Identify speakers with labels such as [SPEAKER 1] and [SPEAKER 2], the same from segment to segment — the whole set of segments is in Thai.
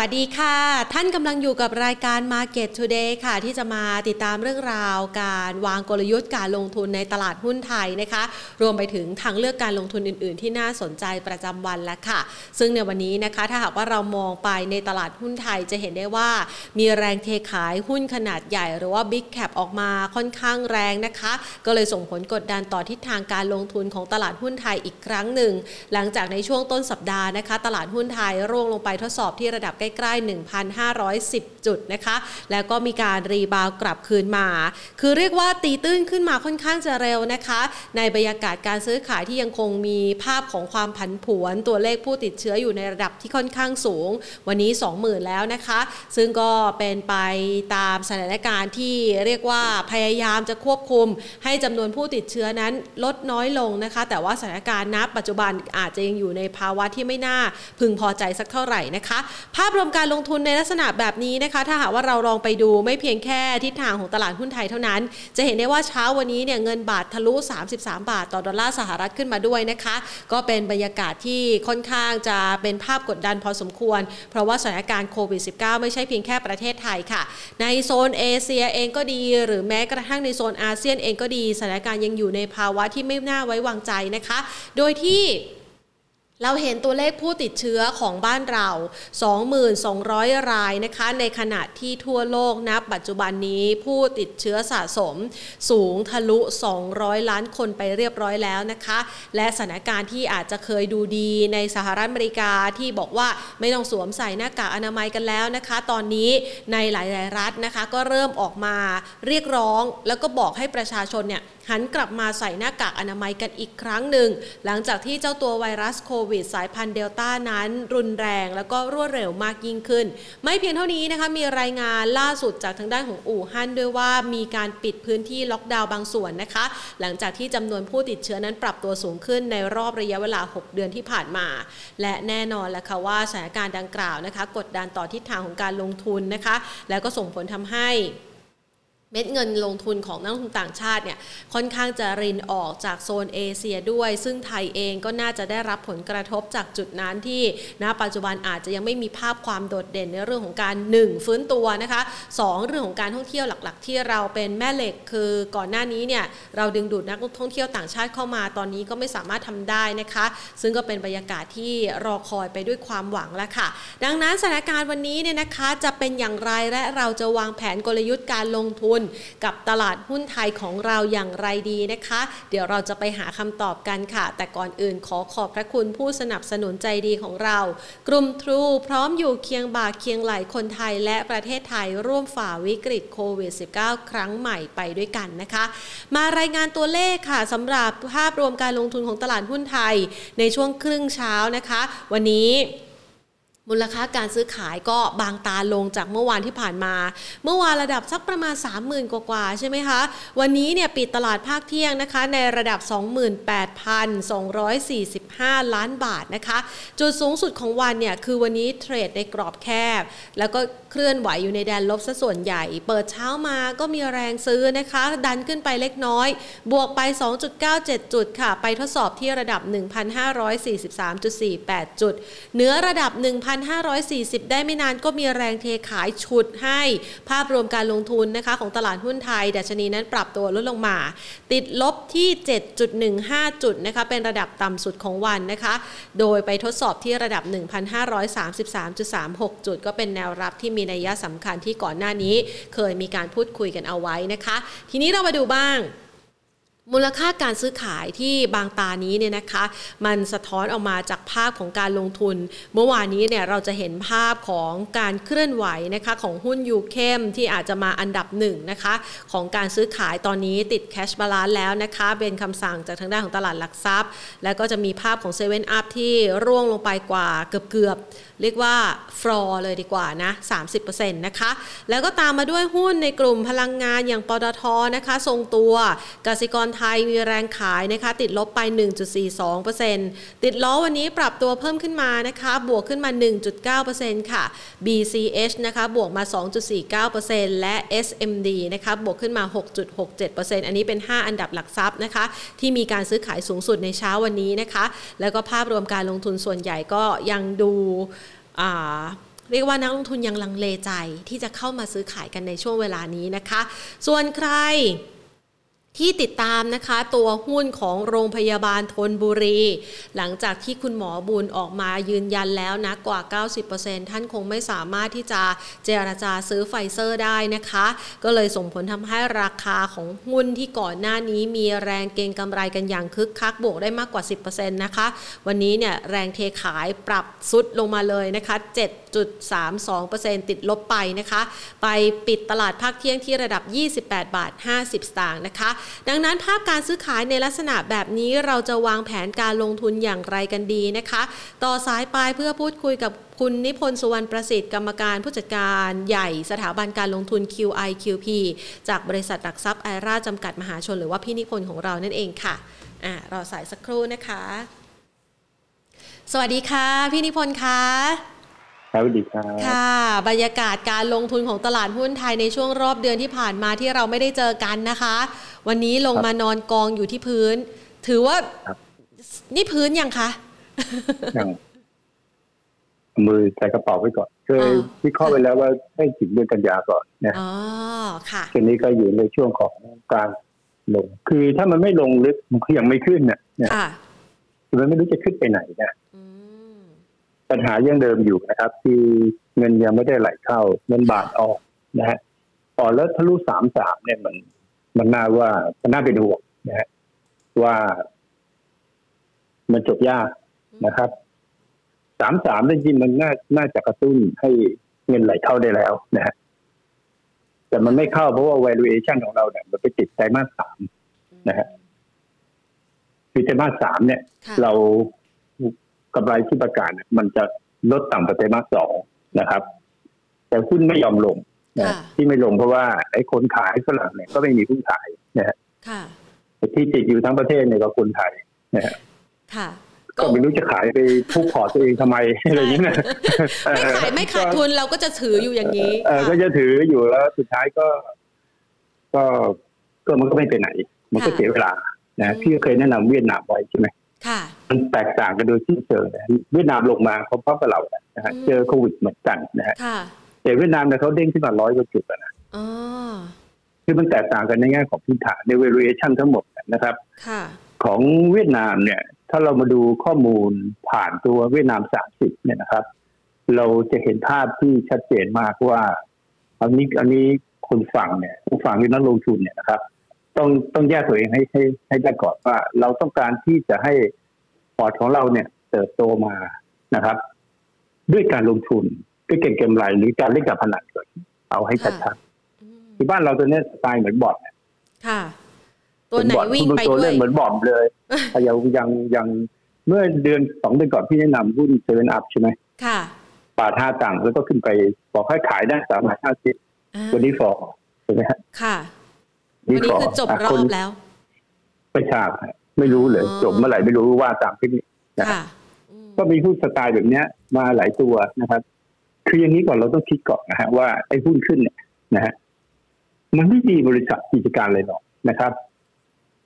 [SPEAKER 1] วัสดีค่ะ ท่านกำลังอยู่กับรายการ Market Today ค่ะ ที่จะมาติดตามเรื่องราวการวางกลยุทธ์การลงทุนในตลาดหุ้นไทยนะคะ รวมไปถึงทางเลือกการลงทุนอื่น ๆ ที่น่าสนใจประจำวันแล้วค่ะ ซึ่งในวันนี้นะคะ ถ้าหากว่าเรามองไปในตลาดหุ้นไทยจะเห็นได้ว่ามีแรงเทขายหุ้นขนาดใหญ่ หรือว่า Big Cap ออกมาค่อนข้างแรงนะคะ ก็เลยส่งผลกดดันต่อทิศทางการลงทุนของตลาดหุ้นไทยอีกครั้งหนึ่ง หลังจากในช่วงต้นสัปดาห์นะคะ ตลาดหุ้นไทยร่วงลงไปทดสอบที่ระดับใกล้ๆ 1,510 จุดนะคะ แล้วก็มีการรีบาวกลับคืนมา คือเรียกว่าตีตื้นขึ้นมาค่อนข้างจะเร็วนะคะ ในบรรยากาศการซื้อขายที่ยังคงมีภาพของความผันผวน ตัวเลขผู้ติดเชื้ออยู่ในระดับที่ค่อนข้างสูง วันนี้ 20,000 แล้วนะคะ ซึ่งก็เป็นไปตามสถานการณ์ที่เรียกว่าพยายามจะควบคุม ให้จำนวนผู้ติดเชื้อนั้นลดน้อยลงนะคะ แต่ว่าสถานการณ์ณปัจจุบันอาจจะยังอยู่ในภาวะที่ไม่น่าพึงพอใจสักเท่าไหร่นะคะ ภาพรวมการลงทุนในลักษณะแบบนี้นะคะ ถ้าหากว่าเราลองไปดูไม่เพียงแค่ทิศทางของตลาดหุ้นไทยเท่านั้น จะเห็นได้ว่าเช้าวันนี้เนี่ยเงินบาททะลุ 33 บาทต่อดอลลาร์สหรัฐขึ้นมาด้วยนะคะ ก็เป็นบรรยากาศที่ค่อนข้างจะเป็นภาพกดดันพอสมควร เพราะว่าสถานการณ์โควิด -19 ไม่ใช่เพียงแค่ประเทศไทยค่ะ ในโซนเอเชียเองก็ดี หรือแม้กระทั่งในโซนอาเซียนเองก็ดีสถานการณ์ยังอยู่ในภาวะที่ไม่น่าไว้วางใจนะคะ โดยที่ เราเห็นตัวเลขผู้ติดเชื้อของบ้านเรา 2,200 รายนะคะ ในขณะที่ทั่วโลกนะปัจจุบันนี้ผู้ติดเชื้อสะสม สูงทะลุ 200 ล้านคนไปเรียบร้อยแล้วนะคะ และสถานการณ์ที่อาจจะเคยดูดีในสหรัฐอเมริกาที่บอกว่าไม่ต้องสวมใส่หน้ากากอนามัยกันแล้วนะคะ ตอนนี้ในหลายๆ รัฐนะคะ ก็เริ่มออกมาเรียกร้อง แล้วก็บอกให้ประชาชนเนี่ย หันกลับมาใส่หน้ากากอนามัยกันอีกครั้งหนึ่ง หลังจากที่เจ้าตัวไวรัสโควิด สายพันธุ์เดลต้านั้นรุนแรงแล้วก็รวดเร็วมากยิ่งขึ้น ไม่เพียงเท่านี้นะคะ มีรายงานล่าสุดจากทางด้านของอู่ฮั่นด้วยว่ามีการปิดพื้นที่ล็อกดาวน์บางส่วนนะคะ หลังจากที่จำนวนผู้ติดเชื้อนั้นปรับตัวสูงขึ้นในรอบระยะเวลา 6 เดือนที่ผ่านมา และแน่นอนแหละค่ะว่าสถานการณ์ดังกล่าวนะคะ กดดันต่อทิศทางของการลงทุนนะคะ แล้วก็ส่งผลทำให้ เม็ดเงินลงทุนของนักลงทุนต่างชาติเนี่ยค่อนข้างจะรินออกจากโซนเอเชียด้วย ซึ่งไทยเองก็น่าจะได้รับผลกระทบจากจุดนั้นที่ณปัจจุบันอาจจะยังไม่มีภาพความโดดเด่นในเรื่องของการ 1 ฟื้นตัวนะคะสองเรื่องของการท่องเที่ยวหลักๆ ที่เราเป็นแม่เหล็กคือก่อนหน้านี้เนี่ยเราดึงดูดนักท่องเที่ยวต่างชาติเข้ามาตอนนี้ก็ไม่สามารถทำได้นะคะ ซึ่งก็เป็นบรรยากาศที่รอคอยไปด้วยความหวังแล้วค่ะ ดังนั้นสถานการณ์วันนี้เนี่ยนะคะจะเป็นอย่างไรและเราจะวางแผนกลยุทธ์การลงทุน กับตลาดหุ้นไทยของเราอย่างไรดีนะคะ เดี๋ยวเราจะไปหาคำตอบกันค่ะ แต่ก่อนอื่นขอขอบพระคุณผู้สนับสนุนใจดีของเรา กลุ่มทรูพร้อมอยู่เคียงบ่าเคียงไหลคนไทยและประเทศไทยร่วมฝ่าวิกฤตโควิด -19 ครั้งใหม่ไปด้วยกันนะคะ มารายงานตัวเลขค่ะสำหรับภาพรวมการลงทุนของตลาดหุ้นไทยในช่วงครึ่งเช้านะคะ วันนี้ มูลค่าการซื้อขายก็บางตาลงจากเมื่อวานที่ผ่านมา เมื่อวานระดับสักประมาณ 30,000 กว่าๆใช่ไหมคะ วันนี้เนี่ยปิดตลาดภาคเที่ยงนะคะ ในระดับ 28,245 ล้านบาทนะคะ จุดสูงสุดของวันเนี่ยคือวันนี้เทรดในกรอบแคบ แล้วก็เคลื่อนไหวอยู่ในแดนลบซะส่วนใหญ่ เปิดเช้ามาก็มีแรงซื้อนะคะ ดันขึ้นไปเล็กน้อย บวกไป 2.97 จุดค่ะ ไปทดสอบที่ระดับ 1,543.48 จุด เหนือระดับ 1,540 ได้ไม่นานก็มีแรงเทขายฉุดให้ ภาพรวมการลงทุนนะคะของตลาดหุ้นไทย ดัชนีนั้นปรับตัวลดลงมา ติดลบที่ 7.15 จุดนะคะ เป็นระดับต่ำสุดของวันนะคะ โดยไปทดสอบที่ระดับ 1,533.36 จุด ก็เป็นแนวรับที่มีนัยยะสำคัญที่ก่อนหน้านี้ เคยมีการพูดคุยกันเอาไว้นะคะ ทีนี้เรามาดูบ้าง มูลค่าการซื้อขายที่บางตานี้เนี่ยนะคะ มันสะท้อนออกมาจากภาพของการลงทุน เมื่อวานนี้เนี่ยเราจะเห็นภาพของการเคลื่อนไหวนะคะของหุ้นยูเข้มที่อาจจะมาอันดับหนึ่งนะคะ ของการซื้อขายตอนนี้ติดแคชบาลานแล้วนะคะ เป็นคำสั่งจากทางด้านของตลาดหลักทรัพย์ แล้วก็จะมีภาพของเซเว่นอัพที่ร่วงลงไปกว่าเกือบเกือบๆเรียกว่าฟลอร์เลยดีกว่านะ30%นะคะ แล้วก็ตามมาด้วยหุ้นในกลุ่มพลังงานอย่างปตทนะคะ ทรงตัวกสิกรไทยมีแรงขายนะคะ ติดลบไป 1.42%ติดล้อวันนี้ปรับตัวเพิ่มขึ้นมานะคะ บวกขึ้นมา 1.9%ค่ะ BCH นะคะ บวกมา 2.49%และ SMD นะคะ บวกขึ้นมา 6.67%อันนี้เป็น 5 อันดับหลักทรัพย์นะคะ ที่มีการซื้อขายสูงสุดในเช้าวันนี้นะคะ แล้วก็ภาพรวมการลงทุนส่วนใหญ่ก็ยังดูอ่า เรียกว่านักลงทุนยังลังเลใจที่จะเข้ามาซื้อขายกันในช่วงเวลานี้นะคะ ส่วนใคร ที่ติดตามนะคะตัวหุ้นของโรงพยาบาลทนบุรี หลังจากที่คุณหมอบุญออกมายืนยันแล้วนะกว่า 90%ท่านคงไม่สามารถที่จะเจรจาซื้อไฟเซอร์ได้นะคะ ก็เลยส่งผลทำให้ราคาของหุ้นที่ก่อนหน้านี้มีแรงเก็งกำไรกันอย่างคึกคักบวกได้มากกว่า 10%นะคะ วันนี้เนี่ยแรงเทขายปรับซุดลงมาเลยนะคะ 7.32%ติดลบไปนะคะ ไปปิดตลาดภาคเที่ยงที่ระดับ 28 บาท 50 สตางค์นะคะ ดังนั้นภาพการซื้อขายในลักษณะแบบนี้เราจะวางแผนการลงทุนอย่างไรกันดีนะคะ ต่อสายไปเพื่อพูดคุยกับคุณนิพนธ์สุวรรณประสิทธิ์กรรมการผู้จัดการใหญ่สถาบันการลงทุน QIQP จากบริษัทหลักทรัพย์ไอราจำกัดมหาชนหรือว่าพี่นิพนธ์ของเรานั่นเองค่ะอ่ารอสายสักครู่นะคะ สวัสดีค่ะ พี่นิพนธ์ค่ะ
[SPEAKER 2] ครับสวัสดีครับ
[SPEAKER 1] ค่ะ บรรยากาศการลงทุนของตลาดหุ้นไทยในช่วงรอบเดือนที่ผ่านมาที่เราไม่ได้เจอกันนะคะ วันนี้ลงมานอนกองอยู่ที่พื้น ถือว่า
[SPEAKER 2] ครับ
[SPEAKER 1] นี่พื้นยังคะ
[SPEAKER 2] อย่างมือใส่กระเป๋าไว้ก่อน เคย
[SPEAKER 1] อ่า
[SPEAKER 2] วิเคราะห์ไปแล้วว่าให้ถึงเดือนกันยาก่อนนะ
[SPEAKER 1] อ๋อค่ะ
[SPEAKER 2] ทีนี้ก็อยู่ในช่วงของการลง คือถ้ามันไม่ลงลึกมันก็ยังไม่ขึ้นน่ะเนี่ย
[SPEAKER 1] ค่ะ
[SPEAKER 2] คือมันไม่รู้จะขึ้นไปไหนนะ
[SPEAKER 1] อืม
[SPEAKER 2] ปัญหายังเดิมอยู่นะครับ คือเงินยังไม่ได้ไหลเข้า เงินบาทออกนะฮะอ่อนแล้วทะลุสามสามเนี่ยมัน มันน่าว่ามันน่าเป็นห่วงนะฮะว่ามันจบยาก นะครับ สามสามจริงๆมันน่า น่าจะกระตุ้นให้เงินไหลเข้าได้แล้วนะฮะ แต่มันไม่เข้าเพราะว่า valuation ของเราเนี่ยมันไปติดไตรมาสสาม นะฮะ คือไตรมาสสามเนี่ย
[SPEAKER 1] ค่ะ
[SPEAKER 2] เรากำไรที่ประกาศเนี่ยมันจะลดต่ำกว่าไตรมาสสองนะครับ แต่หุ้นไม่ยอมลงนะ
[SPEAKER 1] ค่ะ
[SPEAKER 2] ฮะที่ไม่ลงเพราะว่าไอ้คนขายฝรั่งเนี่ยก็ไม่มีหุ้นขายนะฮะ
[SPEAKER 1] ค่ะ
[SPEAKER 2] ที่ติดอยู่ทั้งประเทศเนี่ยก็คนไทยนะฮะ
[SPEAKER 1] ค่ะ
[SPEAKER 2] ก็ไม่รู้จะขายไปทุกพอร์ตตัวเองทำไมอะไรอย่างเงี้ยนะ
[SPEAKER 1] ไม่ขายไม่ขาดทุนเราก็จะถืออยู่อย่างนี้
[SPEAKER 2] เออก็
[SPEAKER 1] ค่ะ
[SPEAKER 2] จะถืออยู่แล้วสุดท้ายก็ ก็ก็มันก็ไม่ไปไหน มันก็
[SPEAKER 1] ค่ะ
[SPEAKER 2] เสียเวลา
[SPEAKER 1] อื
[SPEAKER 2] นะ
[SPEAKER 1] ม
[SPEAKER 2] พี่ก็เคยแนะนำเวียดนามไว้ใช่ไหม
[SPEAKER 1] ค่ะ
[SPEAKER 2] มันแตกต่างกันโดยที่เชิงนะเวียดนามลงมาเพราะพกับเรานะฮะ
[SPEAKER 1] อืม
[SPEAKER 2] เจอโควิดเหมือนกันนะฮะ
[SPEAKER 1] ค่ะ
[SPEAKER 2] แต่เวียดนามเนี่ยเขาเด้งขึ้นมาร้อยกว่าจุดอะนะ
[SPEAKER 1] อ๋อ
[SPEAKER 2] คือมันแตกต่างกันในแง่ของพื้นฐานใน valuation ทั้งหมดนะครับ
[SPEAKER 1] ค่ะ
[SPEAKER 2] ของเวียดนามเนี่ย ถ้าเรามาดูข้อมูลผ่านตัวเวียดนามสามสิบเนี่ยนะครับ เราจะเห็นภาพที่ชัดเจนมากว่า อันนี้อันนี้คนฟังเนี่ยผู้ฟังที่นักลงทุนเนี่ยนะครับ ต้องต้องแยกตัวเองให้ให้ให้ได้ก่อนว่า เราต้องการที่จะให้พอร์ตของเราเนี่ยเติบโตมานะครับ ด้วยการลงทุนด้วยเก็งกำไรหรือการเล่นการพนันก่อนเอาให้ชัด
[SPEAKER 1] อืม
[SPEAKER 2] ๆที่บ้านเราตัวเนี้ยสไตล์เหมือนบอร์ด
[SPEAKER 1] ค่ะ ตัวไหนวิ่งไป
[SPEAKER 2] ตัว
[SPEAKER 1] ด้ว
[SPEAKER 2] เล่
[SPEAKER 1] ย
[SPEAKER 2] นเหมือนบอม เลยแต่ยังยังยังเมื่อเดือนสองเดือนก่อนพี่แนะนำหุ้นเซเว่นอัพใช่ไหม
[SPEAKER 1] ค่ะ
[SPEAKER 2] บาทห้าต่างค์แล้วก็ขึ้นไปบอกให้ขายได้สามบาทห้าสิบ
[SPEAKER 1] อ่า
[SPEAKER 2] วันนี้ฟอใช่ไหมฮะ
[SPEAKER 1] ค่ะวันนี้
[SPEAKER 2] ฟ
[SPEAKER 1] คือจบร
[SPEAKER 2] ะ
[SPEAKER 1] อ
[SPEAKER 2] คน
[SPEAKER 1] บแล้ว
[SPEAKER 2] ไม่ทราบฮะไม่รู้เลย
[SPEAKER 1] อ๋อ
[SPEAKER 2] จบเมื่อไหร่ไม่รู้ว่าตามเทคนิค นะครับ
[SPEAKER 1] ค่ะอืม
[SPEAKER 2] ก็มีหุ้นสไตล์แบบเนี้ย มาหลายตัวนะครับ คืออย่างนี้ก่อนเราต้องคิดก่อนนะฮะว่าไอ้หุ้นขึ้นเนี่ยนะฮะมันไม่มีบริษัทกิจการเลยหรอกนะครับ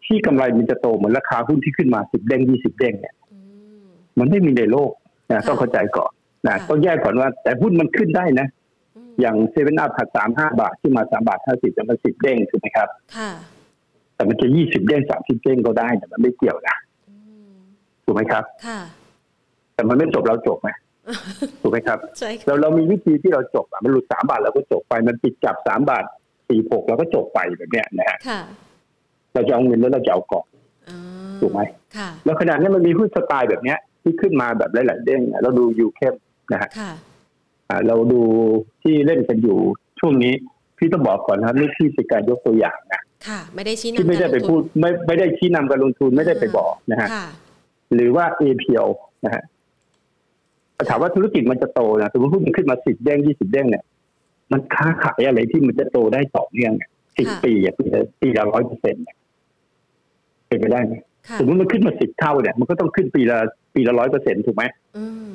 [SPEAKER 2] ที่กำไรมันจะโตเหมือนราคาหุ้นที่ขึ้นมาสิบเด้งยี่สิบเด้งเนี่ย
[SPEAKER 1] อืม
[SPEAKER 2] มันไม่มีในโลกนะ
[SPEAKER 1] ค่ะ
[SPEAKER 2] ต้องเข้าใจก่อนนะ
[SPEAKER 1] ค่ะ
[SPEAKER 2] ต้องแยกก่อนว่า แต่หุ้นมันขึ้นได้นะ
[SPEAKER 1] อืม
[SPEAKER 2] อย่างเซเว่นอัพผัดสามห้าบาทที่มาสามบาทห้าสิบแต่มันสิบเด้งถูกไหมครับ
[SPEAKER 1] ค่ะ
[SPEAKER 2] แต่มันจะยี่สิบเด้งสามสิบเด้งก็ได้แต่มันไม่เกี่ยวนะ
[SPEAKER 1] อืม
[SPEAKER 2] ถูกไหมครับ
[SPEAKER 1] ค่ะ
[SPEAKER 2] แต่มันไม่จบเราจบไหมถูกไหมครับ
[SPEAKER 1] ใช่ค่ะ
[SPEAKER 2] เราเรามีวิธีที่เราจบอ่ะมันหลุดสามบาทเราก็จบไปมันปิดจับสามบาทสี่หกเราก็จบไปแบบเนี้ยนะฮะ
[SPEAKER 1] ค่ะ
[SPEAKER 2] เราจะเอาเงินแล้วเราจะเอากล่อง
[SPEAKER 1] อ๋อ
[SPEAKER 2] ถูกไหม
[SPEAKER 1] ค่ะ
[SPEAKER 2] แล้วขนาดนั้นมันมีหุ้นสไตล์แบบเนี้ยที่ขึ้นมาแบบหลายๆเด้งนะเราดูยูเคมนะฮะ
[SPEAKER 1] ค่ะ
[SPEAKER 2] อ่าเราดูที่เล่นกันอยู่ช่วงนี้พี่ต้องบอกก่อนนะครับนี่พี่เป็นการยกตัวอย่างนะ
[SPEAKER 1] ค่ะ ไม่ได้ชี้นำ
[SPEAKER 2] ที่ไม่ได้ไปพูดไม่ไม่ได้ชี้นำการลงทุนไม่ได้ไปบอกนะ
[SPEAKER 1] การลงทุ
[SPEAKER 2] ฮะ
[SPEAKER 1] นค่ะ
[SPEAKER 2] หรือว่า APL นะฮะถามว่าธุรกิจมันจะโตนะสมมติหุ้นมันขึ้นมาสิบเด้งยี่สิบเด้งเนี่ย มันค้าขายอะไรที่มันจะโตได้ต่อเนื่องสิบ
[SPEAKER 1] ค่ะ
[SPEAKER 2] ปีอ่ะปีละปีละร้อยเปอร์เซ็นต์เป็นไปได้ไหม
[SPEAKER 1] ค่ะ
[SPEAKER 2] สมมติมันขึ้นมาสิบเท่าเนี่ยมันก็ต้องขึ้นปีละปีละร้อยเปอร์เซ็นต์ถูกไหม
[SPEAKER 1] อืม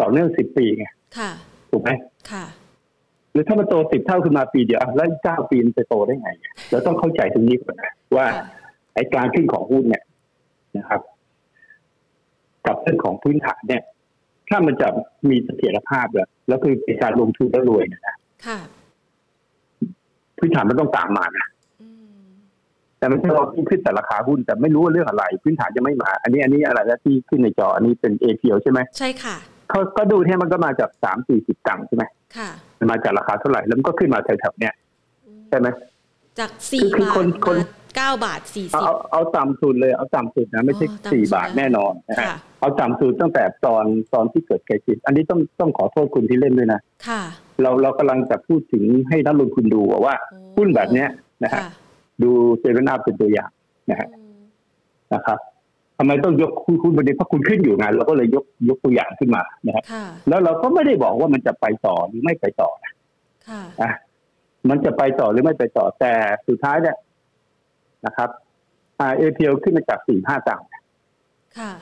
[SPEAKER 2] ต่อเนื่องสิบปีไง
[SPEAKER 1] ค่ะ
[SPEAKER 2] ถูกไหม
[SPEAKER 1] ค่ะ
[SPEAKER 2] หรือถ้ามันโตสิบเท่าขึ้นมาปีเดียวอ่ะแล้วเก้าปีมันจะโตได้ไง เราต้องเข้าใจตรงนี้ก่อนนะว่า
[SPEAKER 1] ค่ะ
[SPEAKER 2] ไอ้การขึ้นของหุ้นเนี่ยนะครับ กับเรื่องของพื้นฐานเนี่ย ถ้า ถ้ามันจะมีเสถียรภาพแล้วแล้วคือเป็นการลงทุนแล้วรวยเนยนะ
[SPEAKER 1] ค่ะ
[SPEAKER 2] พื้นฐานมันต้องตามมานะ
[SPEAKER 1] อืม
[SPEAKER 2] แต่มันเราขึ้นแต่ราคาหุ้นแต่ไม่รู้ว่าเรื่องอะไร พื้นฐานจะไม่มา อันนี้อันนี้อะไรนะที่ขึ้นในจออันนี้เป็น APL ใช่ไหม
[SPEAKER 1] ใช่ค่ะ
[SPEAKER 2] เขาก็ดูเนี่ยมันก็มาจากสามสี่สิบตังค์ใช่ไหม
[SPEAKER 1] ค่ะ
[SPEAKER 2] มันมาจากราคาเท่าไหร่แล้วมันก็ขึ้นมาแถวๆเนี้ย
[SPEAKER 1] อืม
[SPEAKER 2] ใช่ไหม
[SPEAKER 1] จากสี่
[SPEAKER 2] คือ
[SPEAKER 1] าท
[SPEAKER 2] คือบคนคน
[SPEAKER 1] มาเก้าบาทสี่
[SPEAKER 2] เอา
[SPEAKER 1] สิบ
[SPEAKER 2] เอาเอาต่ำสุดเลยเอาต่ำสุดนะไม่ใช่
[SPEAKER 1] อ๋อต่ำสุด
[SPEAKER 2] สี่บาท
[SPEAKER 1] นะ
[SPEAKER 2] แน่นอนนะฮะ
[SPEAKER 1] ค่ะ
[SPEAKER 2] เอาต่ำสุดตั้งแต่ตอนตอนที่เกิดแคชิสอันนี้ต้องต้องขอโทษคุณที่เล่นด้วยนะ
[SPEAKER 1] ค่ะ
[SPEAKER 2] เราเรากำลังจะพูดถึงให้นักลงทุนดูว่า
[SPEAKER 1] โอ้
[SPEAKER 2] หุ้นแบบเนี้ยนะฮะ
[SPEAKER 1] ค่ะ
[SPEAKER 2] ดูเซเว่นอัพเป็นตัวอย่างนะฮะ
[SPEAKER 1] อืม
[SPEAKER 2] นะครับทำไมต้องยกหุ้นหุ้นประเด็นเพราะคุณขึ้นอยู่ไงเราก็เลยยกยกตัวอย่างขึ้นมานะฮะ
[SPEAKER 1] ค่ะ
[SPEAKER 2] แล้วเราก็ไม่ได้บอกว่ามันจะไปต่อหรือไม่ไปต่อนะ
[SPEAKER 1] ค่ะ
[SPEAKER 2] อ่ะมันจะไปต่อหรือไม่ไปต่อแต่สุดท้ายเนี่ยนะครับเอพีเอขึ้นมาจากสี่ห้าต่าง
[SPEAKER 1] ค่ะ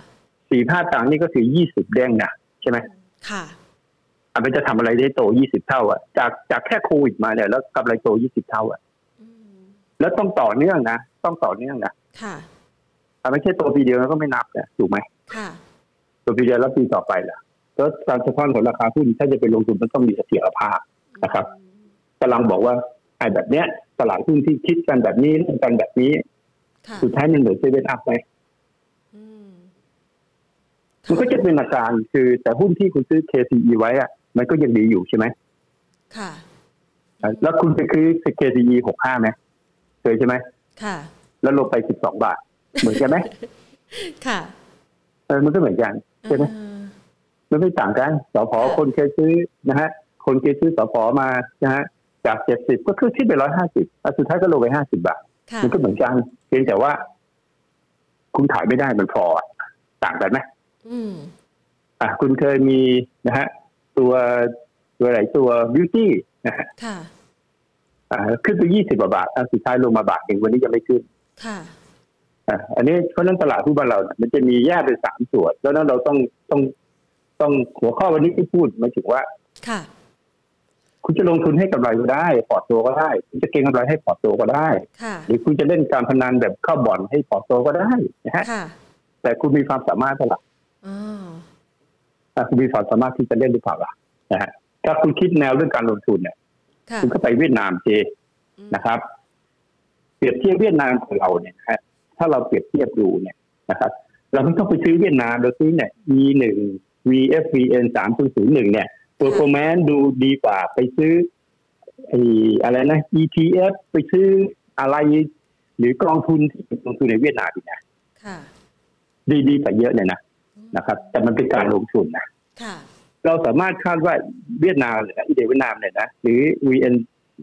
[SPEAKER 2] สี่ห้าตังค์นี่ก็คือยี่สิบเด้งนะใช่ไหม
[SPEAKER 1] ค่ะ
[SPEAKER 2] อ่ะมันจะทำอะไรได้โตยี่สิบเท่าอ่ะจากจากแค่โควิดมาเนี่ยแล้วกำไรโตยี่สิบเท่าอ่ะ
[SPEAKER 1] อืม
[SPEAKER 2] แล้วต้องต่อเนื่องนะต้องต่อเนื่องนะ
[SPEAKER 1] ค่ะ
[SPEAKER 2] อ่ะไม่ใช่โตปีเดียวแล้วก็ไม่นับนะถูกไหม
[SPEAKER 1] ค่ะ
[SPEAKER 2] โตปีเดียวแล้วปีต่อไปล่ะแล้วการสะท้อนของราคาหุ้นถ้าจะไปลงทุนมันต้องมีเสถียรภาพ นะครับ
[SPEAKER 1] อืม
[SPEAKER 2] กำลังบอกว่าไอ้แบบเนี้ยตลาดหุ้นที่คิดกันแบบนี้เล่นกันแบบนี้
[SPEAKER 1] ค่ะ
[SPEAKER 2] สุดท้ายมันเหมือนเซเว่นอัพไหม
[SPEAKER 1] อืม
[SPEAKER 2] มันก็จะเป็นอาการคือแต่หุ้นที่คุณซื้อ KCE ไว้อ่ะมันก็ยังดีอยู่ใช่ไหม
[SPEAKER 1] ค่ะ
[SPEAKER 2] อ่ะแล้วคุณไปซื้อ KCE หกห้าไหมเคยใช่ไหม
[SPEAKER 1] ค่ะ
[SPEAKER 2] แล้วลงไปสิบสองบาท เหมือนกันไหม
[SPEAKER 1] ค่ะ
[SPEAKER 2] เออมันก็เหมือนกันใช่ไหม
[SPEAKER 1] อ่า
[SPEAKER 2] มันไม่ต่างกันสพ
[SPEAKER 1] ค่ะ
[SPEAKER 2] คนเคยซื้อนะฮะ คนเคยซื้อสพมานะฮะ จากเจ็ดสิบก็คือที่ไปร้อยห้าสิบสุดท้ายก็ลงไปห้าสิบาท
[SPEAKER 1] ค่ะ
[SPEAKER 2] มันก็เหมือนกัน เพียงแต่ว่า คุณขายไม่ได้มันพออ่ะต่างกันไหม
[SPEAKER 1] อืม
[SPEAKER 2] อ่ะคุณเคยมีนะฮะ ตัวตัวไหนตัวบิวตี้นะฮะ
[SPEAKER 1] ค่ะ
[SPEAKER 2] อ่าขึ้นไปยี่สิบกว่าบาทอ่ะสุดท้ายลงมาบาทหนึ่งวันนี้ยังไม่ขึ้น
[SPEAKER 1] ค่ะ
[SPEAKER 2] อ่ะอันนี้เพราะฉะนั้นตลาดหุ้นบ้านเราเนี่ยมันจะมีแยกเป็นสามส่วน แล้วนั้นเราต้องต้องต้องหัวข้อวันนี้ที่พูดหมายถึงว่า
[SPEAKER 1] ค่ะ
[SPEAKER 2] คุณจะลงทุนให้กำไรก็ได้พอร์ตตัวก็ได้ คุณจะเก็งกำไรให้พอร์ตตัวก็ได้
[SPEAKER 1] ค่ะ
[SPEAKER 2] หรือคุณจะเล่นการพนันแบบเข้าบ่อนให้พอร์ตตัวก็ได้นะฮะ
[SPEAKER 1] ค่ะ
[SPEAKER 2] แต่คุณมีความสามารถเท่าไหร่
[SPEAKER 1] อ๋อ
[SPEAKER 2] อ่ะคุณมีความสามารถที่จะเล่นหรือเปล่าล่ะนะฮะถ้าคุณคิดแนวเรื่องการลงทุนเนี่ย
[SPEAKER 1] ค่ะ
[SPEAKER 2] คุณก็ไปเวียดนามเจ
[SPEAKER 1] อืม
[SPEAKER 2] นะครับ เปรียบเทียบเวียดนามกับเราเนี่ยนะฮะถ้าเราเปรียบเทียบดูเนี่ยนะครับ เราไม่ต้องไปซื้อเวียดนามเราซื้อเนี่ย E หนึ่ง VFVN สามศูนย์ศูนย์หนึ่งเนี่ย performance ดูดีกว่าไปซื้อไอ้อะไรนะ ETF ไปซื้ออะไร หรือกองทุนที่เป็นกองทุนในเวียดนามอีกนะ
[SPEAKER 1] ค่ะ
[SPEAKER 2] ดีดีกว่าเยอะเลยนะนะครับ แต่มันเป็นการลงทุนนะ
[SPEAKER 1] ค่ะ
[SPEAKER 2] เราสามารถคาดว่าเวียดนามเนี่ยนะอีเดเวียดนามเนี่ยนะหรือ VN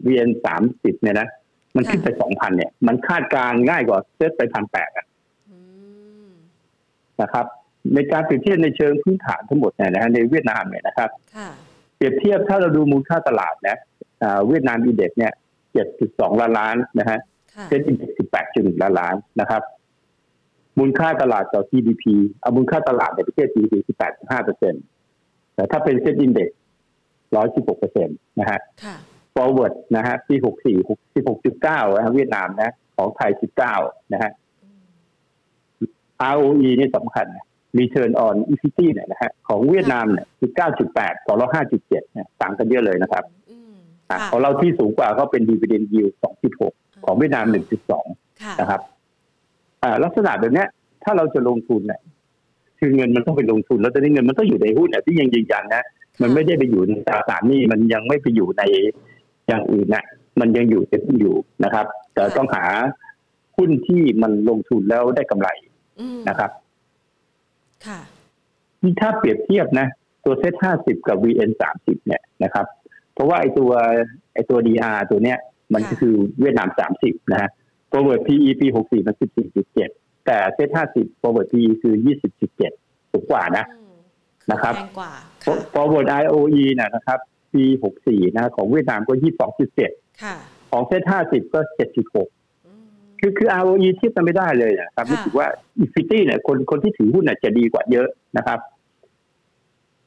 [SPEAKER 2] VN สามสิบเนี่ยนะมันขึ้นไปสองพันเนี่ย มันคาดการณ์ง่ายกว่าเซตไปพันแปด
[SPEAKER 1] อืม
[SPEAKER 2] นะครับ ในการเปรียบเทียบในเชิงพื้นฐานทั้งหมดเนี่ยนะฮะในเวียดนามเนี่ยนะครับ
[SPEAKER 1] ค่ะ
[SPEAKER 2] เปรียบเทียบถ้าเราดูมูลค่าตลาดนะอ่าเวียดนามอีเด็กเนี่ยเจ็ดจุดสองล้านล้านนะฮะ
[SPEAKER 1] ค่ะ
[SPEAKER 2] เซ็นอีเด็กสิบแปดจุดหนึ่งล้านล้านนะครับ มูลค่าตลาดต่อ GDP เอามูลค่าตลาดในประเทศ GDP สิบแปดห้าเปอร์เซ็นต์แต่ถ้าเป็นเซ็นอินเด็กร้อยสิบหกเปอร์เซ็นต์นะฮะ
[SPEAKER 1] ค่ะ
[SPEAKER 2] forward นะฮะปี 64 66.9นะฮะเวียดนามนะ ของไทย 19 นะฮะ ROE นี่สำคัญนะ return on equity เนี่ยนะฮะ ของเวียดนามเนี่ย19.8ของเรา5.7เนี่ยต่างกันเยอะเลยนะครับ
[SPEAKER 1] อืม
[SPEAKER 2] อ่ะ
[SPEAKER 1] ค่ะ
[SPEAKER 2] ของเราที่สูงกว่าก็เป็น dividend yield 2.6 ของเวียดนาม 1.2
[SPEAKER 1] ค่ะ
[SPEAKER 2] นะครับอ่าลักษณะแบบเนี้ย ถ้าเราจะลงทุนเนี่ยคือเงินมันต้องไปลงทุน แล้วตอนนี้เงินมันต้องอยู่ในหุ้นเนี่ยที่ยังยืนยันนะ มันไม่ได้ไปอยู่ในตราสารหนี้มันยังไม่ไปอยู่ในอย่างอื่นนะมันยังอยู่เต็มอยู่นะครับ แต่ต้องหาหุ้นที่มันลงทุนแล้วได้กำไร
[SPEAKER 1] อืม
[SPEAKER 2] นะครับ
[SPEAKER 1] ค่ะ
[SPEAKER 2] นี่ถ้าเปรียบเทียบนะ ตัวเซ็ตห้าสิบกับ VN สามสิบเนี่ยนะครับ เพราะว่าไอตัวไอตัว DR ตัวเนี้ย มันก็คือเวียดนามสามสิบนะฮะ forward PE ปีหกสี่มันสิบสี่จุดเจ็ดแต่เซ็ตห้าสิบ forward PE คือยี่สิบจุดเจ็ดสูงกว่านะ
[SPEAKER 1] อืม
[SPEAKER 2] นะครับ
[SPEAKER 1] แพงกว่าค่ะ
[SPEAKER 2] forward IOE นะนะครับปีหกสี่นะของเวียดนามก็ยี่สองจุดเจ็ด
[SPEAKER 1] ค่ะ
[SPEAKER 2] ของเซตห้าสิบก็เจ็ดจุดหก
[SPEAKER 1] อืม
[SPEAKER 2] คือคือ ROE เทียบกันไม่ได้เลยนะครับ
[SPEAKER 1] ค่ะ
[SPEAKER 2] รู้สึกว่า equity เนี่ยคนคนที่ถือหุ้นน่ะจะดีกว่าเยอะนะครับ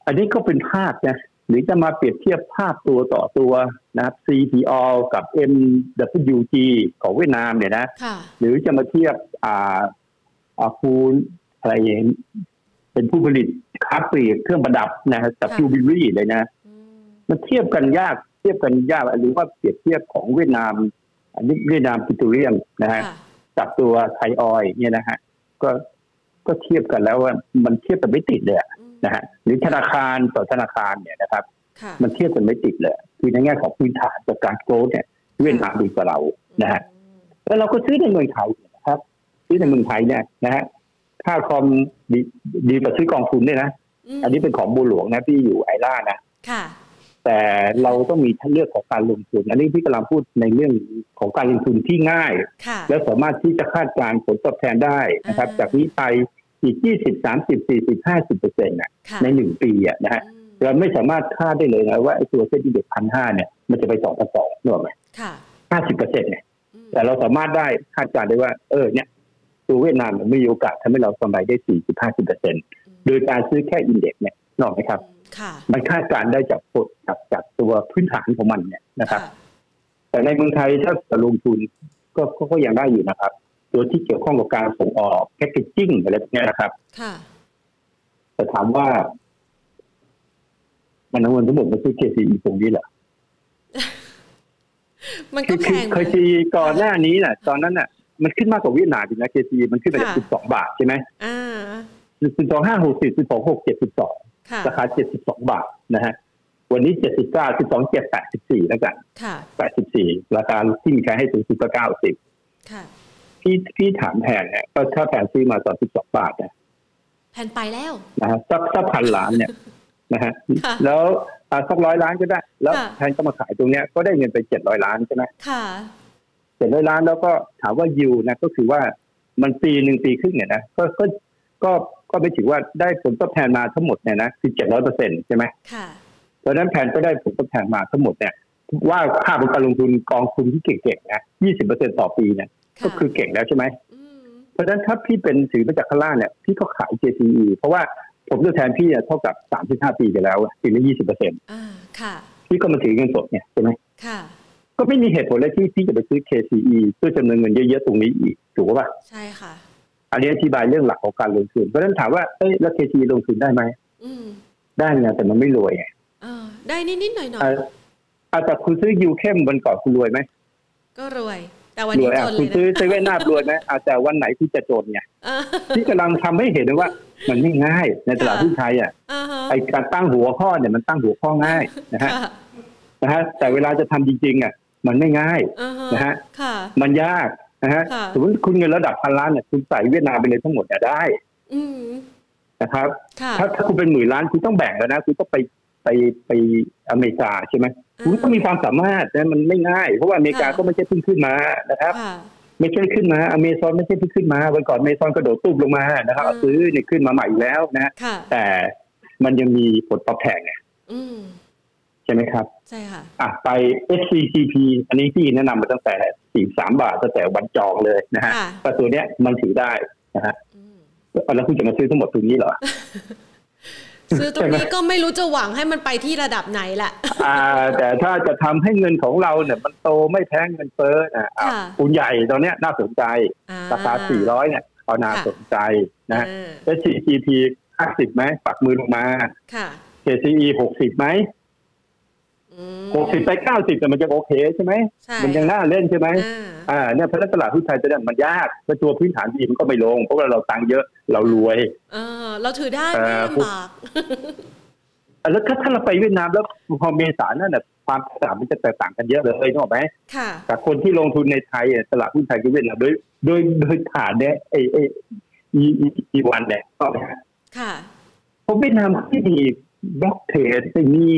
[SPEAKER 2] อันนี้ก็เป็นภาพนะหรือจะมาเปรียบเทียบภาพตัวต่อตัวนะครับ CPO กับ MWG ของเวียดนามเนี่ยนะ
[SPEAKER 1] ค่ะ
[SPEAKER 2] หรือจะมาเทียบอ่าอาคูณอะไรเองเป็นผู้ผลิตข ค้าปลีกเครื่องประดับนะฮะกับ
[SPEAKER 1] ค่ะ
[SPEAKER 2] ยูบิลลี่เลยนะ
[SPEAKER 1] อืม
[SPEAKER 2] มันเทียบกันยากเทียบกันยากหรือว่าเปรียบเทียบของเวียดนามอันนี้เวียดนามปิโตรเลียมนะฮะ
[SPEAKER 1] ค่ะ
[SPEAKER 2] กับตัวไทยออยล์เนี่ยนะฮะก็ก็เทียบกันแล้วว่ามันเทียบกันไม่ติดเลยอะ
[SPEAKER 1] อืม
[SPEAKER 2] นะฮะหรือธนาคารต่อธนาคารเนี่ยนะครับ
[SPEAKER 1] ค่ะ
[SPEAKER 2] มันเทียบกันไม่ติดเลยคือในแง่ของพื้นฐานกับการโกลดเนี่ยเวียดนามดีกว่าเรานะฮะ
[SPEAKER 1] อืม
[SPEAKER 2] แล้วเราก็ซื้อในเมืองไทยนะครับ ซื้อในเมืองไทยเนี่ยนะฮะค่าคอมดีดีกว่าซื้อกองทุนด้วยนะ
[SPEAKER 1] ม
[SPEAKER 2] อันนี้เป็นของบัวหลวงนะที่อยู่ไอร่านะ
[SPEAKER 1] ค่ะ
[SPEAKER 2] แต่เราต้องมีทางเลือกของการลงทุน อันนี้พี่กำลังพูดในเรื่องของการลงทุนที่ง่าย
[SPEAKER 1] ค่ะ
[SPEAKER 2] และสามารถที่จะคาดการณ์ผลตอบแทนได้นะครับ
[SPEAKER 1] อ่า
[SPEAKER 2] จากนี้ไปอีก 20 30 40 50เปอร์เซ็นต์นะ
[SPEAKER 1] ค่ะ
[SPEAKER 2] ในหนึ่งปีอะนะฮะ
[SPEAKER 1] อืม
[SPEAKER 2] เราไม่สามารถคาดได้เลยนะว่าไอ้ตัวเซ็นดีเด็กพันห้าเนี่ยมันจะไปสองพันสองหรอไหม
[SPEAKER 1] ค่ะ
[SPEAKER 2] ห้าสิบเปอร์เซ็นต์เนี่ย
[SPEAKER 1] อืม
[SPEAKER 2] แต่เราสามารถได้คาดการณ์ได้ว่า เออเนี่ยตัวเวียดนามมันมีโอกาสทำให้เรากำไรได้สี่สิบห้าสิบเปอร์เซ็นต์โดยการซื้อแค่อินเด็กซ์เนี่ยนกออกไหมครับ
[SPEAKER 1] ค่ะ
[SPEAKER 2] มันคาดการณ์ได้จากผลจากจากตัวพื้นฐานของมันเนี่ยนะครับ
[SPEAKER 1] ค่ะ
[SPEAKER 2] แต่ในเมืองไทยถ้าจะลงทุนก็ก็ก็ยังได้อยู่นะครับ ตัวที่เกี่ยวข้องกับการส่งออกแพคเกจจิ้งอะไรพวกเนี้ยนะครับ
[SPEAKER 1] ค่ะ
[SPEAKER 2] แต่ถามว่า มันเอาเงินทั้งหมดมาซื้อ KCE ตรงนี้เหรอ
[SPEAKER 1] มัน
[SPEAKER 2] คื
[SPEAKER 1] ก็
[SPEAKER 2] อ
[SPEAKER 1] แพ
[SPEAKER 2] คือง เคย
[SPEAKER 1] นะ
[SPEAKER 2] ซีก่อนหน้านี้น่ะ ตอนนั้นน่ะ มันขึ้นมากกว่าเวียดนามอีกนะ KCE มันขึ้นไปจาก
[SPEAKER 1] ค่ะ
[SPEAKER 2] สิบสองบาทใช่ไหม
[SPEAKER 1] อ่า
[SPEAKER 2] สิบสองห้าหกสิบสิบสองหกเจ็ดสิบสอง
[SPEAKER 1] ค่ะ
[SPEAKER 2] ราคาเจ็ดสิบสองบาทนะฮะวันนี้เจ็ดสิบเก้าสิบสองเจ็ดแปดสิบสี่แล้วกัน
[SPEAKER 1] ค่ะ
[SPEAKER 2] แปดสิบสี่ราคาที่มีการให้ถึงสิบเก้าสิบ
[SPEAKER 1] ค่ะ
[SPEAKER 2] พี่พี่ถามแผนเนี่ยก็ถ้าแผนซื้อมาสามสิบสองบาทเนี่ย
[SPEAKER 1] แผ่นไปแล้ว
[SPEAKER 2] นะฮะสักสักพันล้านเนี่ยนะฮะ
[SPEAKER 1] ค่ะ
[SPEAKER 2] แล้วอ่าสักร้อยล้านก็ได้ แล้ว
[SPEAKER 1] ค่ะ
[SPEAKER 2] แทนก็มาขายตรงเนี้ยก็ได้เงินไปเจ็ดร้อยล้านใช่ไหม
[SPEAKER 1] ค่ะ
[SPEAKER 2] เจ็ดร้อยล้านแล้วก็ถามว่ายูนะก็คือว่ามันปีหนึ่งปีครึ่งเนี่ยนะก็ก็ก็ก็ไม่ถือว่าได้ผลตอบแทนมาทั้งหมดเนี่ยนะคือเจ็ดร้อยเปอร์เซ็นต์ใช่ไหม
[SPEAKER 1] ค่ะ
[SPEAKER 2] เพราะฉะนั้นแผนก็ได้ผลตอบแทนมาทั้งหมดเนี่ยว่าค่าของการลงทุนกองทุนที่เก่งๆนะยี่สิบเปอร์เซ็นต์ต่อปีเนี่ย
[SPEAKER 1] ะ
[SPEAKER 2] ก็คือเก่งแล้วใช่ไหม
[SPEAKER 1] ม
[SPEAKER 2] เพราะฉะนั้นถ้าพี่เป็นถือมาจากข้างล่างเนี่ยพี่ก็ขาย JCE เพราะว่าผมจะแทนพี่อะเท่ากับ 35 ปีไปแล้วอะปีละ20เปอร์เซ็นต์
[SPEAKER 1] อ่าค่ะ
[SPEAKER 2] พี่ก็มาถือเงินสดเนี่ยใช่ไหม
[SPEAKER 1] ค่ะ
[SPEAKER 2] ก็ไม่มีเหตุผลเลยที่พี่จะไปซื้อ KCE เพื่อจำนวนเงินเยอะๆตรงนี้อีกถูกปะ
[SPEAKER 1] ใช่ค่ะ
[SPEAKER 2] อันนี้อธิบายเรื่องหลักของการลงทุนเพราะฉะนั้นถามว่าเอ้ยแล้ว KCE ลงทุนได้ไหม
[SPEAKER 1] อืม
[SPEAKER 2] ได้นะแต่มันไม่รวยไง
[SPEAKER 1] เออได้นิดนิดๆหน่อยหน่อ
[SPEAKER 2] เอ่
[SPEAKER 1] ย
[SPEAKER 2] ออาแต่คุณซื้อยูเข้มวันก่อนคุณรวยไหม
[SPEAKER 1] ก็รวย แต่วัน
[SPEAKER 2] ร
[SPEAKER 1] นี้
[SPEAKER 2] วย
[SPEAKER 1] จ
[SPEAKER 2] อะ
[SPEAKER 1] นเล
[SPEAKER 2] คุณ
[SPEAKER 1] ย
[SPEAKER 2] ซื้อ
[SPEAKER 1] นะ
[SPEAKER 2] เซเว่นนาบรวยไหมอาแต่วันไหนคุณจะจนไง
[SPEAKER 1] เออ
[SPEAKER 2] ที่กำลังทำให้เห็นเลยว่า มันไม่ง่ายในตลาดหุ้นไทยอ่ะ
[SPEAKER 1] อ่าฮะ
[SPEAKER 2] ไอการตั้งหัวข้อเนี่ยมันตั้งหัวข้อง่าย นะฮะ
[SPEAKER 1] ค่ะ
[SPEAKER 2] นะฮะแต่เวลาจะทำจริงๆอ่ะมันไม่ง่าย
[SPEAKER 1] อ่าฮะ
[SPEAKER 2] นะฮะ
[SPEAKER 1] ค่ะ
[SPEAKER 2] มันยากนะฮะ
[SPEAKER 1] ค่ะ
[SPEAKER 2] สมมติคุณเงินระดับพันล้านเนี่ยคุณใส่เวียดนามไปเลยทั้งหมดเนี่ยได้
[SPEAKER 1] อืม
[SPEAKER 2] นะครับ
[SPEAKER 1] ค่ะ
[SPEAKER 2] ถ้าถ้าคุณเป็นหมื่นล้านคุณต้องแบ่งแล้วนะคุณต้องไปไปไปอเมริกาใช่ไหมคุณต้องมีความสามารถนะมันไม่ง่าย เพราะว่าอเมริกาก็ไม่ใช่เพิ่งขึ้นมานะครับ
[SPEAKER 1] ค่ะ
[SPEAKER 2] ไม่ใช่ขึ้นมาอเมซอนไม่ใช่เพิ่งขึ้นมาวันก่อนอเมซอนกระโดดตูบลงมานะครับ
[SPEAKER 1] อืม
[SPEAKER 2] ซื้อเนี่ยขึ้นมาใหม่อีกแล้วนะ
[SPEAKER 1] ค่ะ
[SPEAKER 2] แต่มันยังมีผลตอบแทนไง
[SPEAKER 1] อืม
[SPEAKER 2] ใช่ไหมครับ
[SPEAKER 1] ใช่ค่ะ
[SPEAKER 2] อ่ะไป SCCP อันนี้พี่แนะนำมาตั้งแต่ 43 บาทตั้งแต่วันจองเลยนะฮะ
[SPEAKER 1] ค่ะ
[SPEAKER 2] แต่ตัวเนี้ยมันถือได้
[SPEAKER 1] อืม
[SPEAKER 2] แล้วคุณจะมาซื้อทั้งหมดตรงนี้เหรอ
[SPEAKER 1] ซื้อตรงนี้ก็ไม่รู้จะหวังให้มันไปที่ระดับไหนแหละ
[SPEAKER 2] อ่า แต่ถ้าจะทำให้เงินของเราเนี่ยมันโตไม่แพ้เงินเฟ้อนะอ่ะ
[SPEAKER 1] ค่ะ
[SPEAKER 2] คุณใหญ่ตอนเนี้ยน่าสนใจ
[SPEAKER 1] อ่
[SPEAKER 2] ราคา 400 เนี่ยเอาน่าสนใจนะฮะ
[SPEAKER 1] เออ
[SPEAKER 2] SCCP 50ไหมปักมือลงมา
[SPEAKER 1] ค่ะ
[SPEAKER 2] KCE 60ไหม
[SPEAKER 1] อืม
[SPEAKER 2] 60ไป90แต่มันจะโอเคใช่ไหม
[SPEAKER 1] ใช่
[SPEAKER 2] มันยังน่าเล่นใช่ไหม
[SPEAKER 1] อ่า
[SPEAKER 2] อ่าเนี่ยเพราะฉะนั้นตลาดหุ้นไทยจะได้มันยากเพราะตัวพื้นฐานดีมันก็ไม่ลง เพราะว่าเราตังค์เยอะเรารวย
[SPEAKER 1] เออเราถือได้ไม่
[SPEAKER 2] เออ
[SPEAKER 1] ลำบาก
[SPEAKER 2] อ่ะแล้วถ้าถ้าเราไปเวียดนามแล้วพอเมษานั่นน่ะความแตกต่างมันจะแตกต่างกันเยอะเลยนึกออกไหม
[SPEAKER 1] ค่ะ
[SPEAKER 2] กับคนที่ลงทุนในไทยอ่ะตลาดหุ้นไทยกับเวียดนามโดยโดยโดยฐานเนี่ยไอไออีอีอีวันเนี่ยก็
[SPEAKER 1] ค่ะ
[SPEAKER 2] เพราะเวียดนามที่มีบล็อกเทรดไม่มี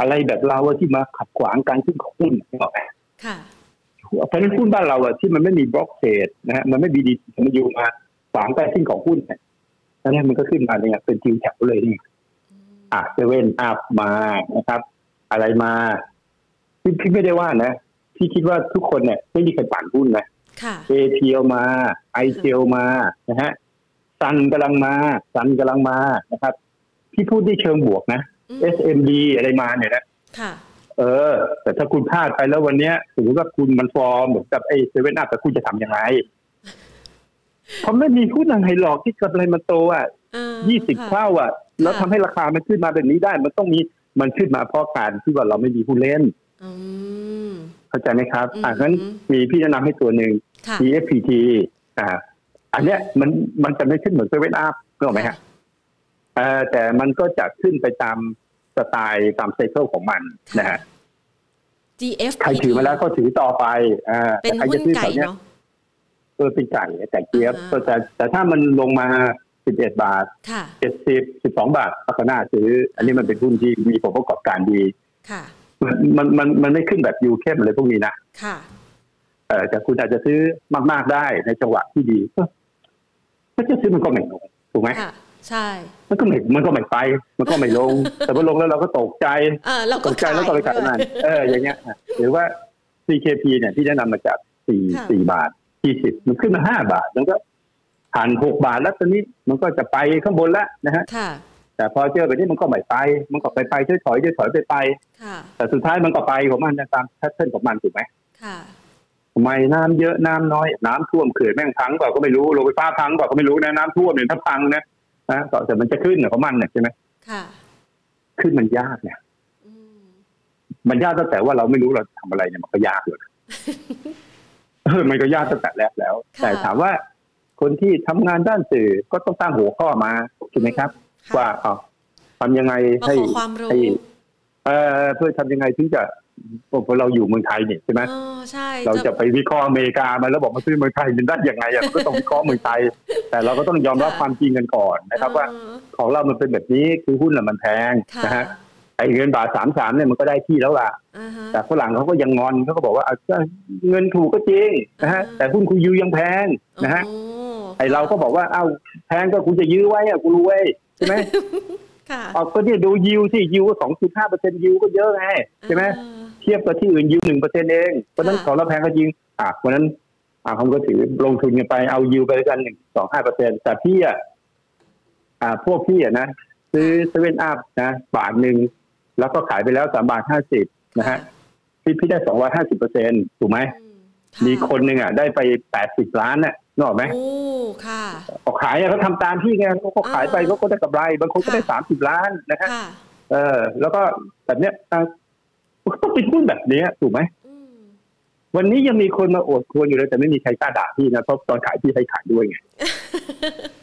[SPEAKER 2] อะไรแบบเราอะที่มาขัดขวางการขึ้นของหุ้นนึกออกไหม
[SPEAKER 1] ค่ะ
[SPEAKER 2] เพราะฉะนั้นหุ้นบ้านเราอะที่มันไม่มีบล็อกเทรดนะฮะมันไม่มีดีมันอยู่มาสามแปดทิ้งของหุ้นเนี่ยตอนนี้มันก็ขึ้นมาเนี่ยเป็นจิวแถวเลยเนี่ยอ่ะเซเว่นอัพมานะครับ อะไรมาพี่พี่ไม่ได้ว่านะพี่คิดว่าทุกคนเนี่ยไม่มีใครปั่นหุ้นนะ
[SPEAKER 1] ค่ะ
[SPEAKER 2] เอทีอมาไอเทีมานะฮะซันกำลังมาซันกำลังมานะครับพี่พูดได้เชิงบวกนะ
[SPEAKER 1] อืม
[SPEAKER 2] SMD อะไรมาเนี่ยนะ
[SPEAKER 1] ค่ะ
[SPEAKER 2] เออ แต่ถ้าคุณพลาดไปแล้ววันเนี้ยสมมติว่าคุณมันฟอร์มเหมือนกับไอ้เซเว่นอัพแต่คุณจะทำยังไงเพราะไม่มีหุ้นอะไรหรอกที่กำไรมันโตอ่ะ
[SPEAKER 1] อ่า
[SPEAKER 2] ยี่สิบ
[SPEAKER 1] ค่ะ
[SPEAKER 2] เท่าอ่ะ แล้วทำให้ราคามันขึ้นมาแบบนี้ได้ มันต้องมีมันขึ้นมาเพราะการที่ว่าเราไม่มีผู้เล่น
[SPEAKER 1] อืม
[SPEAKER 2] เข้าใจไหมครับอ่า
[SPEAKER 1] อืม
[SPEAKER 2] งั้นมีพี่จะนำให้ตัวหนึ่ง
[SPEAKER 1] ค่ะ
[SPEAKER 2] EFPT อ่า อันเนี้ยมันมันจะไม่ขึ้นเหมือนเซเว่นอัพนึกออกไหมฮะเอ่อแต่มันก็จะขึ้นไปตามสไตล์ตามไซเคิลของมันนะฮะ
[SPEAKER 1] GF
[SPEAKER 2] ใครถือมาแล้วก็ถือต่อไปอ่า
[SPEAKER 1] เป็น
[SPEAKER 2] แต่ใคร
[SPEAKER 1] หุ้น
[SPEAKER 2] จะซื้อ
[SPEAKER 1] ไก่
[SPEAKER 2] แบบเนี้ย
[SPEAKER 1] เนาะ
[SPEAKER 2] เออเป็นไก่แต่เกียบ
[SPEAKER 1] อ่า
[SPEAKER 2] ก็จะแต่ถ้ามันลงมา 11 บาท
[SPEAKER 1] ค่ะ
[SPEAKER 2] 70 12 บาทก็น่าซื้อ อันนี้มันเป็นหุ้นที่มีผลประกอบการดี
[SPEAKER 1] ค่ะ
[SPEAKER 2] มันมันมันมันไม่ขึ้นแบบยูเข้มอะไรพวกนี้นะ
[SPEAKER 1] ค่ะ
[SPEAKER 2] เออแต่คุณอาจจะซื้อมาก ๆ ได้ในจังหวะที่ดีก็ก็จะซื้อมันก็ไม่ลงถูกไหม
[SPEAKER 1] ค่ะ ใช่
[SPEAKER 2] มันก็ไม่มันก็ไม่ไป มันก็ไม่ ลง แต่พอลงแล้วเราก็ตกใจ
[SPEAKER 1] เออเรา
[SPEAKER 2] ต
[SPEAKER 1] ก็
[SPEAKER 2] กใจ
[SPEAKER 1] ขาย
[SPEAKER 2] แล้วก็ไปขาย
[SPEAKER 1] ด้ว
[SPEAKER 2] มันเอออย่างเงี้ยอ่ะหรือว่า CKP เนี่ยที่แนะนำมาจากสี่
[SPEAKER 1] ค่ะ
[SPEAKER 2] สี่บาทยี่สิบมันขึ้นมาห้าบาท มันก็ผ่านหกบาทแล้วตอนนี้มันก็จะไปข้างบนแล้วนะฮะ
[SPEAKER 1] ค่ะ
[SPEAKER 2] แต่พอเจอแบบนี้มันก็ไม่ไป มันก็ไปไปๆถอยๆถอยๆไปไป
[SPEAKER 1] ค่ะ
[SPEAKER 2] ๆแต่สุดท้ายมันก็ไปของมันนะตามแพทเทิร์นของมันถูกไหม
[SPEAKER 1] ค่ะ
[SPEAKER 2] ทำไมน้ำเยอะน้ำน้อย น้ำท่วมเขื่อนแม่งพังเปล่าก็ไม่รู้โรงไฟฟ้าพังเปล่าก็ไม่รู้นะน้ำท่วมเนี่ยถ้าพังนะนะก็แต่มันจะขึ้นเนี่ยของมันเนี่ยใช่ไหม
[SPEAKER 1] ค่ะ
[SPEAKER 2] ขึ้นมันยากเนี่ย
[SPEAKER 1] อืม
[SPEAKER 2] มันยากตั้งแต่ว่าเราไม่รู้เราทำอะไรเนี่ยมันก็ยากเลย นะเออมันก็ยากตั้งแต่แรกแล้ว
[SPEAKER 1] ค่ะ
[SPEAKER 2] แต่ถามว่า คนที่ทำงานด้านสื่อก็ต้องตั้งหัวข้อมาใช่ไหมครับ
[SPEAKER 1] ค่ะ
[SPEAKER 2] ว่าเอาทำยังไง
[SPEAKER 1] มา
[SPEAKER 2] ให้
[SPEAKER 1] ขอความรู้
[SPEAKER 2] ให้เอ่อเพื่อทำยังไงถึงจะพอเราอยู่เมืองไทยเนี่ยใช่ไหม
[SPEAKER 1] เออใช่
[SPEAKER 2] เราจะไปวิเคราะห์อเมริกามาแล้วบอกมาซื้อเมืองไทยมันได้ยังไง อ่ะก็ต้องวิเคราะห์เมืองไทย แต่เราก็ต้องยอมรับ
[SPEAKER 1] ค่ะ
[SPEAKER 2] ความจริงกันก่อนนะครับ ว่า
[SPEAKER 1] เออ
[SPEAKER 2] ของเรามันเป็นแบบนี้คือหุ้นน่ะมันแพง
[SPEAKER 1] ค่ะ
[SPEAKER 2] นะฮะไอ้เงินบาทสามสามเนี่ยมันก็ได้ที่แล้วล่ะ
[SPEAKER 1] อ่าฮะ
[SPEAKER 2] แต่ฝรั่งเขาก็ยังงอนเขาก็บอกว่าเอาเงินถูกก็จริงนะฮะ
[SPEAKER 1] อ่า
[SPEAKER 2] แต่หุ้นคุณยูยังแพงนะฮะ
[SPEAKER 1] โอ้
[SPEAKER 2] ไอ้เราก็บอกว่าเอ้าแพงก็คุณจะยื้อไว้อะกูรู้เว้ยใช่ไหม
[SPEAKER 1] ค่ะ
[SPEAKER 2] เอาก็เนี่ยดูยิวที่ยิวก็สองจุดห้าเปอร์เซ็นต์ยิวก็เยอะไงใช่ไหม
[SPEAKER 1] อ่า
[SPEAKER 2] เทียบกับที่อื่นยิวหนึ่งเปอร์เซ็นเองเพราะฉะนั้น
[SPEAKER 1] ค่ะ
[SPEAKER 2] ของเราแพงก็จริง อ่ะเพราะฉะนั้น อ่ะผมก็ถือลงทุนกันไปเอายิวไปด้วยกันหนึ่งสองห้าเปอร์เซ็นแต่พี่อ่ะอ่า พวกพี่อ่ะนะซื้อเซเว่นอัพนะบาทหนึ่งแล้วก็ขายไปแล้วสามบาทห้าสิบนะฮะพี่พี่ได้สองร้อยห้าสิบเปอร์เซ็นถูกไหม
[SPEAKER 1] อืมะ
[SPEAKER 2] มีคนหนึ่งอ่ะได้ไปแปดสิบล้านน่ะนึกออกไหม
[SPEAKER 1] โอ้ค่ะ
[SPEAKER 2] ออกขายอ่ะเขาทำตามพี่ไงเขาก็ขายไป
[SPEAKER 1] อ่า
[SPEAKER 2] เขาก็ได้กำไร บางคนก็ได้
[SPEAKER 1] ค่ะ
[SPEAKER 2] สามสิบล้านนะฮะ
[SPEAKER 1] ค่ะ
[SPEAKER 2] เออ แล้วก็แบบเนี้ยอ่ะมันก็ต้องเป็นหุ้นแบบเนี้ยถูกไหม
[SPEAKER 1] อืม
[SPEAKER 2] วันนี้ยังมีคนมาโอดครวรอยู่เลยแต่ไม่มีใครกล้าด่าพี่นะเพราะตอนขายพี่ให้ขายด้วย ไง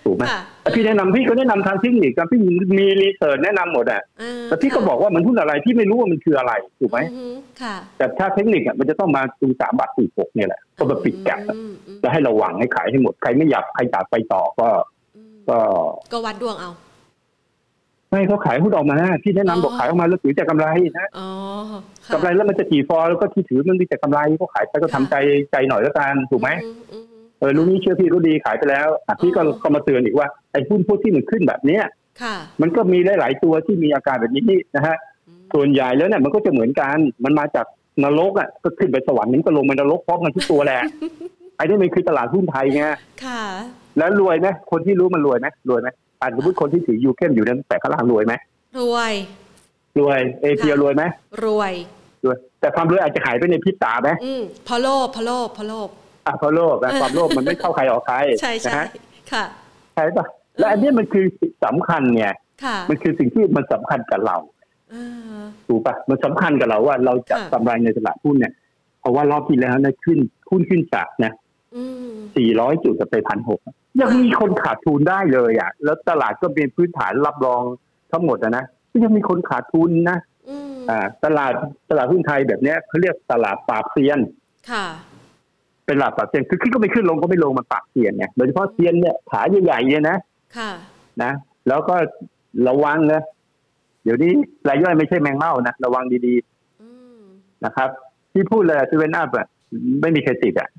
[SPEAKER 2] ถูกไหม
[SPEAKER 1] ค่ะ
[SPEAKER 2] แต่พี่แนะนำพี่ก็แนะนำทางเทคนิคครับพี่มีรีเสิร์ชแนะนำหมดอ่ะ
[SPEAKER 1] เออ
[SPEAKER 2] แต่พี่ก็
[SPEAKER 1] ค่ะ
[SPEAKER 2] บอกว่ามันหุ้นอะไรพี่ไม่รู้ว่ามันคืออะไรถูกไหม
[SPEAKER 1] อือฮึค่ะ
[SPEAKER 2] แต่ถ้าเทคนิคอ่ะมันจะต้องมาตรงสามบาทสี่หกเนี่ยแหละก็มาปิดแกลบ
[SPEAKER 1] อืมอืม
[SPEAKER 2] แล้วให้ระวังให้ขายให้หมดใครไม่อยากใครอยากไปต่อก็
[SPEAKER 1] อืม
[SPEAKER 2] ก็
[SPEAKER 1] ก็วัดดวงเอา
[SPEAKER 2] ไม่เขาขายหุ้นออกมาพี่แนะนำ
[SPEAKER 1] อ๋อ
[SPEAKER 2] บอกขายออกมาแล้วถือแต่กำไรนะ
[SPEAKER 1] อ๋อค่ะ
[SPEAKER 2] กำไรแล้วมันจะกี่ฟอร์แล้วก็ที่ถือมันมีแต่กำไรก็ขายไปก็ทำ
[SPEAKER 1] ค่ะ
[SPEAKER 2] ใจใจหน่อยแล้วกันถูกไหม
[SPEAKER 1] อือืมอืม
[SPEAKER 2] เออรู้นี้เชื่อพี่ก็ดีขายไปแล้วอ่ะพี่ก็
[SPEAKER 1] อ๋อ
[SPEAKER 2] ก็มาเตือนอีกว่าไอ้หุ้นพวกที่มันขึ้นแบบเนี้ย
[SPEAKER 1] ค่ะ
[SPEAKER 2] มันก็มีหลาย ๆ ตัวที่มีอาการแบบนี้นี่นะฮะ
[SPEAKER 1] อืม
[SPEAKER 2] ส่วนใหญ่แล้วเนี่ยมันก็จะเหมือนกัน มันมาจากนรกอ่ะก็ขึ้นไปสวรรค์มันก็ลงไปนรกพร้อมกันทุกตัวแห ละ ไอ้นี่มันคือตลาดหุ้นไทยไง
[SPEAKER 1] ค่ะ
[SPEAKER 2] แล้วรวยไหมคนที่รู้มันรวยไหมรวยไหมอ่านสมมติคนที่ถือยูเข้มอยู่นั้นแต่ข้างล่างรวยไหม
[SPEAKER 1] รวย
[SPEAKER 2] รวยเอเชียรวยไหม
[SPEAKER 1] รวย
[SPEAKER 2] รวยแต่ความรวยอาจจะหายไปในพริบตาไหม
[SPEAKER 1] อืมพอโลภพอโลภพอโลภ
[SPEAKER 2] อ่ะเพราะโลภนะความโลภมันไม่เข้าใครออกใคร
[SPEAKER 1] ใช่ใช่
[SPEAKER 2] นะฮะ
[SPEAKER 1] ค่ะ
[SPEAKER 2] ใช่ปะและอันเนี้ยมันคือสำคัญไง
[SPEAKER 1] ค่ะ
[SPEAKER 2] มันคือสิ่งที่มันสำคัญกับเรา
[SPEAKER 1] เออ
[SPEAKER 2] ถูกปะมันสำคัญกับเราว่าเราจะ
[SPEAKER 1] ค่ะ
[SPEAKER 2] กำไรในตลาดหุ้นเนี่ย เพราะว่ารอบที่แล้วนะขึ้นหุ้นขึ้นจากนะ
[SPEAKER 1] อืม
[SPEAKER 2] 400 จุดกับไปพันหกยังมีคนขาดทุนได้เลยอ่ะ แล้วตลาดก็เป็นพื้นฐานรับรองทั้งหมดอะนะก็ยังมีคนขาดทุนนะ
[SPEAKER 1] อืม
[SPEAKER 2] อ่า ตลาดตลาดหุ้นไทยแบบเนี้ยเขาเรียกตลาดปราบเซียน
[SPEAKER 1] ค่ะ
[SPEAKER 2] เป็นตลาดปราบเซียนคือขึ้นก็ไม่ขึ้นลงก็ไม่ลงมันปราบเซียนไงโดยเฉพาะเซียนเนี่ยขาใหญ่ๆเนี่ยนะ
[SPEAKER 1] ค่ะ
[SPEAKER 2] นะแล้วก็ระวังนะเดี๋ยวนี้รายย่อยไม่ใช่แมงเม่านะระวังดี
[SPEAKER 1] อืม
[SPEAKER 2] ๆนะครับ ที่พูดเลยที่เวนอัพอ่ะไม่มีใครติดอ่ะ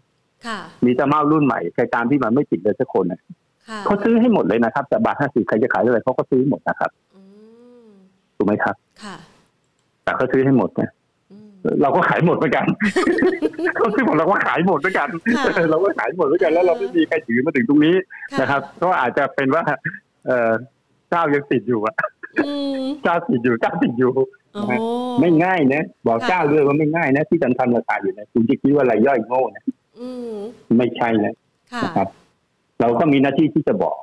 [SPEAKER 1] ค่ะ
[SPEAKER 2] มีแต่เม่ารุ่นใหม่ใครตามที่มันไม่ติดเลยสักคนอะ
[SPEAKER 1] ค่ะ
[SPEAKER 2] เขาซื้อให้หมดเลยนะครับแต่บาทห้าสิบใครจะขายอะไรเขาก็ซื้อหมดนะครับ
[SPEAKER 1] อืม
[SPEAKER 2] ถูกไหมครับ
[SPEAKER 1] ค่ะ
[SPEAKER 2] แต่เขาซื้อให้หมดนะ
[SPEAKER 1] อืม
[SPEAKER 2] เราก็ขายหมดเหมือนกัน เขาซื้อของเราก็ขายหมดเหมือนกัน
[SPEAKER 1] ค่ะ
[SPEAKER 2] เราก็ขายหมดเหมือนกันแล้วเราไม่มีใครถือมาถึงตรงนี้
[SPEAKER 1] ะ
[SPEAKER 2] นะครับ ก็อาจจะเป็นว่า เออเจ้ายังติดอยู่อะ
[SPEAKER 1] อืม
[SPEAKER 2] เจ้าติดอยู่เจ้าติดอยู่
[SPEAKER 1] โอ้
[SPEAKER 2] ไม่ง่ายนะ บอก
[SPEAKER 1] ค่ะ
[SPEAKER 2] เจ้าด้วยว่าไม่ง่ายนะ ที่สำคัญราคาอยู่นะคุณจะคิดว่ารายย่อยโง่นะ
[SPEAKER 1] อืม
[SPEAKER 2] ไม่ใช่นะ
[SPEAKER 1] ค่ะ
[SPEAKER 2] นะครับ เราก็มีหน้าที่ที่จะบอก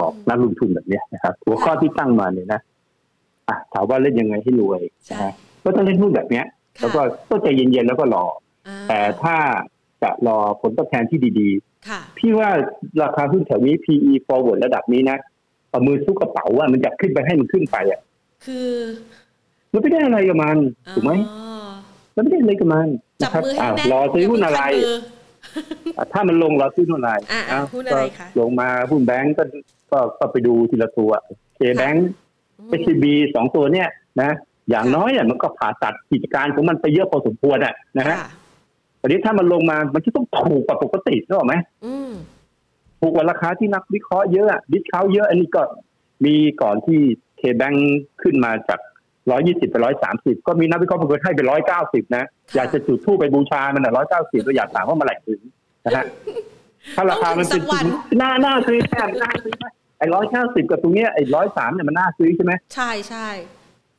[SPEAKER 2] บอกนักลงทุนแบบเนี้ยนะครับ หัวข้อที่ตั้งมาเนี่ยนะอ่ะถามว่าเล่นยังไงให้รวย
[SPEAKER 1] ใช่
[SPEAKER 2] นะก็ต้องเล่นหุ้นแบบเนี้ย
[SPEAKER 1] ค่ะ
[SPEAKER 2] แล้วก็ก็ใจเย็นๆแล้วก็รอ
[SPEAKER 1] อ่า
[SPEAKER 2] แต่ถ้าจะรอผลตอบแทนที่ดี
[SPEAKER 1] ค่ะ
[SPEAKER 2] ๆ พี่ว่าราคาหุ้นแถวนี้ PE forward ระดับนี้นะเอามือซุกกระเป๋าว่ามันจะขึ้นไปให้มันขึ้นไปอ่ะ
[SPEAKER 1] คือ
[SPEAKER 2] มันไม่ได้อะไรกับมันถูกไหม
[SPEAKER 1] อ๋อ
[SPEAKER 2] มันไม่ได้อะไรกับมัน
[SPEAKER 1] จั
[SPEAKER 2] นะ
[SPEAKER 1] บ
[SPEAKER 2] ครับ
[SPEAKER 1] มือให้
[SPEAKER 2] อ้าว
[SPEAKER 1] แน่น
[SPEAKER 2] รอซื้อหุ้น
[SPEAKER 1] ย่า
[SPEAKER 2] อะไร
[SPEAKER 1] เพิ่งคัดมื
[SPEAKER 2] อ่ะถ้ามันลงเราซื้อหุ้นอะไร
[SPEAKER 1] อ่ะอ่ะ
[SPEAKER 2] เา
[SPEAKER 1] หุ้นอะไร
[SPEAKER 2] ก็
[SPEAKER 1] คะ
[SPEAKER 2] ลงมาหุ้นแบงก์ก็ก็ก็ไปดูทีละตัวเคแบงก์เอชบีสองตัวเนี่ยนะอย่างน้อยอ่ะมันก็ผ่าตัดกิจการของมันไปเยอะพอสมควรอ่ะนะฮะ
[SPEAKER 1] ค่
[SPEAKER 2] อันนี้ถ้ามันลงมามันจะต้องถูกกว่าปกติใช่ไหม
[SPEAKER 1] อืม
[SPEAKER 2] ถูกกว่าราคาที่นักวิเคราะห์เยอะดิสคาวเยอะอันนี้ก็มีก่อนที่เคแบงก์ขึ้นมาจากร้อยยี่สิบไปร้อยสามสิบก็มีนักวิเคราะห์บางคนให้ไปร้อยเก้าสิบนะอยากจะจุดธูปไปบูชามันอ่ะร้อยเก้าสิบเราอยากถามว่าเมื่อไหร่ถึงนะ ฮะถ้าราคามันเป็
[SPEAKER 1] ต้องถึง
[SPEAKER 2] น
[SPEAKER 1] สักวัน
[SPEAKER 2] หน้าหน้าซื้อแน่น่าซื้อไหมไอ้ร้อยเก้าสิบกับตรงเนี้ยไอ้ร้อยสามเนี่ยมันน่าซื้อใช่ไหม
[SPEAKER 1] ใช่ใช่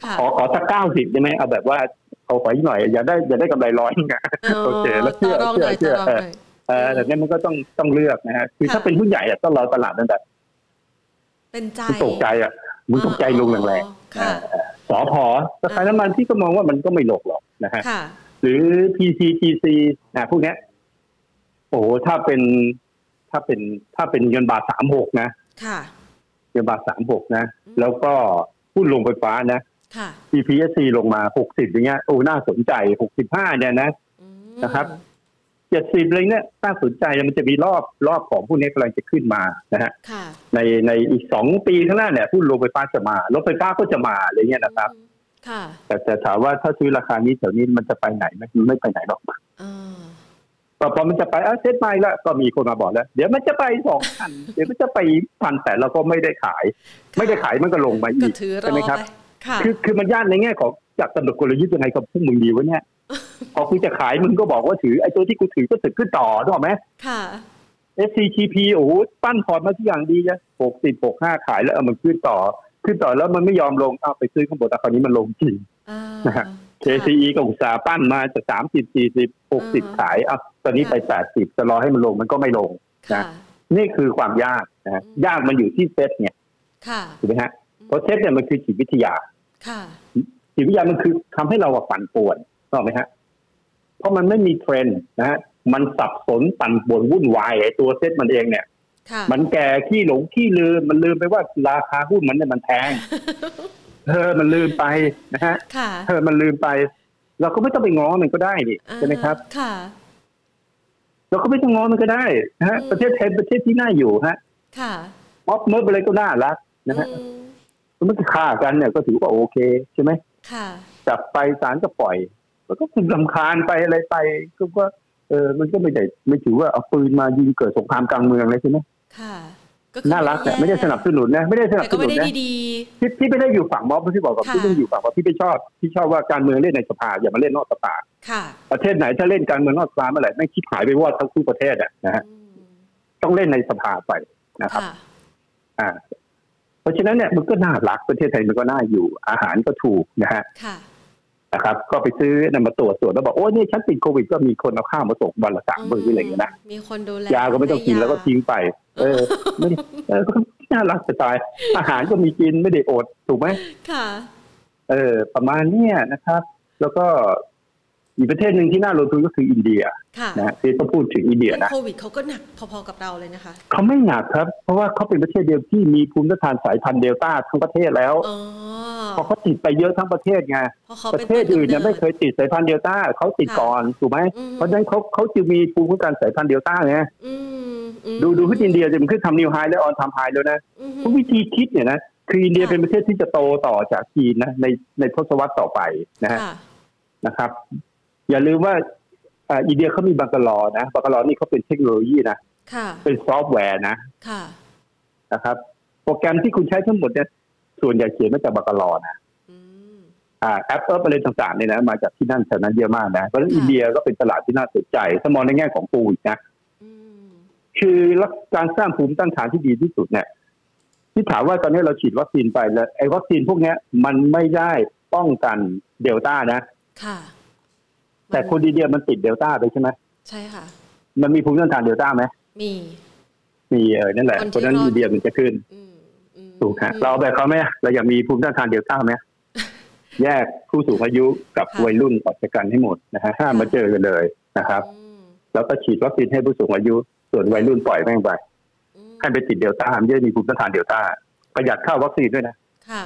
[SPEAKER 1] ค่ะ
[SPEAKER 2] ขอขอสักเก้าสิบได้ไหมเอาแบบว่าเอาขออีกหน่อยอย่าได้อย่าได้กำไรร้อยนะ โอเคแล้วเชื่อ
[SPEAKER 1] ต่อรองหน่อย
[SPEAKER 2] เชื่อ
[SPEAKER 1] ต่อรองหน่อย
[SPEAKER 2] เออแต่เนี้ยมันก็ต้องต้องเลือกนะฮะคือ
[SPEAKER 1] ค่ะ
[SPEAKER 2] ถ้าเป็นหุ้นใหญ่อะต้องรอตลาดนั่นแหละ
[SPEAKER 1] เป็นใจ
[SPEAKER 2] มึงตกใจอ่ะมึงตกใจลงแรง
[SPEAKER 1] ๆค่ะ
[SPEAKER 2] ๆสอพอราคาน้ำมันที่ก็มองว่ามันก็ไม่หลกหรอกนะฮะ
[SPEAKER 1] ค่ะ
[SPEAKER 2] หรือ PCGC นะพวกเนี้ยโอ้โหถ้าเป็นถ้าเป็นถ้าเป็นเงินบาทสามหกนะ
[SPEAKER 1] ค่ะ
[SPEAKER 2] เงินบาทสามหกนะ
[SPEAKER 1] อืม
[SPEAKER 2] แล้วก็หุ้นลงไฟฟ้านะ
[SPEAKER 1] ค่ะ
[SPEAKER 2] GPC ลงมาหกสิบอย่างเงี้ยโอ้น่าสนใจหกสิบห้าเนี่ยนะ
[SPEAKER 1] อืม
[SPEAKER 2] นะครับ เจ็ดสิบอะไรเนี่ยน่าสนใจนะมันจะมีรอบรอบของพวกนี้กำลังจะขึ้นมานะฮะ
[SPEAKER 1] ค่ะ
[SPEAKER 2] ในในอีกสองปีข้างหน้าเนี่ยหุ้นโรงไฟฟ้าจะมารถไฟฟ้าก็จะมาอะไรเงี้ยนะครับ
[SPEAKER 1] อืมค่ะ
[SPEAKER 2] แต่แต่ถามว่าถ้าซื้อราคานี้แถวนี้มันจะไปไหนไหมมันไม่ไปไหนหรอก
[SPEAKER 1] เออ
[SPEAKER 2] พอพอมันจะไปเอ้าเซ็ตไปแล้วก็มีคนมาบอกแล้ว เดี๋ยวมันจะไปสองพัน เดี๋ยวมันจะไปพันแต่เราก็ไม่ได้ขาย ไม่ได้ขายมันก็ลงมา
[SPEAKER 1] ก็
[SPEAKER 2] อีก
[SPEAKER 1] ถือร
[SPEAKER 2] ใช่
[SPEAKER 1] อ
[SPEAKER 2] ไหม
[SPEAKER 1] ไป
[SPEAKER 2] ครับ
[SPEAKER 1] ค่ะ
[SPEAKER 2] คือคือมันยากในแง่ของจากกำหนดกลยุทธ์ยังไงกับพวกมึงดีวะเนี่ย พอกูจะขายมึงก็บอกว่าถือไอ้ตัวที่กูถือก็ถือขึ้นต่อถูกไหม
[SPEAKER 1] ค่ะ
[SPEAKER 2] SCGP โอ้โหปั้นพอร์ตมาทุกอย่างดีนะหกสิบหกห้าขายแล้วเอามันขึ้นต่อ ขึ้นต่อแล้วมันไม่ยอมลงเอาไปซื้อข้างบนแต่คราวนี้มันลงจริง
[SPEAKER 1] เอ่อ
[SPEAKER 2] นะครับ KCE ก็อุตสาห์ปั้นมาจากสามสิบสี่สิบหกสิบ
[SPEAKER 1] อ่า
[SPEAKER 2] ขายเอาตอนนี้ไปแปดสิบจะรอให้มันลงมันก็ไม่ลง
[SPEAKER 1] ค่ะ
[SPEAKER 2] นี่คือความยากนะฮะ
[SPEAKER 1] อืม
[SPEAKER 2] ยากมันอยู่ที่เซตเนี่ย
[SPEAKER 1] ค่ะ
[SPEAKER 2] ถูกไหมฮะเพราะเซตเนี่ยมันคือจิตวิทยา
[SPEAKER 1] ค่ะ
[SPEAKER 2] จิตวิทยามันคือทำให้เราอะปั่นป่วนถูกไหมฮะ เพราะมันไม่มีเทรนด์นะฮะ มันสับสนปั่นป่วนวุ่นวายไอ้ตัวเซ็ตมันเองเนี่ย
[SPEAKER 1] ค่ะ
[SPEAKER 2] มันแก่ขี้หลงขี้ลืม มันลืมไปว่าราคาหุ้นมันเนี่ยมันแพ ง เธอมันลืมไปนะฮะ
[SPEAKER 1] ค่ะ
[SPEAKER 2] เธอมันลืมไป เราก็ไม่ต้องไปง้อมันก็ได้นี่ใช่ไหมครับ
[SPEAKER 1] อ่าค่ะ
[SPEAKER 2] เราก็ไม่ต้องง้อมันก็ได้นะฮะ
[SPEAKER 1] อืม
[SPEAKER 2] ประเทศไทยเป็นประเทศที่น่าอยู่ฮะ
[SPEAKER 1] ค่ะ
[SPEAKER 2] ม็อบเมิร์บอะไรก็น่ารักนะฮะ
[SPEAKER 1] อืม
[SPEAKER 2] มันก็ฆ่ากันเนี่ยก็ถือว่าโอเคใช่ไหม
[SPEAKER 1] ค่ะ
[SPEAKER 2] จับไปศาลก็ปล่อย มันก็คุณลำคาญไปอะไรไปก็ว่าเออมันก็ไม่ได้ไม่ถือว่าเอาปืนมายิงเกิดสงครามกลางเมืองเลยใช่ไหม
[SPEAKER 1] ค่ะ ก็คือ
[SPEAKER 2] น่ารักแต่ไม่ได้สนับสนุนนะไม่ได้สนับ
[SPEAKER 1] แต่
[SPEAKER 2] ส
[SPEAKER 1] ก็
[SPEAKER 2] นุ
[SPEAKER 1] ไม่
[SPEAKER 2] น
[SPEAKER 1] ได้
[SPEAKER 2] นะ
[SPEAKER 1] ดี
[SPEAKER 2] พี่พี่ไม่ได้อยู่ฝั่งม็อบพี่บอกกับ
[SPEAKER 1] ค่ะ
[SPEAKER 2] พี่ต้องอยู่ฝั่งม็อบพี่ไม่ชอบพี่ชอบว่าการเมืองเล่นในสภาอย่ามาเล่นนอกสภา
[SPEAKER 1] ๆ ค่ะ
[SPEAKER 2] ประเทศไหนถ้าเล่นการเมืองนอกสภาเมื่อไหร่ไม่งคิดหายไปวอดทั้งคู่ประเทศอะนะฮะ
[SPEAKER 1] อืม
[SPEAKER 2] ต้องเล่นในสภาไปนะครับ
[SPEAKER 1] ค่ะ
[SPEAKER 2] อ่า เพราะฉะนั้นเนี่ยมันก็น่ารักประเทศไทยมันก็น่าอยู่อาหารก็ถูกนะฮะ
[SPEAKER 1] ค่ะ
[SPEAKER 2] นะครับก็ไปซื้อนำมาตรวจตรวจแล้วบอกโอ้ยเนี่ยฉันติดโควิดก็มีคนเอาข้าวมาส่งวันละสามมื้ออะไรอย่างเงี้ยนะ
[SPEAKER 1] มีคนดูแล
[SPEAKER 2] ยาก็ไม่ต้องกินแล้วก็ทิ้งไป เออไม่ได้เออก็น่ารักจะตาย อาหารก็มีกินไม่ได้อดถูกไหม
[SPEAKER 1] ค่ะ
[SPEAKER 2] เออ ประมาณเนี้ยนะครับ แล้วก็อีกประเทศหนึ่งที่น่าลงทุนก็คืออินเดีย
[SPEAKER 1] ค่ะ
[SPEAKER 2] นะฮะที่ต้องพูดถึงอินเดียนะ
[SPEAKER 1] โควิดเขาก็หนักพอๆกับเราเลยนะคะ
[SPEAKER 2] เขาไม่หนักครับ เพราะว่าเขาเป็นประเทศเดียวที่มีภูมิต้านทานสายพันธุ์เดลต้าทั้งประเทศแล้ว
[SPEAKER 1] อ๋อ
[SPEAKER 2] พอเขาติดไปเยอะทั้งประเทศไง
[SPEAKER 1] เพราะเขา
[SPEAKER 2] ป
[SPEAKER 1] ป็
[SPEAKER 2] ระเทศอื่นเนี่ยไม่เคยติดสายพันธุ์เดลต้าเขาติดก่อนถูกไหม
[SPEAKER 1] อืม
[SPEAKER 2] เพราะฉะนั้นเขาเขาจึงมีภูมิคุ้มกันสายพันธุ์เดลต้าไง
[SPEAKER 1] อืมอืม
[SPEAKER 2] ดูดูที่อินเดียจะมันขึ้นทำนิวไฮและออนทำไฮแล้วนะ
[SPEAKER 1] อืม
[SPEAKER 2] เพราะวิธีคิดเนี่ยนะคืออินเดียเป็นประเทศที่จะโตต่อจากจีนนะในในทศวรรษต่อไปนะฮะ
[SPEAKER 1] ค่ะ
[SPEAKER 2] นะครับ อย่าลืมว่าอ่าอินเดียเขามีบังกะลอนะบังกะลอนี่เขาเป็นเทคโนโลยีนะ
[SPEAKER 1] ค่ะ
[SPEAKER 2] เป็นซอฟต์แวร์นะ
[SPEAKER 1] ค่ะ
[SPEAKER 2] นะครับ โปรแกรมที่คุณใช้ทั้งหมดเนี่ยส่วนใหญ่เขียนมาจากบังกะลอนะ
[SPEAKER 1] อืม
[SPEAKER 2] อ่าแอปเปิลอะไรต่างๆเนี่ยนะมาจากที่นั่นแถวนั้นเยอะมากนะเพราะฉะนั้น
[SPEAKER 1] ค่ะ
[SPEAKER 2] อินเดียก็เป็นตลาดที่น่าสนใจถ้ามองในแง่ของปูอีกนะ
[SPEAKER 1] อืม
[SPEAKER 2] คือรักการสร้างภูมิต้านทานที่ดีที่สุดเนี่ยที่ถามว่าตอนนี้เราฉีดวัคซีนไปแล้วไอ้วัคซีนพวกเนี้ย มันไม่ได้ป้องกันเดลต้านะ
[SPEAKER 1] ค่ะ
[SPEAKER 2] แต่คนดีเดียมันติดเดลต้าไปใช่ไหม
[SPEAKER 1] ใช่ค่ะ
[SPEAKER 2] มันมีภูมิต้านทานเดลต้าไหม
[SPEAKER 1] มี
[SPEAKER 2] มีเออนั่นแหละ
[SPEAKER 1] คนที่
[SPEAKER 2] เพราะฉะนั้น
[SPEAKER 1] รอด
[SPEAKER 2] อินเดียมันจะขึ้น
[SPEAKER 1] อืมอืม
[SPEAKER 2] ถูกฮะเราเอาแบบเขาไหมเราอยากมีภูมิต้านทานเดลต้าไหมแยกผู้สูงอายุกับวัยรุ่นออกจากกันให้หมดนะฮะห้ามมาเจอกันเลยนะครับ
[SPEAKER 1] อืม
[SPEAKER 2] แล้วก็ฉีดวัคซีนให้ผู้สูงอายุ ส่วนวัยรุ่นปล่อยแม่งไป
[SPEAKER 1] อืม
[SPEAKER 2] ให้ไปติดเดลต้ามันจะได้มีภูมิต้านทานเดลต้าประหยัดค่าวัคซีนด้วยนะ
[SPEAKER 1] ค่ะ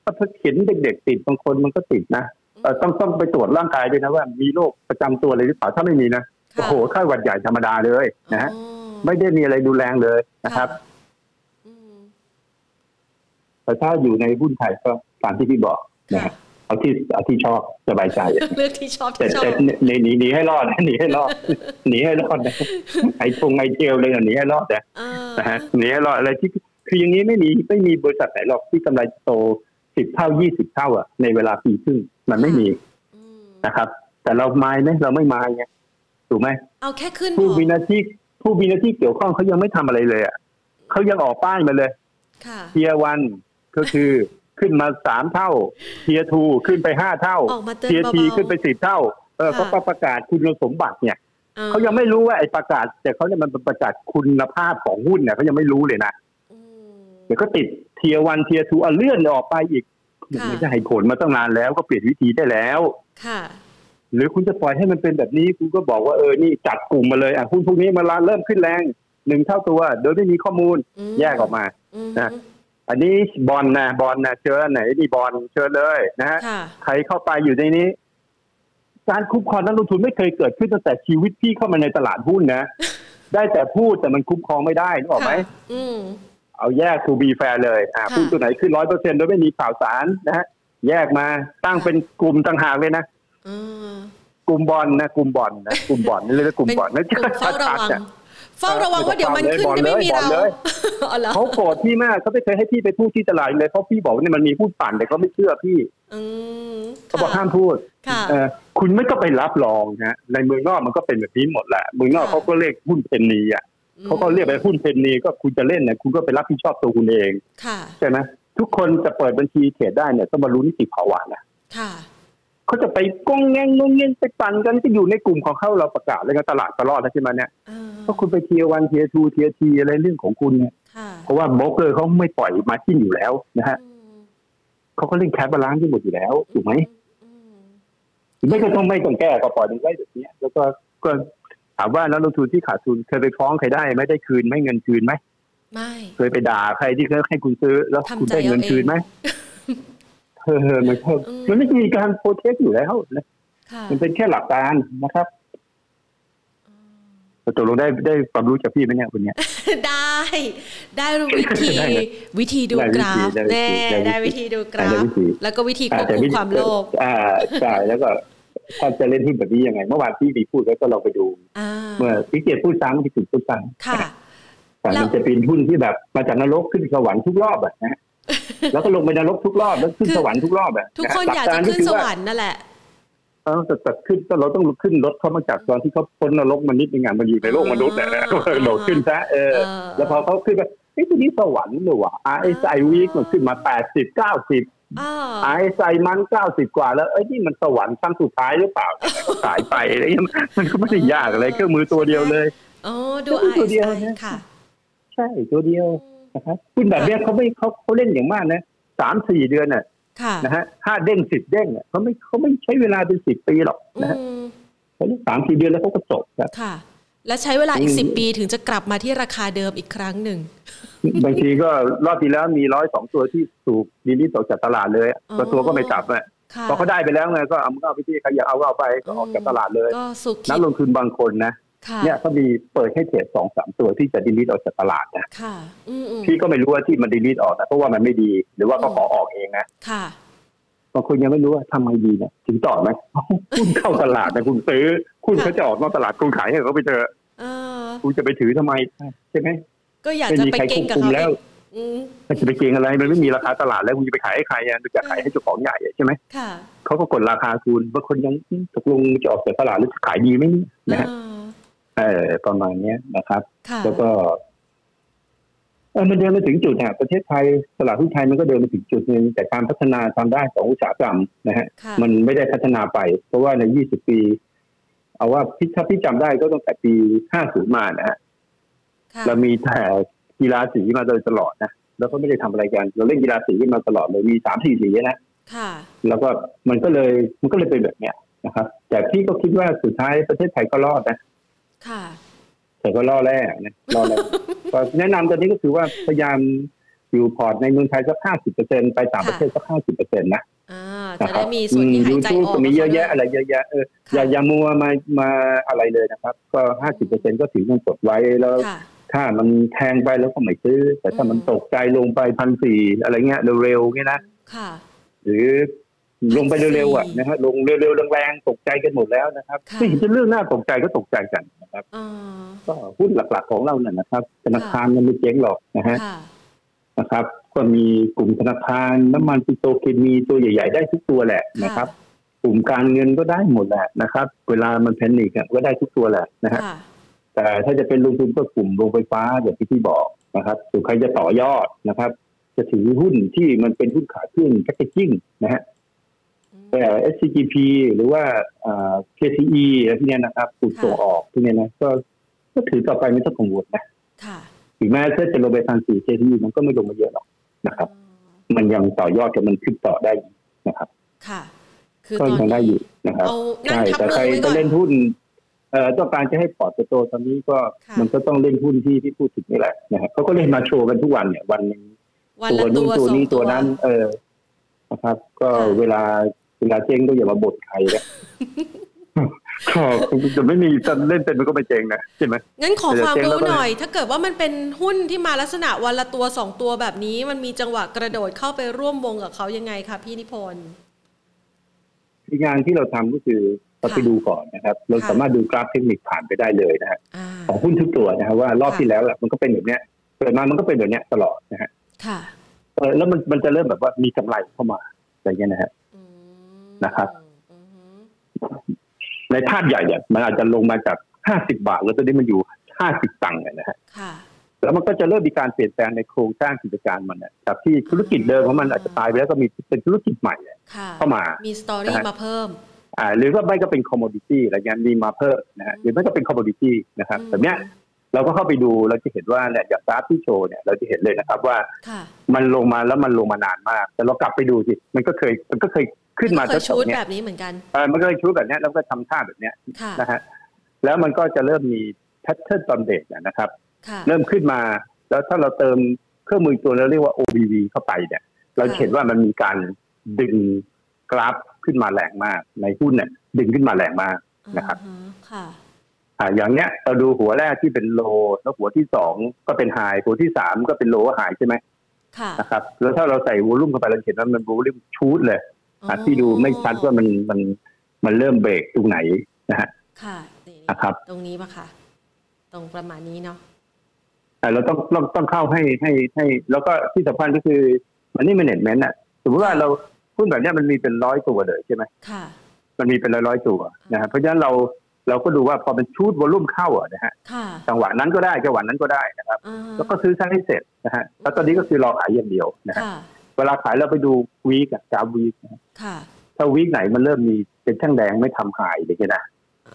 [SPEAKER 2] เพราะถ้าเห็นเด็กๆติดบางคนมันก็ติดนะเอ่อต้องต้องไปตรวจร่างกายด้วยนะว่ามีโรคประจำตัวอะไรหรือเปล่าถ้าไม่มีนะโอ้
[SPEAKER 1] ค่ะ
[SPEAKER 2] โหไข้หวัดใหญ่ธรรมดาเลยนะฮะ
[SPEAKER 1] อ๋อ
[SPEAKER 2] ไม่ได้มีอะไรดูแรงเลยนะครับ
[SPEAKER 1] ค่ะอืม
[SPEAKER 2] แต่ถ้าอยู่ในหุ้นไทยก็ตามที่พี่บอกนะ
[SPEAKER 1] ค่ะ
[SPEAKER 2] ฮะเอาที่เอาที่ชอบสบายใจ
[SPEAKER 1] เลือกที่ชอบ
[SPEAKER 2] แต่
[SPEAKER 1] ที่ชอบ
[SPEAKER 2] แต่หนีหนีหนีให้รอด นะหนีให้รอ ดหนีให้รอดนะไอ้ทงไอเทลเลยนะหนีให้รอดนะ
[SPEAKER 1] เออ
[SPEAKER 2] นะฮะหนีให้รอดอะไรที่คืออย่างนี้ไม่มีไม่มีบริษัทไหนหรอกที่กำไรโตสิบเท่ายี่สิบเท่าอ่ะในเวลาปีครึ่งมันไม่มี
[SPEAKER 1] อืม
[SPEAKER 2] นะครับ แต่เราไม่ไหมเราไม่ไม่ไงถูกไหม
[SPEAKER 1] เอาแค่ขึ้นพ
[SPEAKER 2] ผู้
[SPEAKER 1] อ
[SPEAKER 2] มีหน้าที่ผู้มีหน้าที่เกี่ยวข้องเขายังไม่ทำอะไรเลยอ่ะเขายังออกป้ายมาเลย
[SPEAKER 1] ค่ะ
[SPEAKER 2] เทียวันก็คือขึ้นมาสามเท่าเทียทูขึ้นไปห้าเท่า
[SPEAKER 1] ออกมาเตือน
[SPEAKER 2] เทีย
[SPEAKER 1] เบาๆ
[SPEAKER 2] ทีขึ้นไปสิบเท่าเออ
[SPEAKER 1] ค่ะ
[SPEAKER 2] เขาก็ประกาศคุณสมบัติเนี่ย
[SPEAKER 1] อ่
[SPEAKER 2] เขายังไม่รู้ว่าไอ้ประกาศ แต่เขาเนี่ยมันเป็นประกาศคุณภาพของหุ้นเนี่ยเขายังไม่รู้เลยนะ
[SPEAKER 1] อืม
[SPEAKER 2] เดี๋ยวก็ติดเทียวันเทียทูเอาเลื่อนออกไปอีก
[SPEAKER 1] ค่ะ
[SPEAKER 2] ไม่ได้ผลมาตั้งนานแล้วก็เปลี่ยนวิธีได้แล้ว
[SPEAKER 1] ค่ะ
[SPEAKER 2] หรือคุณจะปล่อยให้มันเป็นแบบนี้ คุณก็บอกว่าเออนี่จัดกลุ่มมาเลยอ่ะหุ้นพวกนี้มาเริ่มขึ้นแรงหนึ่งเท่าตัว โดยไม่มีข้อมูล
[SPEAKER 1] ม
[SPEAKER 2] แยกออกมา
[SPEAKER 1] อืม
[SPEAKER 2] นะ อันนี้บอลนะบอลนะเชิญไหนนี่บอลเชิญเลยนะฮะ
[SPEAKER 1] ค่ะ
[SPEAKER 2] ใครเข้าไปอยู่ในนี้ การคุ้มครองนักลงทุนไม่เคยเกิดขึ้นตั้งแต่ชีวิตพี่เข้ามาในตลาดหุ้น นะ ได้แต่พูดแต่มันคุ้มครองไม่ได้นึกออกไหม
[SPEAKER 1] ค่ะอืม
[SPEAKER 2] เอาแยก to be fair เลยอ่า
[SPEAKER 1] ค่ะ
[SPEAKER 2] หุ้นตัวไหนขึ้นร้อยเปอร์เซ็นต์โดยไม่มีข่าวสารนะฮะ แยกมาตั้ง
[SPEAKER 1] ค่ะ
[SPEAKER 2] เป็นกลุ่มต่างหากเลยนะ
[SPEAKER 1] อ่าก
[SPEAKER 2] ลุ่มบอลนะ กลุ่มบอลนะ กลุ่มบอลนี่เรียกว่ากลุ่ม
[SPEAKER 1] เป็น
[SPEAKER 2] บอลนะ
[SPEAKER 1] กลุ่มเฝ้าระวัง
[SPEAKER 2] ชัดๆเนี่ย
[SPEAKER 1] เฝ้าระวังว่าเดี๋ยวมันขึ้น
[SPEAKER 2] บอลเลย
[SPEAKER 1] จะไม่มีเรา
[SPEAKER 2] บอลเลย
[SPEAKER 1] อ๋อเหรอ
[SPEAKER 2] เขาโกรธพี่มากเขาไม่เคยให้พี่ไปพูดที่ตลาดเลยเพราะพี่บอกว่าเนี่ยมันมีพูดปั่นแต่เขาไม่เชื่อพี่
[SPEAKER 1] อืม
[SPEAKER 2] เขาบอก
[SPEAKER 1] ค่ะ
[SPEAKER 2] ห้ามพูด
[SPEAKER 1] ค่ะ
[SPEAKER 2] เออคุณไม่ก็ไปรับรองนะฮะในเมืองนอกมันก็เป็นแบบนี้หมดแหละเมืองนอก
[SPEAKER 1] ค่ะ
[SPEAKER 2] เขาก็เรียกหุ้นเพนนีอ่ะเขาก็เรียกไปหุ้นเพนนีก็คุณจะเล่นนะคุณก็ไปรับผิดชอบตัวคุณเอง
[SPEAKER 1] ค่ะ
[SPEAKER 2] ใช่ไหมทุกคนจะเปิดบัญชีเทรดได้เนี่ยต้องมารู้นิติภาวะนะ
[SPEAKER 1] ค่ะ
[SPEAKER 2] เขาจะไปก้องแง่งงงเงี้ยไปปั่นกันก็อยู่ในกลุ่มของเขาเราประกาศแล้วก็ตลาดตลอดนะใช่ไหมเนี่ย
[SPEAKER 1] เออ
[SPEAKER 2] ก็คุณไปเทียวันเทียทูเทียทีอะไรเรื่องของคุณเนี่ย
[SPEAKER 1] ค่ะ
[SPEAKER 2] เพราะว่าโบรกเกอร์เขาไม่ปล่อยมาจิ้นอยู่แล้วนะฮะ
[SPEAKER 1] อืม
[SPEAKER 2] เขาก็เล่นแคปบาลานซ์ที่หมดอยู่แล้วถูกไหม
[SPEAKER 1] อืม
[SPEAKER 2] ไม่ก็ต้องไม่ต้องแก้ก็ปล่อยมันไว้แบบเนี้ยแล้วก็ก็ถามว่าแล้วลงทุนที่ขาดทุนเคยไปฟ้องใครได้ไหม่ได้คืนไหม่เงินคืนไหม
[SPEAKER 1] ไม่
[SPEAKER 2] เคยไปด่าใครที่เขาให้คุณซื้อ แล้วคุณได้เงินคืนไหมเออมันก็
[SPEAKER 1] อืม
[SPEAKER 2] มันไม่มีการโปรเทคอยู่แล้วนะ
[SPEAKER 1] ค่ะ
[SPEAKER 2] มันเป็นแค่หลักการนะครับ
[SPEAKER 1] อืม
[SPEAKER 2] ตกลงได้ได้ความรู้จากพี่ไหมเนี่ยวันเนี้ย
[SPEAKER 1] ได้ ได้รู้วิธี
[SPEAKER 2] ได้ไหม
[SPEAKER 1] วิธีดูกราฟ
[SPEAKER 2] ได้
[SPEAKER 1] แน่
[SPEAKER 2] วิธีได้
[SPEAKER 1] ได้
[SPEAKER 2] วิ
[SPEAKER 1] วิธี
[SPEAKER 2] ธี
[SPEAKER 1] ดูกราฟ
[SPEAKER 2] ได้วิธี
[SPEAKER 1] แล้วก็วิธีค
[SPEAKER 2] อ่
[SPEAKER 1] วบ
[SPEAKER 2] แต่
[SPEAKER 1] คุม
[SPEAKER 2] วิธี
[SPEAKER 1] ความโลภ
[SPEAKER 2] อ่าใช่แล้วก็ถ้าจะเล่นหุ้นแบบนี้ยังไง เมื่อวานพี่ดีพูดแล้วก็ลองไปดู
[SPEAKER 1] อ่า
[SPEAKER 2] เมื่อพี่เกียรติพูดซ้ำพี่ถึงพูดซ้
[SPEAKER 1] ค่ะ
[SPEAKER 2] ำแต่
[SPEAKER 1] แล้
[SPEAKER 2] มั
[SPEAKER 1] ว
[SPEAKER 2] นจะเป็นหุ้นที่แบบมาจากนรกขึ้นสวรรค์ทุกรอบแบบนะ ฮะแล้วก็ลงไปนรกทุกรอบแล้วขึ้นสวรรค์ทุกรอบแบบ
[SPEAKER 1] ทุกคนอยากจะขึ้นสวรรค์นั่นแหละ
[SPEAKER 2] เออแต่แต่ขึ้นแต่เราต้องขึ้นรถเขามาจากตอนที่เขาพ้นนรกมานิดนึงอ่ะมันอยู่ในโลกมนุษย์แหละนะ
[SPEAKER 1] อ๋อ
[SPEAKER 2] โดดขึ้นซะเออ
[SPEAKER 1] เออ
[SPEAKER 2] แล้วพอเขาขึ้นไปไอ้ยตัวนี้สวรรค์หรือวะ RSI วีคมันขึ้นมาแปดสิบเก้าสิบ
[SPEAKER 1] อ่า
[SPEAKER 2] ไอ้ใส่มันเก้าสิบกว่าแล้ว เอ้ยนี่มันสวรรค์ครั้งสุดท้ายหรือเปล่าก็สายไปอะไรเงี้ยมันก็ไม่ได้ยากอะไรเครื่องมือตัวเดียวเลย
[SPEAKER 1] อ๋อดู
[SPEAKER 2] ก็
[SPEAKER 1] ไอ
[SPEAKER 2] คือตัวเดียว
[SPEAKER 1] ซ์
[SPEAKER 2] นะ
[SPEAKER 1] ค่ะ
[SPEAKER 2] ใช่ตัวเดียวนะครับคุณแบบเนี้ยเขาไม่เขาเขาเล่นอย่างมากนะสามสี่เดือนน่ะ
[SPEAKER 1] ค่ะ
[SPEAKER 2] นะฮะห้าเด้งสิบเด้งน่ะเขาไม่เขาไม่ใช้เวลาเป็นสิบปีหรอก
[SPEAKER 1] อื
[SPEAKER 2] นะฮะ
[SPEAKER 1] ม
[SPEAKER 2] เขาเล่นสามสี่เดือนแล้วเขาก็จบครับ
[SPEAKER 1] ค่ะ และใช้เวลาอีก
[SPEAKER 2] อืม
[SPEAKER 1] สิบปีถึงจะกลับมาที่ราคาเดิมอีกครั้งหนึ่ง
[SPEAKER 2] บางทีก็รอบที่แล้วมีร้อยสองตัวที่ถูกดีลิสออกจากตลาดเลย
[SPEAKER 1] อ๋อ
[SPEAKER 2] ก็ตัวก็ไม่กลับอ่ะ
[SPEAKER 1] ค่ะ
[SPEAKER 2] พอเขาได้ไปแล้วไงก็เอามันก็เอาไปที่ใครอยากเอาก็เอาไปก็ออกจากตลาดเลย
[SPEAKER 1] ก็สุขิ
[SPEAKER 2] นักลงทุนบางคนนะ
[SPEAKER 1] ค่ะ
[SPEAKER 2] เนี่ยเขามีเปิดให้เทรดสองสามตัวที่จะดีลิทออกจากตลาดนะ
[SPEAKER 1] ค่ะ อืมอืม
[SPEAKER 2] พี่ก็ไม่รู้ว่าที่มันดีลิทออกนะเพราะว่ามันไม่ดี หรือว่าเขาขอออกเองนะ
[SPEAKER 1] ค่ะ
[SPEAKER 2] บางคนยังไม่รู้ว่าทำไมดีเนี่ยถึงต่อไหม คุณเข้าตลาดนะคุณซื้อ คุณเขาจะออกนอกตลาดคุณขายให้เขาไปเจอ
[SPEAKER 1] เออ
[SPEAKER 2] คุณจะไปถือทำไมใช่ไหม
[SPEAKER 1] ก็อยาก
[SPEAKER 2] ไม่
[SPEAKER 1] จะ
[SPEAKER 2] มี
[SPEAKER 1] ไป
[SPEAKER 2] ใคร
[SPEAKER 1] เก่
[SPEAKER 2] คว
[SPEAKER 1] ง
[SPEAKER 2] บ
[SPEAKER 1] กับ
[SPEAKER 2] คุม
[SPEAKER 1] เขา
[SPEAKER 2] แล้ว
[SPEAKER 1] อีกอืม
[SPEAKER 2] มันจะไปเก่งอะไรมันไม่มีราคาตลาดแล้วคุณจะไปขายให้ใครอ่ะคุณจะขายให้เจ้าของใหญ่อ่ะใช่ไหม
[SPEAKER 1] ค่ะ
[SPEAKER 2] เขาก็กดราคาคุณบางคนยังอืมตกลงจะออกจากตลาดหรือจะขายดีไหมเนี่ยนะฮะ
[SPEAKER 1] อ่า
[SPEAKER 2] เออประมาณเนี้ยนะครับ
[SPEAKER 1] ค่ะ
[SPEAKER 2] แล้วก็เออมันเดินมาถึงจุดฮะประเทศไทยตลาดหุ้นไทยมันก็เดินมาถึงจุดหนึ่งแต่การพัฒนาทางด้านของอุตสาหกรรมนะฮะ
[SPEAKER 1] ค่ะ
[SPEAKER 2] มันไม่ได้พัฒนาไป เพราะว่าใน 20 ปี เอาว่าพี่ถ้าพี่จำได้ก็ตั้งแต่ปี 50 มานะฮะ
[SPEAKER 1] ค่ะ
[SPEAKER 2] เรามีแต่กีฬาสีมาโดยตลอดนะแล้วก็ไม่ได้ทำอะไรกัน เราเล่นกีฬาสีกันมาตลอดเลยมีสามสี่สีนะ
[SPEAKER 1] ค่ะ
[SPEAKER 2] แล้วก็มันก็เลยมันก็เลยเป็นแบบเนี้ยนะครับ แต่พี่ก็คิดว่าสุดท้ายประเทศไทยก็รอดนะ
[SPEAKER 1] ค่ะ
[SPEAKER 2] แต่ก็รอดแรกนะร อดแรก ก็แนะนำตอนนี้ก็คือว่าพยายามอยู่พอร์ตในเมืองไทยสักห้าสิบเปอร์เซ็นไปต่างประเทศสักห้าสิบเปอร์เซ็นนะ
[SPEAKER 1] อ่า
[SPEAKER 2] นะ
[SPEAKER 1] จะ
[SPEAKER 2] ครั
[SPEAKER 1] ได้
[SPEAKER 2] บ
[SPEAKER 1] มีส่วนที่หายใจ
[SPEAKER 2] อืม YouTube
[SPEAKER 1] ออก
[SPEAKER 2] ก็มีเยอะแยะอะไรเยอะแยะเออ
[SPEAKER 1] ค่ะ
[SPEAKER 2] อย่าอย่ามัวมามาอะไรเลยนะครับ ก็ห้าสิบเปอร์เซ็นก็ถือเงินสดไว้แล้ว
[SPEAKER 1] ค่ะ
[SPEAKER 2] ถ้ามันแพงไปแล้วก็ไม่ซื้อ แต่ถ้ามัน
[SPEAKER 1] อืม
[SPEAKER 2] ตกใจลงไปพันสี่อะไรเงี้ยเร็วๆเงี้ยนะ
[SPEAKER 1] ค่ะ
[SPEAKER 2] หรือลงไปเร็วๆอ่ะนะฮะลงเร็วๆแรงๆตกใจกันหมดแล้วนะครับ
[SPEAKER 1] ค่ะ
[SPEAKER 2] ไม่เห็นจะเรื่องน่าตกใจก็ตกใจกันนะครับ
[SPEAKER 1] อ่า
[SPEAKER 2] ก็หุ้นหลักๆของเราเนี่ยนะครับธนาคารมันไม่เจ๊งหรอกนะฮะ
[SPEAKER 1] ค่ะ
[SPEAKER 2] นะครับ ก็มีกลุ่มธนาคารน้ำมันปิโตรเคมีตัวใหญ่ ๆ ได้ทุกตัวแหละ
[SPEAKER 1] ค่ะ
[SPEAKER 2] นะครับ กลุ่มการเงินก็ได้หมดแหละนะครับ เวลามันแพนิคอะก็ได้ทุกตัวแหละนะฮะ
[SPEAKER 1] ค่ะ
[SPEAKER 2] แต่ถ้าจะเป็นลงทุนก็กลุ่มโรงไฟฟ้าอย่างที่พี่บอกนะครับหรือใครจะต่อยอดนะครับ จะถือหุ้นที่มันเป็นหุ้นขาขึ้นแพคเกจิ้งนะฮะ เอ่อ SCGP หรือว่าเอ่อ KCE อะไรพวกเนี้ยนะครับกลุ่ม
[SPEAKER 1] ค่ะ
[SPEAKER 2] ส่งออกพวกเนี้ยนะก็ก็ถือต่อไปไม่ต้องกังวลนะ
[SPEAKER 1] ค่ะ
[SPEAKER 2] ถึงแม้ถ้าจะลงไปพันสี่ KCE มันก็ไม่ลงมาเยอะหรอกนะครับ
[SPEAKER 1] อ๋อ
[SPEAKER 2] มันยังต่อยอดกับมันขึ้นต่อได้อยู่นะครับ
[SPEAKER 1] ค่ะ คือต
[SPEAKER 2] ก็
[SPEAKER 1] อน
[SPEAKER 2] ยังได้
[SPEAKER 1] นี้
[SPEAKER 2] อยู่นะครับ
[SPEAKER 1] เอานั่ง
[SPEAKER 2] ใช่
[SPEAKER 1] ทับมื
[SPEAKER 2] แต่
[SPEAKER 1] อ
[SPEAKER 2] ใคร
[SPEAKER 1] ไว้ก่อ
[SPEAKER 2] จะ
[SPEAKER 1] น
[SPEAKER 2] เล่นหุ้นเอ่อต้องการจะให้พอร์ตโตตอนนี้ก็
[SPEAKER 1] ค่ะ
[SPEAKER 2] มันก็ต้องเล่นหุ้นที่ที่พูดถึงนี่แหละนะครับเขาก็เล่นมาโชว์กันทุกวันเนี่ยวันหนึง
[SPEAKER 1] วัน
[SPEAKER 2] ตัว
[SPEAKER 1] ละตั
[SPEAKER 2] นู่น
[SPEAKER 1] ว
[SPEAKER 2] ตัว
[SPEAKER 1] สอง
[SPEAKER 2] นี้
[SPEAKER 1] ตั
[SPEAKER 2] ตัว วนั้น เออนะครับ ก็
[SPEAKER 1] ค่ะ
[SPEAKER 2] เวลาเวลาเจ๊งก็อย่ามาบ่นใคร นะ ก็ จะไม่มีเล่นเป็นมันก็ไม่เจ๊งนะใช่ไหม
[SPEAKER 1] งั้นขอความ
[SPEAKER 2] เดี๋ยว
[SPEAKER 1] รู้
[SPEAKER 2] เจ๊งแล้วก็
[SPEAKER 1] หน่อย ถ้าเกิดว่ามันเป็นหุ้นที่มาลักษณะวันละตัวสองตัวแบบนี้ มันมีจังหวะกระโดดเข้าไปร่วมวงกับเขายังไงคะพี่นิพนธ์
[SPEAKER 2] อีกงานที่เราทำก็คือเรา
[SPEAKER 1] ค่ะ
[SPEAKER 2] ไปดูก่อนนะครับ เรา
[SPEAKER 1] ค่ะ
[SPEAKER 2] สามารถดูกราฟเทคนิคผ่านไปได้เลยนะฮะ
[SPEAKER 1] อ่า
[SPEAKER 2] ของหุ้นทุกตัวนะครับว่ารอบ
[SPEAKER 1] ค่ะ
[SPEAKER 2] ที่แล้วล่ะมันก็เป็นแบบเนี้ยเปิดมามันก็เป็นแบบเนี้ยตลอดนะฮะ
[SPEAKER 1] ค่ะ
[SPEAKER 2] เออแล้วมันมันจะเริ่มแบบว่ามีกำไรเข้ามาอะไรเงี้ยนะฮะ
[SPEAKER 1] อืม
[SPEAKER 2] นะครับ
[SPEAKER 1] อืมอืม
[SPEAKER 2] ในภาพใหญ่เนี่ยมันอาจจะลงมาจากห้าสิบาทแล้วตอนนี้มันอยู่ห้าสิบตังค์เนี่ยนะฮะ
[SPEAKER 1] ค่ะ
[SPEAKER 2] แล้วมันก็จะเริ่มมีการเปลี่ยนแปลงในโครงสร้างกิจการมันนะครับที่ธุรกิจเดิมของมันอาจจะตายไปแล้วก็มีเป็นธุรกิจใหม่เนี่ย
[SPEAKER 1] ค่ะ
[SPEAKER 2] เข้ามา
[SPEAKER 1] มีสตอรี่
[SPEAKER 2] นะฮะ
[SPEAKER 1] มาเพิ่ม
[SPEAKER 2] อ่าหรือก็ไม่ก็เป็นคอมมดิตี้อะไรเงี้ยมีมาเพิ่มนะฮะหรือไม่ก็เป็นคอมมดิตี้นะครับ
[SPEAKER 1] อืม
[SPEAKER 2] แบบเนี้ยเราก็เข้าไปดูเราจะเห็นว่าเนี่ยจากกราฟที่โชว์เนี่ยเราจะเห็นเลยนะครับว่า
[SPEAKER 1] ค่ะ
[SPEAKER 2] มันลงมาแล้วมันลงมานานมาก แต่เรากลับไปดูสิมันก็เคยมันก็เคยขึ้นมา
[SPEAKER 1] เคยชุด
[SPEAKER 2] ๆเนี่
[SPEAKER 1] แบ
[SPEAKER 2] ย
[SPEAKER 1] บนี้เหมือนกัน
[SPEAKER 2] เออมันก็เคยชุดแบบเนี้ยแล้วก็ทำท่าแบบเนี้ย
[SPEAKER 1] ค่ะ
[SPEAKER 2] นะฮะแล้วมันก็จะเริ่มมีแพทเทิร์นตอนเด็กเนี่ยนะครับ
[SPEAKER 1] ค่ะ
[SPEAKER 2] เริ่มขึ้นมา แล้วถ้าเราเติมเครื่องมือตัวเราเรียกว่า OBV เข้าไปเนี่ย เราจะเห็นว่ามันมีการดึงกราฟขึ้นมาแรงมาก ในหุ้นเนี่ยดึงขึ้นมาแรงมาก นะครับ
[SPEAKER 1] อ่าฮค่ะ
[SPEAKER 2] อ่าอย่างเนี้ยเราดูหัวแรกที่เป็นโลแล้วหัวที่สองก็เป็นไฮหัวที่สามก็เป็นโลหายใช่ไหม
[SPEAKER 1] ค่ะ
[SPEAKER 2] นะครับแล้วถ้าเราใส่วอลลุ่มเข้าไปเราจะเห็นว่ามันวอลลุ่มชูดเลยอ่ะที่ดูไม่ชัดว่ามันมันมันเริ่มเบรกตรงไหนนะฮะ
[SPEAKER 1] ค่ะนี่
[SPEAKER 2] นะครับ
[SPEAKER 1] ตรงนี้ปะค่ะ ตรงประมาณนี้เนาะ
[SPEAKER 2] อ่าเราต้องต้องต้องเข้าให้ให้ให้ แล้วก็ที่สำคัญก็คือมันนี่ management อ่ะสมมติว่าเราหุ้นแบบเนี้ยมันมีเป็นร้อยตัวเลยใช่ไหม
[SPEAKER 1] ค่ะ
[SPEAKER 2] มันมีเป็นร้อยร้อยๆตัวนะครับเพราะฉะนั้นเราเราก็ดูว่าพอเป็นชูดวอลลุ่มเข้าอ่ะนะฮะ
[SPEAKER 1] ค่ะ
[SPEAKER 2] จังหวะนั้นก็ได้จังหวะนั้นก็ได้นะครับ
[SPEAKER 1] อ่า
[SPEAKER 2] แล้วก็ซื้อซะให้เสร็จนะฮะแล้วตอนนี้ก็คือรอขายอย่างเดียวนะฮะ
[SPEAKER 1] ค่ะ
[SPEAKER 2] เวลาขายเราไปดูวีกกราฟวีก
[SPEAKER 1] ค่ะ
[SPEAKER 2] ถ้าวีกไหนมันเริ่มมีเป็นช่างแดงไม่ทำขายเลยางเงี้ยนะ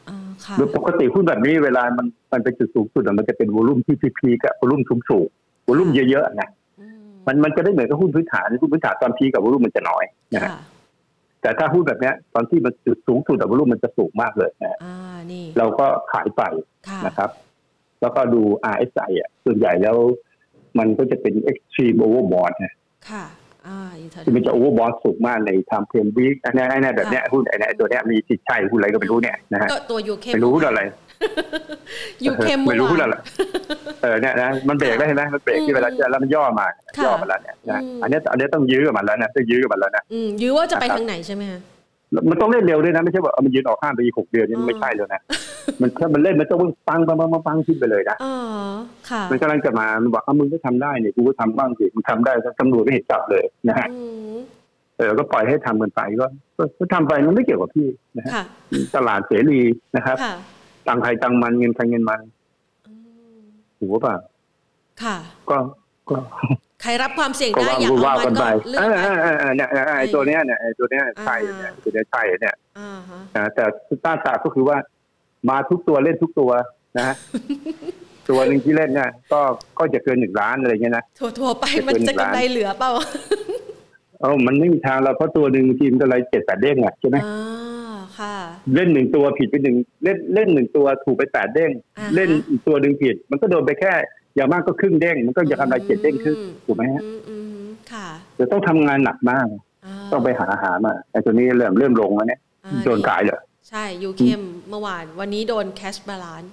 [SPEAKER 1] อ่าค่ะ
[SPEAKER 2] โดยปกติหุ้นแบบนี้เวลามันมันเป็นจุดสูงสุดอะมันจะเป็นวอลลุ่มที่พีกๆอะวอลลุ่มสูงสูงๆวอลลุ่มเยอะๆนะ
[SPEAKER 1] อื
[SPEAKER 2] มันมันจะได้เหมือนกับหุ้นพื้นฐานหุ้นพื้นฐานตอนพีคกับวอลุ่มมันจะน้อยนะฮะ
[SPEAKER 1] ค่ะ
[SPEAKER 2] แต่ถ้าหุ้นแบบเนี้ยตอนที่มันจุดสูงสุดกับวอลุ่มมันจะสูงมากเลยนะฮะ
[SPEAKER 1] อ่า นี่
[SPEAKER 2] เราก็ขายไป
[SPEAKER 1] ค่ะ
[SPEAKER 2] นะครับ แล้วก็ดู RSI อ่ะส่วนใหญ่แล้วมันก็จะเป็น extreme overbought นะ
[SPEAKER 1] ค่ะ อ่าอยู่แถว
[SPEAKER 2] ที่มันจะ overbought สูงมากใน time frame week อันเนี้ยอันเนี้ยแบบเนี้ยหุ้นไอ้เนี่ยตัวเนี้ยมีสิทธิ์ใช่หุ้นอะไรก็ไม่รู้เนี่ยนะฮะ
[SPEAKER 1] ก็ตัวยูเค
[SPEAKER 2] ไม่รู้หุ้นอะไร
[SPEAKER 1] ยูเคม
[SPEAKER 2] ไม่รู้หุ้นอะไรเออเนี่ยนะมันเบรกได้วเห็นไหมมันเบรกที่เวลาแล้วมันย่อมา
[SPEAKER 1] ค่ะ
[SPEAKER 2] ย่อมาแล้วเนี่ยนะ
[SPEAKER 1] อืม
[SPEAKER 2] อันเนี้ยอันเนี้ยต้องยื้อกับมันแล้วนะต้องยื้อกับมันแล้วนะ
[SPEAKER 1] อืมยื้อว่าจะไปทางไหนใช่ไหมคะ
[SPEAKER 2] มันต้องเล่นเร็วด้วยนะ ไม่ใช่ว่าเอามันยืนออกห้ามไปอีกหกเดือนนี่
[SPEAKER 1] อืม
[SPEAKER 2] ไม่ใช่แล้วนะ มันถ้ามันเล่นมันต้องปังปังปังปังปังขึ้นไปเลยนะ
[SPEAKER 1] อ๋อ ค่ะ
[SPEAKER 2] มันกำลังจะมามันบอกเอามึงก็ทำได้เนี่ยกูก็ทำบ้างสิมึงทำได้ก็ตำรวจไม่เห็นจับเลยนะฮะ
[SPEAKER 1] อืม
[SPEAKER 2] เออก็ปล่อยให้ทำกันไปก็ก็ก็ทำไปมันไม่เกี่ยวกับพี่นะฮะ
[SPEAKER 1] ค่ะ
[SPEAKER 2] ตลาดเสรีนะครับ
[SPEAKER 1] ค่ะ
[SPEAKER 2] ตังใครตังมันเงินใครเงินมัน
[SPEAKER 1] อืม
[SPEAKER 2] ถูกป่ะ
[SPEAKER 1] ค่ะ
[SPEAKER 2] ก็ก็
[SPEAKER 1] ใครรับความเสี่ยง
[SPEAKER 2] ก็
[SPEAKER 1] ได้
[SPEAKER 2] ว่า
[SPEAKER 1] อย่า
[SPEAKER 2] ว่า
[SPEAKER 1] เอามั
[SPEAKER 2] กันน
[SPEAKER 1] ก็
[SPEAKER 2] ไป
[SPEAKER 1] เลือ
[SPEAKER 2] เอ
[SPEAKER 1] ไป
[SPEAKER 2] ก อเออเออเออเนี่ยเนี่ยไอ้ตัวเนี้ยเนี่ยไอ้ตัวเนี้ยใช่เนี่ยตัวเนี้ยใช่เนี่ย
[SPEAKER 1] อ่าฮะ
[SPEAKER 2] นะแต่ต้าตาก็คือว่ามาทุกตัวเล่นทุกตัวนะฮะ ตัวหนึ่งที่เล่นเนี่ยก็ก็จะเกินหนึ่งล้านอะไรเงี้ยนะ
[SPEAKER 1] ถั่วๆไปมันจะกำไรเหลือเปล่า
[SPEAKER 2] เออมันไม่มีทางเราเพราะตัวหนึ่งทีมก็ไรเจ็ดแปดเด้งอ่ะใช่ไหม
[SPEAKER 1] อ่าค่ะ
[SPEAKER 2] เล่นหนึ่งตัวผิดไปหนึ่งเล่นเล่นหนึ่งตัวถูกไปแปดเด้ง
[SPEAKER 1] อ่าฮะ
[SPEAKER 2] เล่นอีกตัวหนึ่งผิด มันก็โดนไปแค่อย่างมากก็ครึ่งเด้ง มันก็จะทำไรเจ็ดเด้งครึ่งถูกไหมฮะ
[SPEAKER 1] อืมอืมค่ะ
[SPEAKER 2] เดี๋ยวต้องทำงานหนักมาก
[SPEAKER 1] า
[SPEAKER 2] ต้องไปหาอาหารมาไอ้ตัวนี้เริ่มเริ่มลงแล้วเนี่ย
[SPEAKER 1] อ่
[SPEAKER 2] โดนขายเหรอ
[SPEAKER 1] ใช่ยูเข้มเมื่อวาน วันนี้โดนแคชบาลาน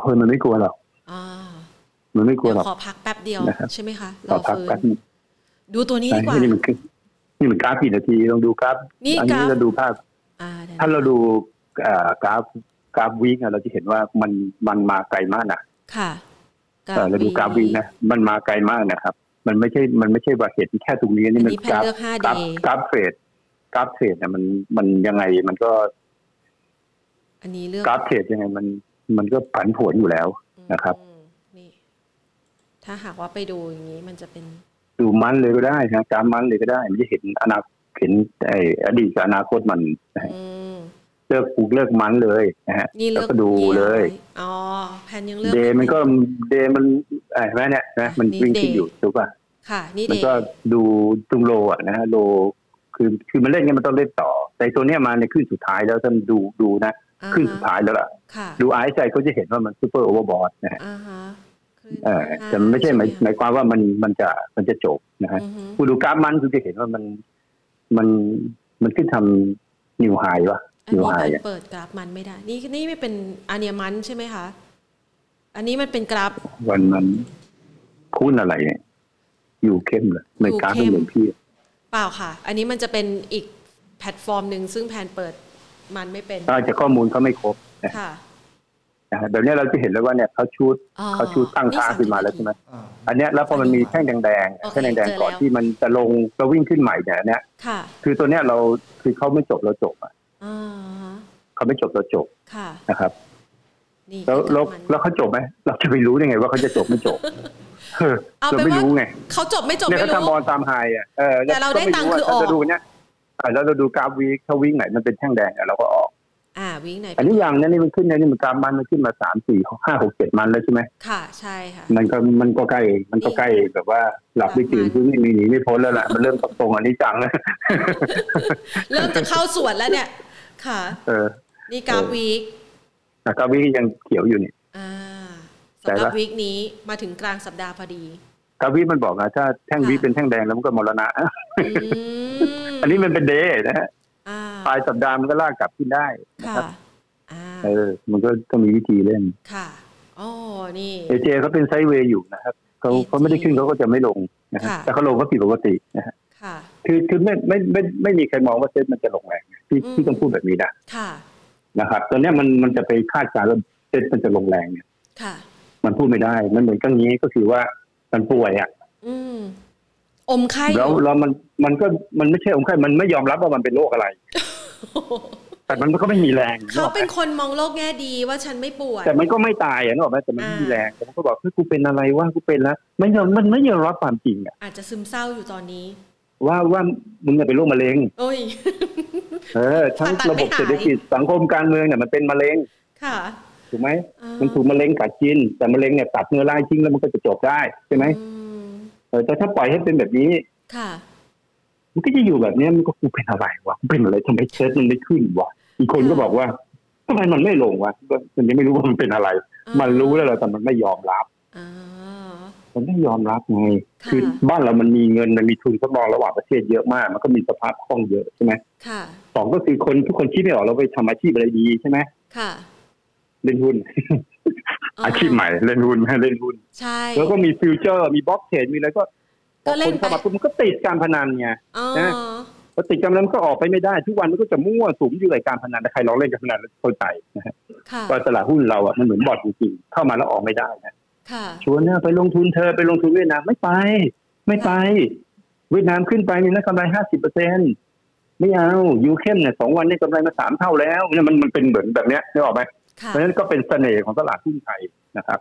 [SPEAKER 2] เฮ้ยมันไม่กลัวหรอก
[SPEAKER 1] อ่า
[SPEAKER 2] มันไม่กลัว
[SPEAKER 1] เดี๋ยว
[SPEAKER 2] ห
[SPEAKER 1] ข
[SPEAKER 2] รอก
[SPEAKER 1] อพักแป๊บเดียว
[SPEAKER 2] นะครับ
[SPEAKER 1] ใช่ไหมคะร
[SPEAKER 2] ขอ
[SPEAKER 1] อ
[SPEAKER 2] พัก
[SPEAKER 1] ฟื้น
[SPEAKER 2] กันง
[SPEAKER 1] ดูตัวนี้ดีกว่า
[SPEAKER 2] นี่มันคือนี่มันกราฟกี่นาทีลองดูกราฟ
[SPEAKER 1] นี่
[SPEAKER 2] อั
[SPEAKER 1] ก
[SPEAKER 2] นี้
[SPEAKER 1] ราฟ
[SPEAKER 2] เราดูภาพ
[SPEAKER 1] อ่าเดี๋ยว
[SPEAKER 2] ถ้าเราดูเอ่อกราฟกราฟวีคเราจะเห็นว่ามันมันมาไกลมากนะ
[SPEAKER 1] ค่ะ
[SPEAKER 2] เอ่อฤดูกาลวีนะมันมาไกลมากนะครับ มันไม่ใช่มันไม่ใช่ว่าเห็นแค่ตรงนี้
[SPEAKER 1] อั
[SPEAKER 2] นี่
[SPEAKER 1] น
[SPEAKER 2] มัน
[SPEAKER 1] นี้แพ
[SPEAKER 2] ก
[SPEAKER 1] น
[SPEAKER 2] ราฟ
[SPEAKER 1] เลือกห้าก ด
[SPEAKER 2] ราฟกราฟเทรดกราฟเทรดเนี่ยมันมันยังไงมันก็
[SPEAKER 1] อันนี้เลือก
[SPEAKER 2] กราฟเทรดยังไงมันมันก็ผันผวนอยู่แล้ว นะครับ
[SPEAKER 1] อืมนี่ ถ้าหากว่าไปดูอย่างนี้มันจะเป็น
[SPEAKER 2] ดูมันเลยก็ได้นะกราฟมันเลยก็ได้ มันจะเห็นอนาคตเห็นไอ้อดีตกับอนาคตมันนะฮะ
[SPEAKER 1] อืม
[SPEAKER 2] เลิกปลูกเลิกมันเลยนะฮะ
[SPEAKER 1] นี่
[SPEAKER 2] แล้ว
[SPEAKER 1] เลือก
[SPEAKER 2] ก็ดูเลย
[SPEAKER 1] ไว้อ๋อแพนยังเลือก
[SPEAKER 2] เดย์มันก็
[SPEAKER 1] ไ
[SPEAKER 2] เดย์มันไอ้แม่เนี่ยนะมัน
[SPEAKER 1] นี่
[SPEAKER 2] วิ่งขึ้น
[SPEAKER 1] day
[SPEAKER 2] อยู่ถูกป่ะ
[SPEAKER 1] ค่ะ นี่
[SPEAKER 2] มั
[SPEAKER 1] เด
[SPEAKER 2] นก็ดูตรงโลอ่ะนะฮะโลคือคือมันเล่นเนี่ยมันต้องเล่นต่อ แต่ตัวเนี้ยมาในขึ้นสุดท้ายแล้วท่านดูดูนะ
[SPEAKER 1] อ่า
[SPEAKER 2] ขึ้นสุด
[SPEAKER 1] ฮะ
[SPEAKER 2] ท้ายแล้วล่ะ
[SPEAKER 1] ค่ะ
[SPEAKER 2] ดูไอซ์ใจเขาจะเห็นว่ามันซูเปอร์โอเวอร์บอทนะฮะ
[SPEAKER 1] อ่าฮะขึ้น
[SPEAKER 2] เออ
[SPEAKER 1] ห้า
[SPEAKER 2] แต่มันไม่ใช่หมายห
[SPEAKER 1] ไหม
[SPEAKER 2] มายความว่ามันมันจะมันจะจบนะฮะ
[SPEAKER 1] อือฮึ
[SPEAKER 2] คุณดูกราฟมันคุณจะเห็นว่ามันมันมันขึ้นทำนิวไฮวะ
[SPEAKER 1] อัน
[SPEAKER 2] นิว
[SPEAKER 1] นี้
[SPEAKER 2] ไฮ
[SPEAKER 1] มัน
[SPEAKER 2] อ่ะ
[SPEAKER 1] เปิดกราฟมันไม่ได้ นี่นี่ไม่เป็นอาเนียมันใช่ไหมคะอันนี้มันเป็นกราฟ
[SPEAKER 2] วันมันคุณอะไรเนี่ยอยู่เข้มเลยไม่กราฟไม่เหมือนพี่
[SPEAKER 1] เปล่าค่ะ อันนี้มันจะเป็นอีกแพลตฟอร์มหนึ่งซึ่งแพนเปิดมันไม่เป็น
[SPEAKER 2] อาจจะข้อมูลเขาไม่ครบ
[SPEAKER 1] ค่ะ
[SPEAKER 2] นะฮะแบบเนี้ยเราจะเห็นเลยว่าเนี่ยเขาชูด
[SPEAKER 1] อ๋อ
[SPEAKER 2] เขาชูตั้งท่าขึ้นมาแล้วใช่ไหม
[SPEAKER 3] อ่า
[SPEAKER 2] อันเนี้ยแล้วพอมันมีแท่งแดง
[SPEAKER 1] โอ
[SPEAKER 2] ๆ
[SPEAKER 1] เค
[SPEAKER 2] แท่งแดง
[SPEAKER 1] เจอ
[SPEAKER 2] ๆก่อน
[SPEAKER 1] แล้ว
[SPEAKER 2] ที่มันจะลงแล้ววิ่งขึ้นใหม่เนี่ยอันเนี้ย
[SPEAKER 1] ค่ะ
[SPEAKER 2] คือตัวเนี้ยเราคือเขาไม่จบเราจบอะ
[SPEAKER 1] อ่าฮะ
[SPEAKER 2] เขาไม่จบเราจบ
[SPEAKER 1] ค่ะ
[SPEAKER 2] นะครับ
[SPEAKER 1] นี่
[SPEAKER 2] แล้ว
[SPEAKER 1] คือ
[SPEAKER 2] แล้ว
[SPEAKER 1] มัน
[SPEAKER 2] แล้วเขาจบไหมเราจะไปรู้ยังไงว่าเขาจะจบไม่ จบเออ
[SPEAKER 1] เอา
[SPEAKER 2] เรา
[SPEAKER 1] เป็น
[SPEAKER 2] ไม่
[SPEAKER 1] ว่า
[SPEAKER 2] รู้ไง
[SPEAKER 1] เขาจบไม่จบ
[SPEAKER 2] เนี่ย
[SPEAKER 1] ไม่
[SPEAKER 2] เขา
[SPEAKER 1] รู้
[SPEAKER 2] ทำบอลตามไฮอ่ะเออ
[SPEAKER 1] แต่เราได้ตังค์คือออก
[SPEAKER 2] เราดูเนี่ยเออแล้วเราดูกราฟวีคถ้าวิ่งไหนมันเป็นแท่งแดงอะเราก็ออก
[SPEAKER 1] อ่าวิ่งไหน
[SPEAKER 2] อันนี้ยังนะนี่มันขึ้นนะนี่มันกราฟมันมันขึ้นมาสามสี่ห้าหกเจ็ดมันแล้วใช่ไหม
[SPEAKER 1] ค่ะใช่ค่ะ
[SPEAKER 2] มันก็มันก็ใกล้มันก็ใกล้แบบว่าหลับไม่ตื่นคือไม่มีหนีไม่พ้นแล้วล่ะมันเริ่มตรงๆอันนี้จังแล้ว
[SPEAKER 1] เริ่มจะเข้าสวนแล้วเนี่ย ค่ะ
[SPEAKER 2] เออ
[SPEAKER 1] นี่กราฟ
[SPEAKER 2] เออ
[SPEAKER 1] วีค
[SPEAKER 2] แต่กาวิยังเขียวอยู่นี่
[SPEAKER 1] อ่า
[SPEAKER 2] แต่
[SPEAKER 1] สำหรับ
[SPEAKER 2] ละ
[SPEAKER 1] วีคนี้มาถึงกลางสัปดาห์พอดี
[SPEAKER 2] กาวิมันบอกนะถ้าแท่งวิ
[SPEAKER 1] ค่ะ
[SPEAKER 2] เป็นแท่งแดงแล้วมันก็มรณะ
[SPEAKER 1] อืม
[SPEAKER 2] อันนี้มันเป็นเดย์นะฮะ
[SPEAKER 1] อ่า
[SPEAKER 2] ปลายสัปดาห์มันก็ลากกลับขึ้นได้นะ
[SPEAKER 1] ค่ะ
[SPEAKER 2] ครับ
[SPEAKER 1] อ่า
[SPEAKER 2] เออ มันก็ต้องมีวิธีเล่น
[SPEAKER 1] ค่ะอ๋อนี่
[SPEAKER 2] เอเจเขาเป็นไซด์เวย์อยู่นะครับเขา
[SPEAKER 1] AJ
[SPEAKER 2] เขาไม่ได้ขึ้นเขาก็จะไม่ลงนะฮะ
[SPEAKER 1] ค่ะ
[SPEAKER 2] แต่เขาลงก็ผิดปกตินะฮะ
[SPEAKER 1] ค่ะ
[SPEAKER 2] คือคือไม่ไม่ไม่ไม่มีใครมองว่าเซ็ตมันจะลงแรงนะพี่
[SPEAKER 1] อืม
[SPEAKER 2] พี่ต้องพูดแบบนี้นะ
[SPEAKER 1] ค่ะ
[SPEAKER 2] นะครับตอนเนี้ยมันมันจะไปคาดการณ์ว่าเซ็ตมันจะลงแรงเนี่ย
[SPEAKER 1] ค่ะ
[SPEAKER 2] มันพูดไม่ได้มันเหมือนกับนี้ก็คือว่ามันป่วยอ่ะ
[SPEAKER 1] อืมอมไข่
[SPEAKER 2] แล้วแล้วมันมันก็มันไม่ใช่องค์ไข้มันไม่ยอมรับว่ามันเป็นโรคอะไร แต่มันก็ไม่มีแรง
[SPEAKER 1] เขาเป็น
[SPEAKER 2] นึกออกไหม
[SPEAKER 1] คนมองโลกแง่ดีว่าฉันไม่ป่วย
[SPEAKER 2] แต่มันก็ไม่ตายอ่ะนึกออกไหมแต่มันไม่มี
[SPEAKER 1] อ่า
[SPEAKER 2] แรงแต่มันก็บอกคือกูเป็นอะไรว่ากูเป็นแล้วไม่ยอมมันไม่ยอมรับความจริงอ่ะ
[SPEAKER 1] อาจจะซึมเศร้าอยู่ตอนนี้
[SPEAKER 2] ว่าว่ามึงเนี่ยเป็นโรคมะเร็ง
[SPEAKER 1] โอ้ย
[SPEAKER 2] เออทั้ง
[SPEAKER 1] ผ่าตัด
[SPEAKER 2] ระบบ
[SPEAKER 1] ไม่หาย
[SPEAKER 2] เศรษฐกิจสังคมการเมืองเนี่ยมันเป็นมะเร็ง
[SPEAKER 1] ค่ะ
[SPEAKER 2] ถูกไหม
[SPEAKER 1] อ่า
[SPEAKER 2] มันถูกมะเร็งกัดกิน แต่มะเร็งเนี่ยตัดเนื้อร้ายทิ้งแล้วมันก็จะจบได้ใช่ไหม
[SPEAKER 1] อืม
[SPEAKER 2] เออแต่ถ้าปล่อยให้เป็นแบบนี้
[SPEAKER 1] ค่ะ
[SPEAKER 2] มันก็จะอยู่แบบเนี้ยมันก็กูเป็นอะไรวะกูเป็นอะไรทำไมเชิร์ตมันไม่ขึ้นวะอีกคนก็บอกว่าทำไมมันไม่ลงวะมันยังไม่รู้ว่ามันเป็นอะไร มันรู้แล้วแหละแต่มันไม่ยอมรับ
[SPEAKER 1] อ๋อ
[SPEAKER 2] มันไม่ยอมรับไง
[SPEAKER 1] ค่ะ
[SPEAKER 2] คือบ้านเรามันมีเงินมันมีทุนสำรองระหว่างประเทศเยอะมาก มันก็มีสภาพคล่องเยอะใช่ไหม
[SPEAKER 1] ค่ะ
[SPEAKER 2] สองก็คือคนทุกคนคิดไม่ออกเราไปทำอาชีพอะไรดีใช่ไหม
[SPEAKER 1] ค่ะ
[SPEAKER 2] เล่นหุ้น อาชีพใหม่เล่น หุ้นเล่นหุ้น
[SPEAKER 1] ใช่
[SPEAKER 2] แล้วก็มีฟิวเจอร์ มีบล็อกเทรดมีอะไรก็พอคนเข้ามาปุ๊บมันก็ติดการพนันไง
[SPEAKER 1] อ๋อ
[SPEAKER 2] นะ พอติดการพนันมันก็ออกไปไม่ได้ ทุกวันมันก็จะมั่วสุมอยู่กับการพนันแต่ใครลองเล่นการพนันแล้วเข้าใจนะฮะ
[SPEAKER 1] ค่ะ
[SPEAKER 2] ว่าตลาดหุ้นเราอ่ะมันเหมือนบอดจริงๆเข้ามาแล้วออกไม่ได้นะ
[SPEAKER 1] ค่ะ
[SPEAKER 2] ชวนเนี่ยไปลงทุนเธอไปลงทุนเวียดนามไม่ไป ไม่ไป เวียดนามขึ้นไปมีนักกำไรห้าสิบเปอร์เซ็นไม่เอายูเข้มเนี่ยสองวันนี้กำไรมาสามเท่าแล้วเนี่ยมันมันเป็นเหมือนแบบเนี้ยได้ออกไหม
[SPEAKER 1] ค่ะ
[SPEAKER 2] เพราะฉะนั้นก็เป็นเสน่ห์ของตลาดหุ้นไทยนะครับ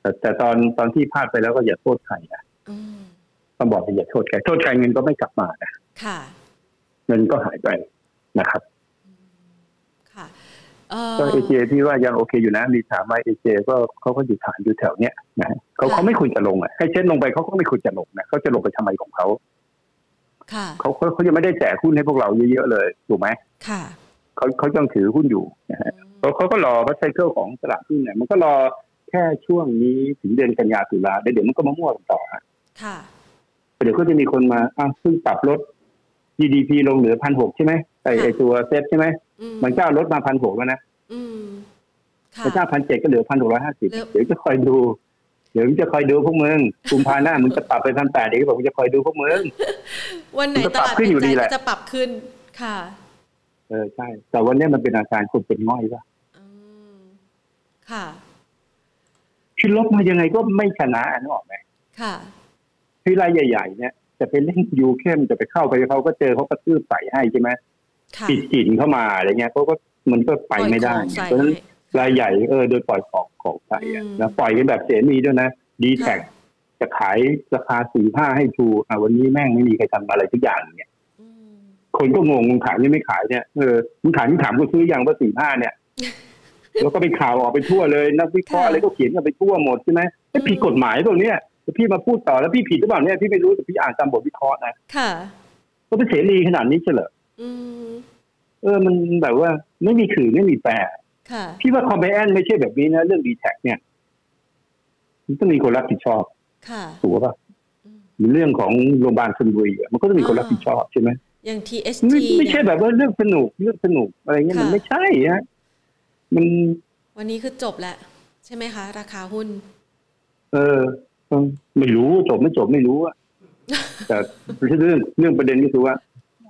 [SPEAKER 2] แต่แต่ตอนตอนที่พลาดไปแล้วก็อย่าโทษใครนะ
[SPEAKER 1] อืม
[SPEAKER 2] ต้องบอกว่าอย่าโทษใครโทษใครเงินก็ไม่กลับมานะ
[SPEAKER 1] ค่ะ
[SPEAKER 2] เงินก็หายไปนะครับ
[SPEAKER 1] ค่ะ เอ่อ
[SPEAKER 2] ก็เอเจพี่ว่ายังโอเคอยู่นะ มีถามว่าเอเจก็เขาก็อยู่ฐานอยู่แถวเนี้ยนะฮะเขา
[SPEAKER 1] ค่ะ
[SPEAKER 2] เขาไม่ควรจะลงอ่ะให้เช็ดลงไปเขาก็ไม่ควรจะลงนะเขาจะลงไปทำไมของเขา
[SPEAKER 1] ค่ะ
[SPEAKER 2] เขาเขาเขายังไม่ได้แจกหุ้นให้พวกเราเยอะๆเลยถูกไหม
[SPEAKER 1] ค่ะ
[SPEAKER 2] เขาเขายังถือหุ้นอยู่นะฮะ
[SPEAKER 1] อืม
[SPEAKER 2] เขาเขาก็รอพัฒไซเคิลของตลาดหุ้นเนี่ยมันก็รอแค่ช่วงนี้ถึงเดือนกันยาตุลาแล้วเดี๋ยวมันก็มามั่วกันต่อฮะ
[SPEAKER 1] ค่ะ
[SPEAKER 2] เดี๋ยวก็จะมีคนมาอ้าวซึ่งปรับลด GDP ลงเหลือพันหกใช่ไหมไอไอตัวเซตใช่ไหม
[SPEAKER 1] อืม
[SPEAKER 2] มันเจ้าลดมาพันหกแล้วนะ
[SPEAKER 1] อืมค่ะ
[SPEAKER 2] พระเจ้าพันเจ็ดก็เหลือพันหกร้อยห้าสิบ
[SPEAKER 1] แล้ว
[SPEAKER 2] เดี๋ยวจะคอยดู เดี๋ยวจะคอยดูพวกมึงกุมภาหน้ามึงจะปรับไปพันแปดเดี๋ยวก็บอกกูจะคอยดูพวกมึง
[SPEAKER 1] วันไหน
[SPEAKER 2] มันก็
[SPEAKER 1] ต
[SPEAKER 2] ปรับ
[SPEAKER 1] ลาด
[SPEAKER 2] ขึ้นอยู่
[SPEAKER 1] ใจ
[SPEAKER 2] ดีแห
[SPEAKER 1] ก็
[SPEAKER 2] ละ
[SPEAKER 1] จะปรับขึ้นค่ะ
[SPEAKER 2] เออใช่ แต่วันเนี้ยมันเป็นอาการคนเป็นง่อยป่ะ
[SPEAKER 1] อืมค่ะ
[SPEAKER 2] คือลบมายังไงก็ไม่ชนะนึกออกไหม
[SPEAKER 1] ค่ะ
[SPEAKER 2] คือรายใหญ่ ๆ เนี่ย จะไปเล่นยูเข้มจะไปเข้าไปเขาก็เจอเขาก็ตื้อใส่ให้ใช่ไหม
[SPEAKER 1] ค่ะ
[SPEAKER 2] ปิดจินเข้ามาอะไรเงี้ยเขาก็มันก็ไปไม่ได้
[SPEAKER 1] ปล่อยของใส่
[SPEAKER 2] ไงเพราะฉะนั้น
[SPEAKER 1] ให้
[SPEAKER 2] รายใหญ่เออโดยปล่อยของของใส่อะ
[SPEAKER 1] อืม
[SPEAKER 2] นะปล่อยกันแบบเสรีด้วยนะดีแท็กจะขายราคาสี่ห้าให้ชูอ่ะวันนี้แม่งไม่มีใครทำอะไรทุกอย่างเนี่ย
[SPEAKER 1] อืม
[SPEAKER 2] คนก็งงมึงขายยังไม่ขายเนี่ยเออมึงขายมึงถามกูซื้อยังว่าสี่ห้า เนี่ย แล้วก็ไปข่าวออกไปทั่วเลยนักวิเคราะห์อะไรก็เขียนกันไปทั่วหมดใช่ไหมไอ้ผิดกฎหมายตัวเนี้ยแล้วพี่มาพูดต่อแล้วพี่ผิดหรือเปล่าเนี่ยพี่ไม่รู้แต่พี่อ่านตามบทวิเคราะห์นะ
[SPEAKER 1] ค่ะ
[SPEAKER 2] ก็เป็นเสรีขนาดนี้เฉลอ
[SPEAKER 1] อืม
[SPEAKER 2] เออมันแบบว่าไม่มีขื่อไม่มีแปร
[SPEAKER 1] ค่ะ
[SPEAKER 2] พี่ว่าคอมเพนไม่ใช่แบบนี้นะเรื่องดีแท็กเนี่ยมันต้องมีคนรับผิดชอบ
[SPEAKER 1] ค่ะ
[SPEAKER 2] ถูกป่ะ
[SPEAKER 1] อืม
[SPEAKER 2] มีเรื่องของโรงพยาบาลชนบุรีอะมันก็ต้องมีคนรับผิดชอบใช่ไหม
[SPEAKER 1] อย่าง THT
[SPEAKER 2] ไม่ไม่
[SPEAKER 1] เนี่
[SPEAKER 2] ใช่
[SPEAKER 1] ย
[SPEAKER 2] แบบว่าเรื่องสนุกเรื่องสนุกอะไรเงี้ย
[SPEAKER 1] ค่ะ
[SPEAKER 2] มันไม่ใช่ฮะมัน
[SPEAKER 1] วันนี้คือจบแล้ว ใช่ไหมคะ ราคาหุ้น
[SPEAKER 2] เออไม่รู้จบไม่จบไม่ รู้อะ แต่เรื่องเรื่องประเด็นก็คือว่า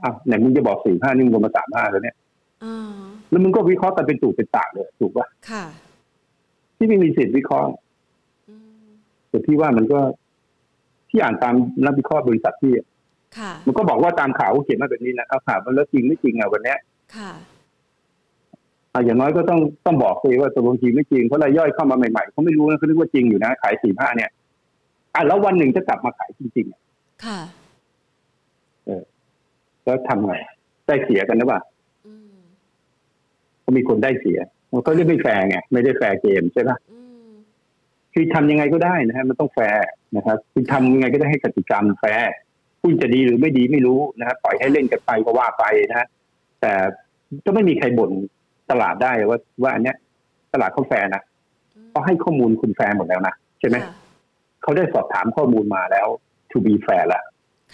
[SPEAKER 2] อ่ะไหนมึงจะบอกสี่ห้านี่มึงลงมาสามห้าแล้วเนี่ย
[SPEAKER 1] อ่า
[SPEAKER 2] แล้วมึงก็วิเคราะห์แต่เป็นตูเป็นตากเลย ถูกป่ะ
[SPEAKER 1] ค่ะ
[SPEAKER 2] ที่ไม่มีสิทธิ์วิเคราะห์
[SPEAKER 1] อืม
[SPEAKER 2] แต่พี่ว่ามันก็ ที่อ่านตามนักวิเคราะห์บริษัทที่อะ
[SPEAKER 1] ค่ะ
[SPEAKER 2] มันก็บอกว่าตามข่าวเขาเขียนมาแบบนี้นะเอาข่าวมันแล้วจริงไม่จริงอ่ะวันเนี้ย
[SPEAKER 1] ค่ะ
[SPEAKER 2] อ่ะอย่างน้อยก็ต้องต้องบอกเลยว่าตกลงจริงไม่จริงเพราะรายย่อยเข้ามาใหม่ๆเขาไม่รู้นะเขาคิดว่าจริงอยู่นะขายสี่ห้าเนี่ยอ่ะแล้ววันหนึ่งจะกลับมาขายจริงๆอะ
[SPEAKER 1] ค่ะ
[SPEAKER 2] แล้วทำไงได้เสียกันหรือเปล่า
[SPEAKER 1] อืม
[SPEAKER 2] ก็มีคนได้เสีย มันก็เรียกไม่แฟร์ไง ไม่ได้แฟร์เกมใช่ปะ
[SPEAKER 1] อืม
[SPEAKER 2] คือทำยังไงก็ได้นะฮะ มันต้องแฟร์นะครับคือทำยังไงก็ได้ให้กติกามันแฟร์คุณจะดีหรือไม่ดีไม่รู้นะครับปล่อยให้เล่นกันไปก็ว่าไปนะฮะ แต่ก็ไม่มีใครบ่นตลาดได้ว่าว่าอันเนี้ย ตลาดเขาแฟร์นะเขาให้ข้อมูลคุณแฟร์หมดแล้วนะใช่ไหม
[SPEAKER 1] ค่ะ
[SPEAKER 2] เขาได้สอบถามข้อมูลมาแล้ว to be fair ละ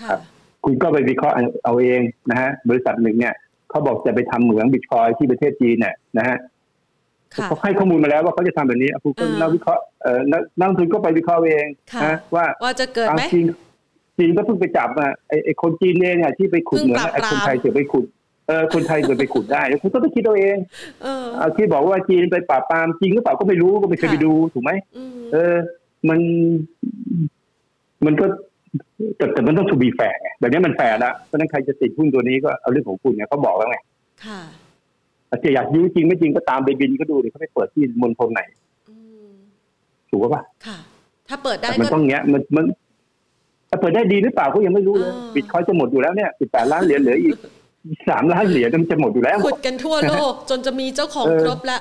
[SPEAKER 1] ค่ะ
[SPEAKER 2] ครับ คุณก็ไปวิเคราะห์เอาเองนะฮะ บริษัทหนึ่งเนี่ยเขาบอกจะไปทำเหมืองบิตคอยที่ประเทศจีนเนี่ยนะฮะ
[SPEAKER 1] ค่ะ
[SPEAKER 2] เขาให้ข้อมูลมาแล้วว่าเขาจะทำแบบนี้อ่ะคุณก็
[SPEAKER 1] อ่านั
[SPEAKER 2] นักวิเคราะห์เอ่อนักนักลงทุนก็ไปวิเคราะห์เอง
[SPEAKER 1] ค่ะ
[SPEAKER 2] นะว่า
[SPEAKER 1] ว่าจะเกิดไหม
[SPEAKER 2] เอาจีนจีนก็เพิ่งไปจับมาไอ้ไอ้คนจีนเองเนี่ยที่ไปขุด
[SPEAKER 1] เพิ่
[SPEAKER 2] เห
[SPEAKER 1] ง
[SPEAKER 2] มือง
[SPEAKER 1] ปราบ
[SPEAKER 2] ไอ้คน
[SPEAKER 1] ปราม
[SPEAKER 2] ไทยเสือไปขุดเออคนไทยเสือไปขุดได้แล้วคุณก็ต้องคิดเอาเอง
[SPEAKER 1] เออ
[SPEAKER 2] เอาที่บอกว่าจีนไปปราบปรามจริงหรือเปล่าก็ไม่รู้ก็ไม่เคย
[SPEAKER 1] ค่ะ
[SPEAKER 2] ไปดูถูกไหม
[SPEAKER 1] อืม
[SPEAKER 2] เออ มัน มันก็แต่แต่มันต้องทูบีแฟร์ไงแบบนี้มันแฟร์ละเพราะฉะนั้นใครจะติดหุ้นตัวนี้ก็เอาเรื่องของคุณเนี่ยเขาบอกแล้วไง
[SPEAKER 1] ค่ะ
[SPEAKER 2] อาจจะอยากยื้อจริงไม่จริงก็ตามไปบินก็ดูดิเขาไปเปิดที่มณฑลไหน
[SPEAKER 1] อืม
[SPEAKER 2] ถูกปะ
[SPEAKER 1] ค่ะ ถ้าเปิดได้
[SPEAKER 2] แต่มัน
[SPEAKER 1] ก็
[SPEAKER 2] ต้องเงี้ยมันมันจะเปิดได้ดีหรือเปล่าก็ยังไม่รู้เลย
[SPEAKER 1] อ่า
[SPEAKER 2] บิตคอยน์จะหมดอยู่แล้วเนี่ยสิบแปดล้านเหรียญเหลืออีกสามล้านเหรียญมันจะหมดอยู่แล้ว
[SPEAKER 1] ขุดกันทั่วโลก จนจะมีเจ้าของ
[SPEAKER 2] เออ
[SPEAKER 1] ครบละ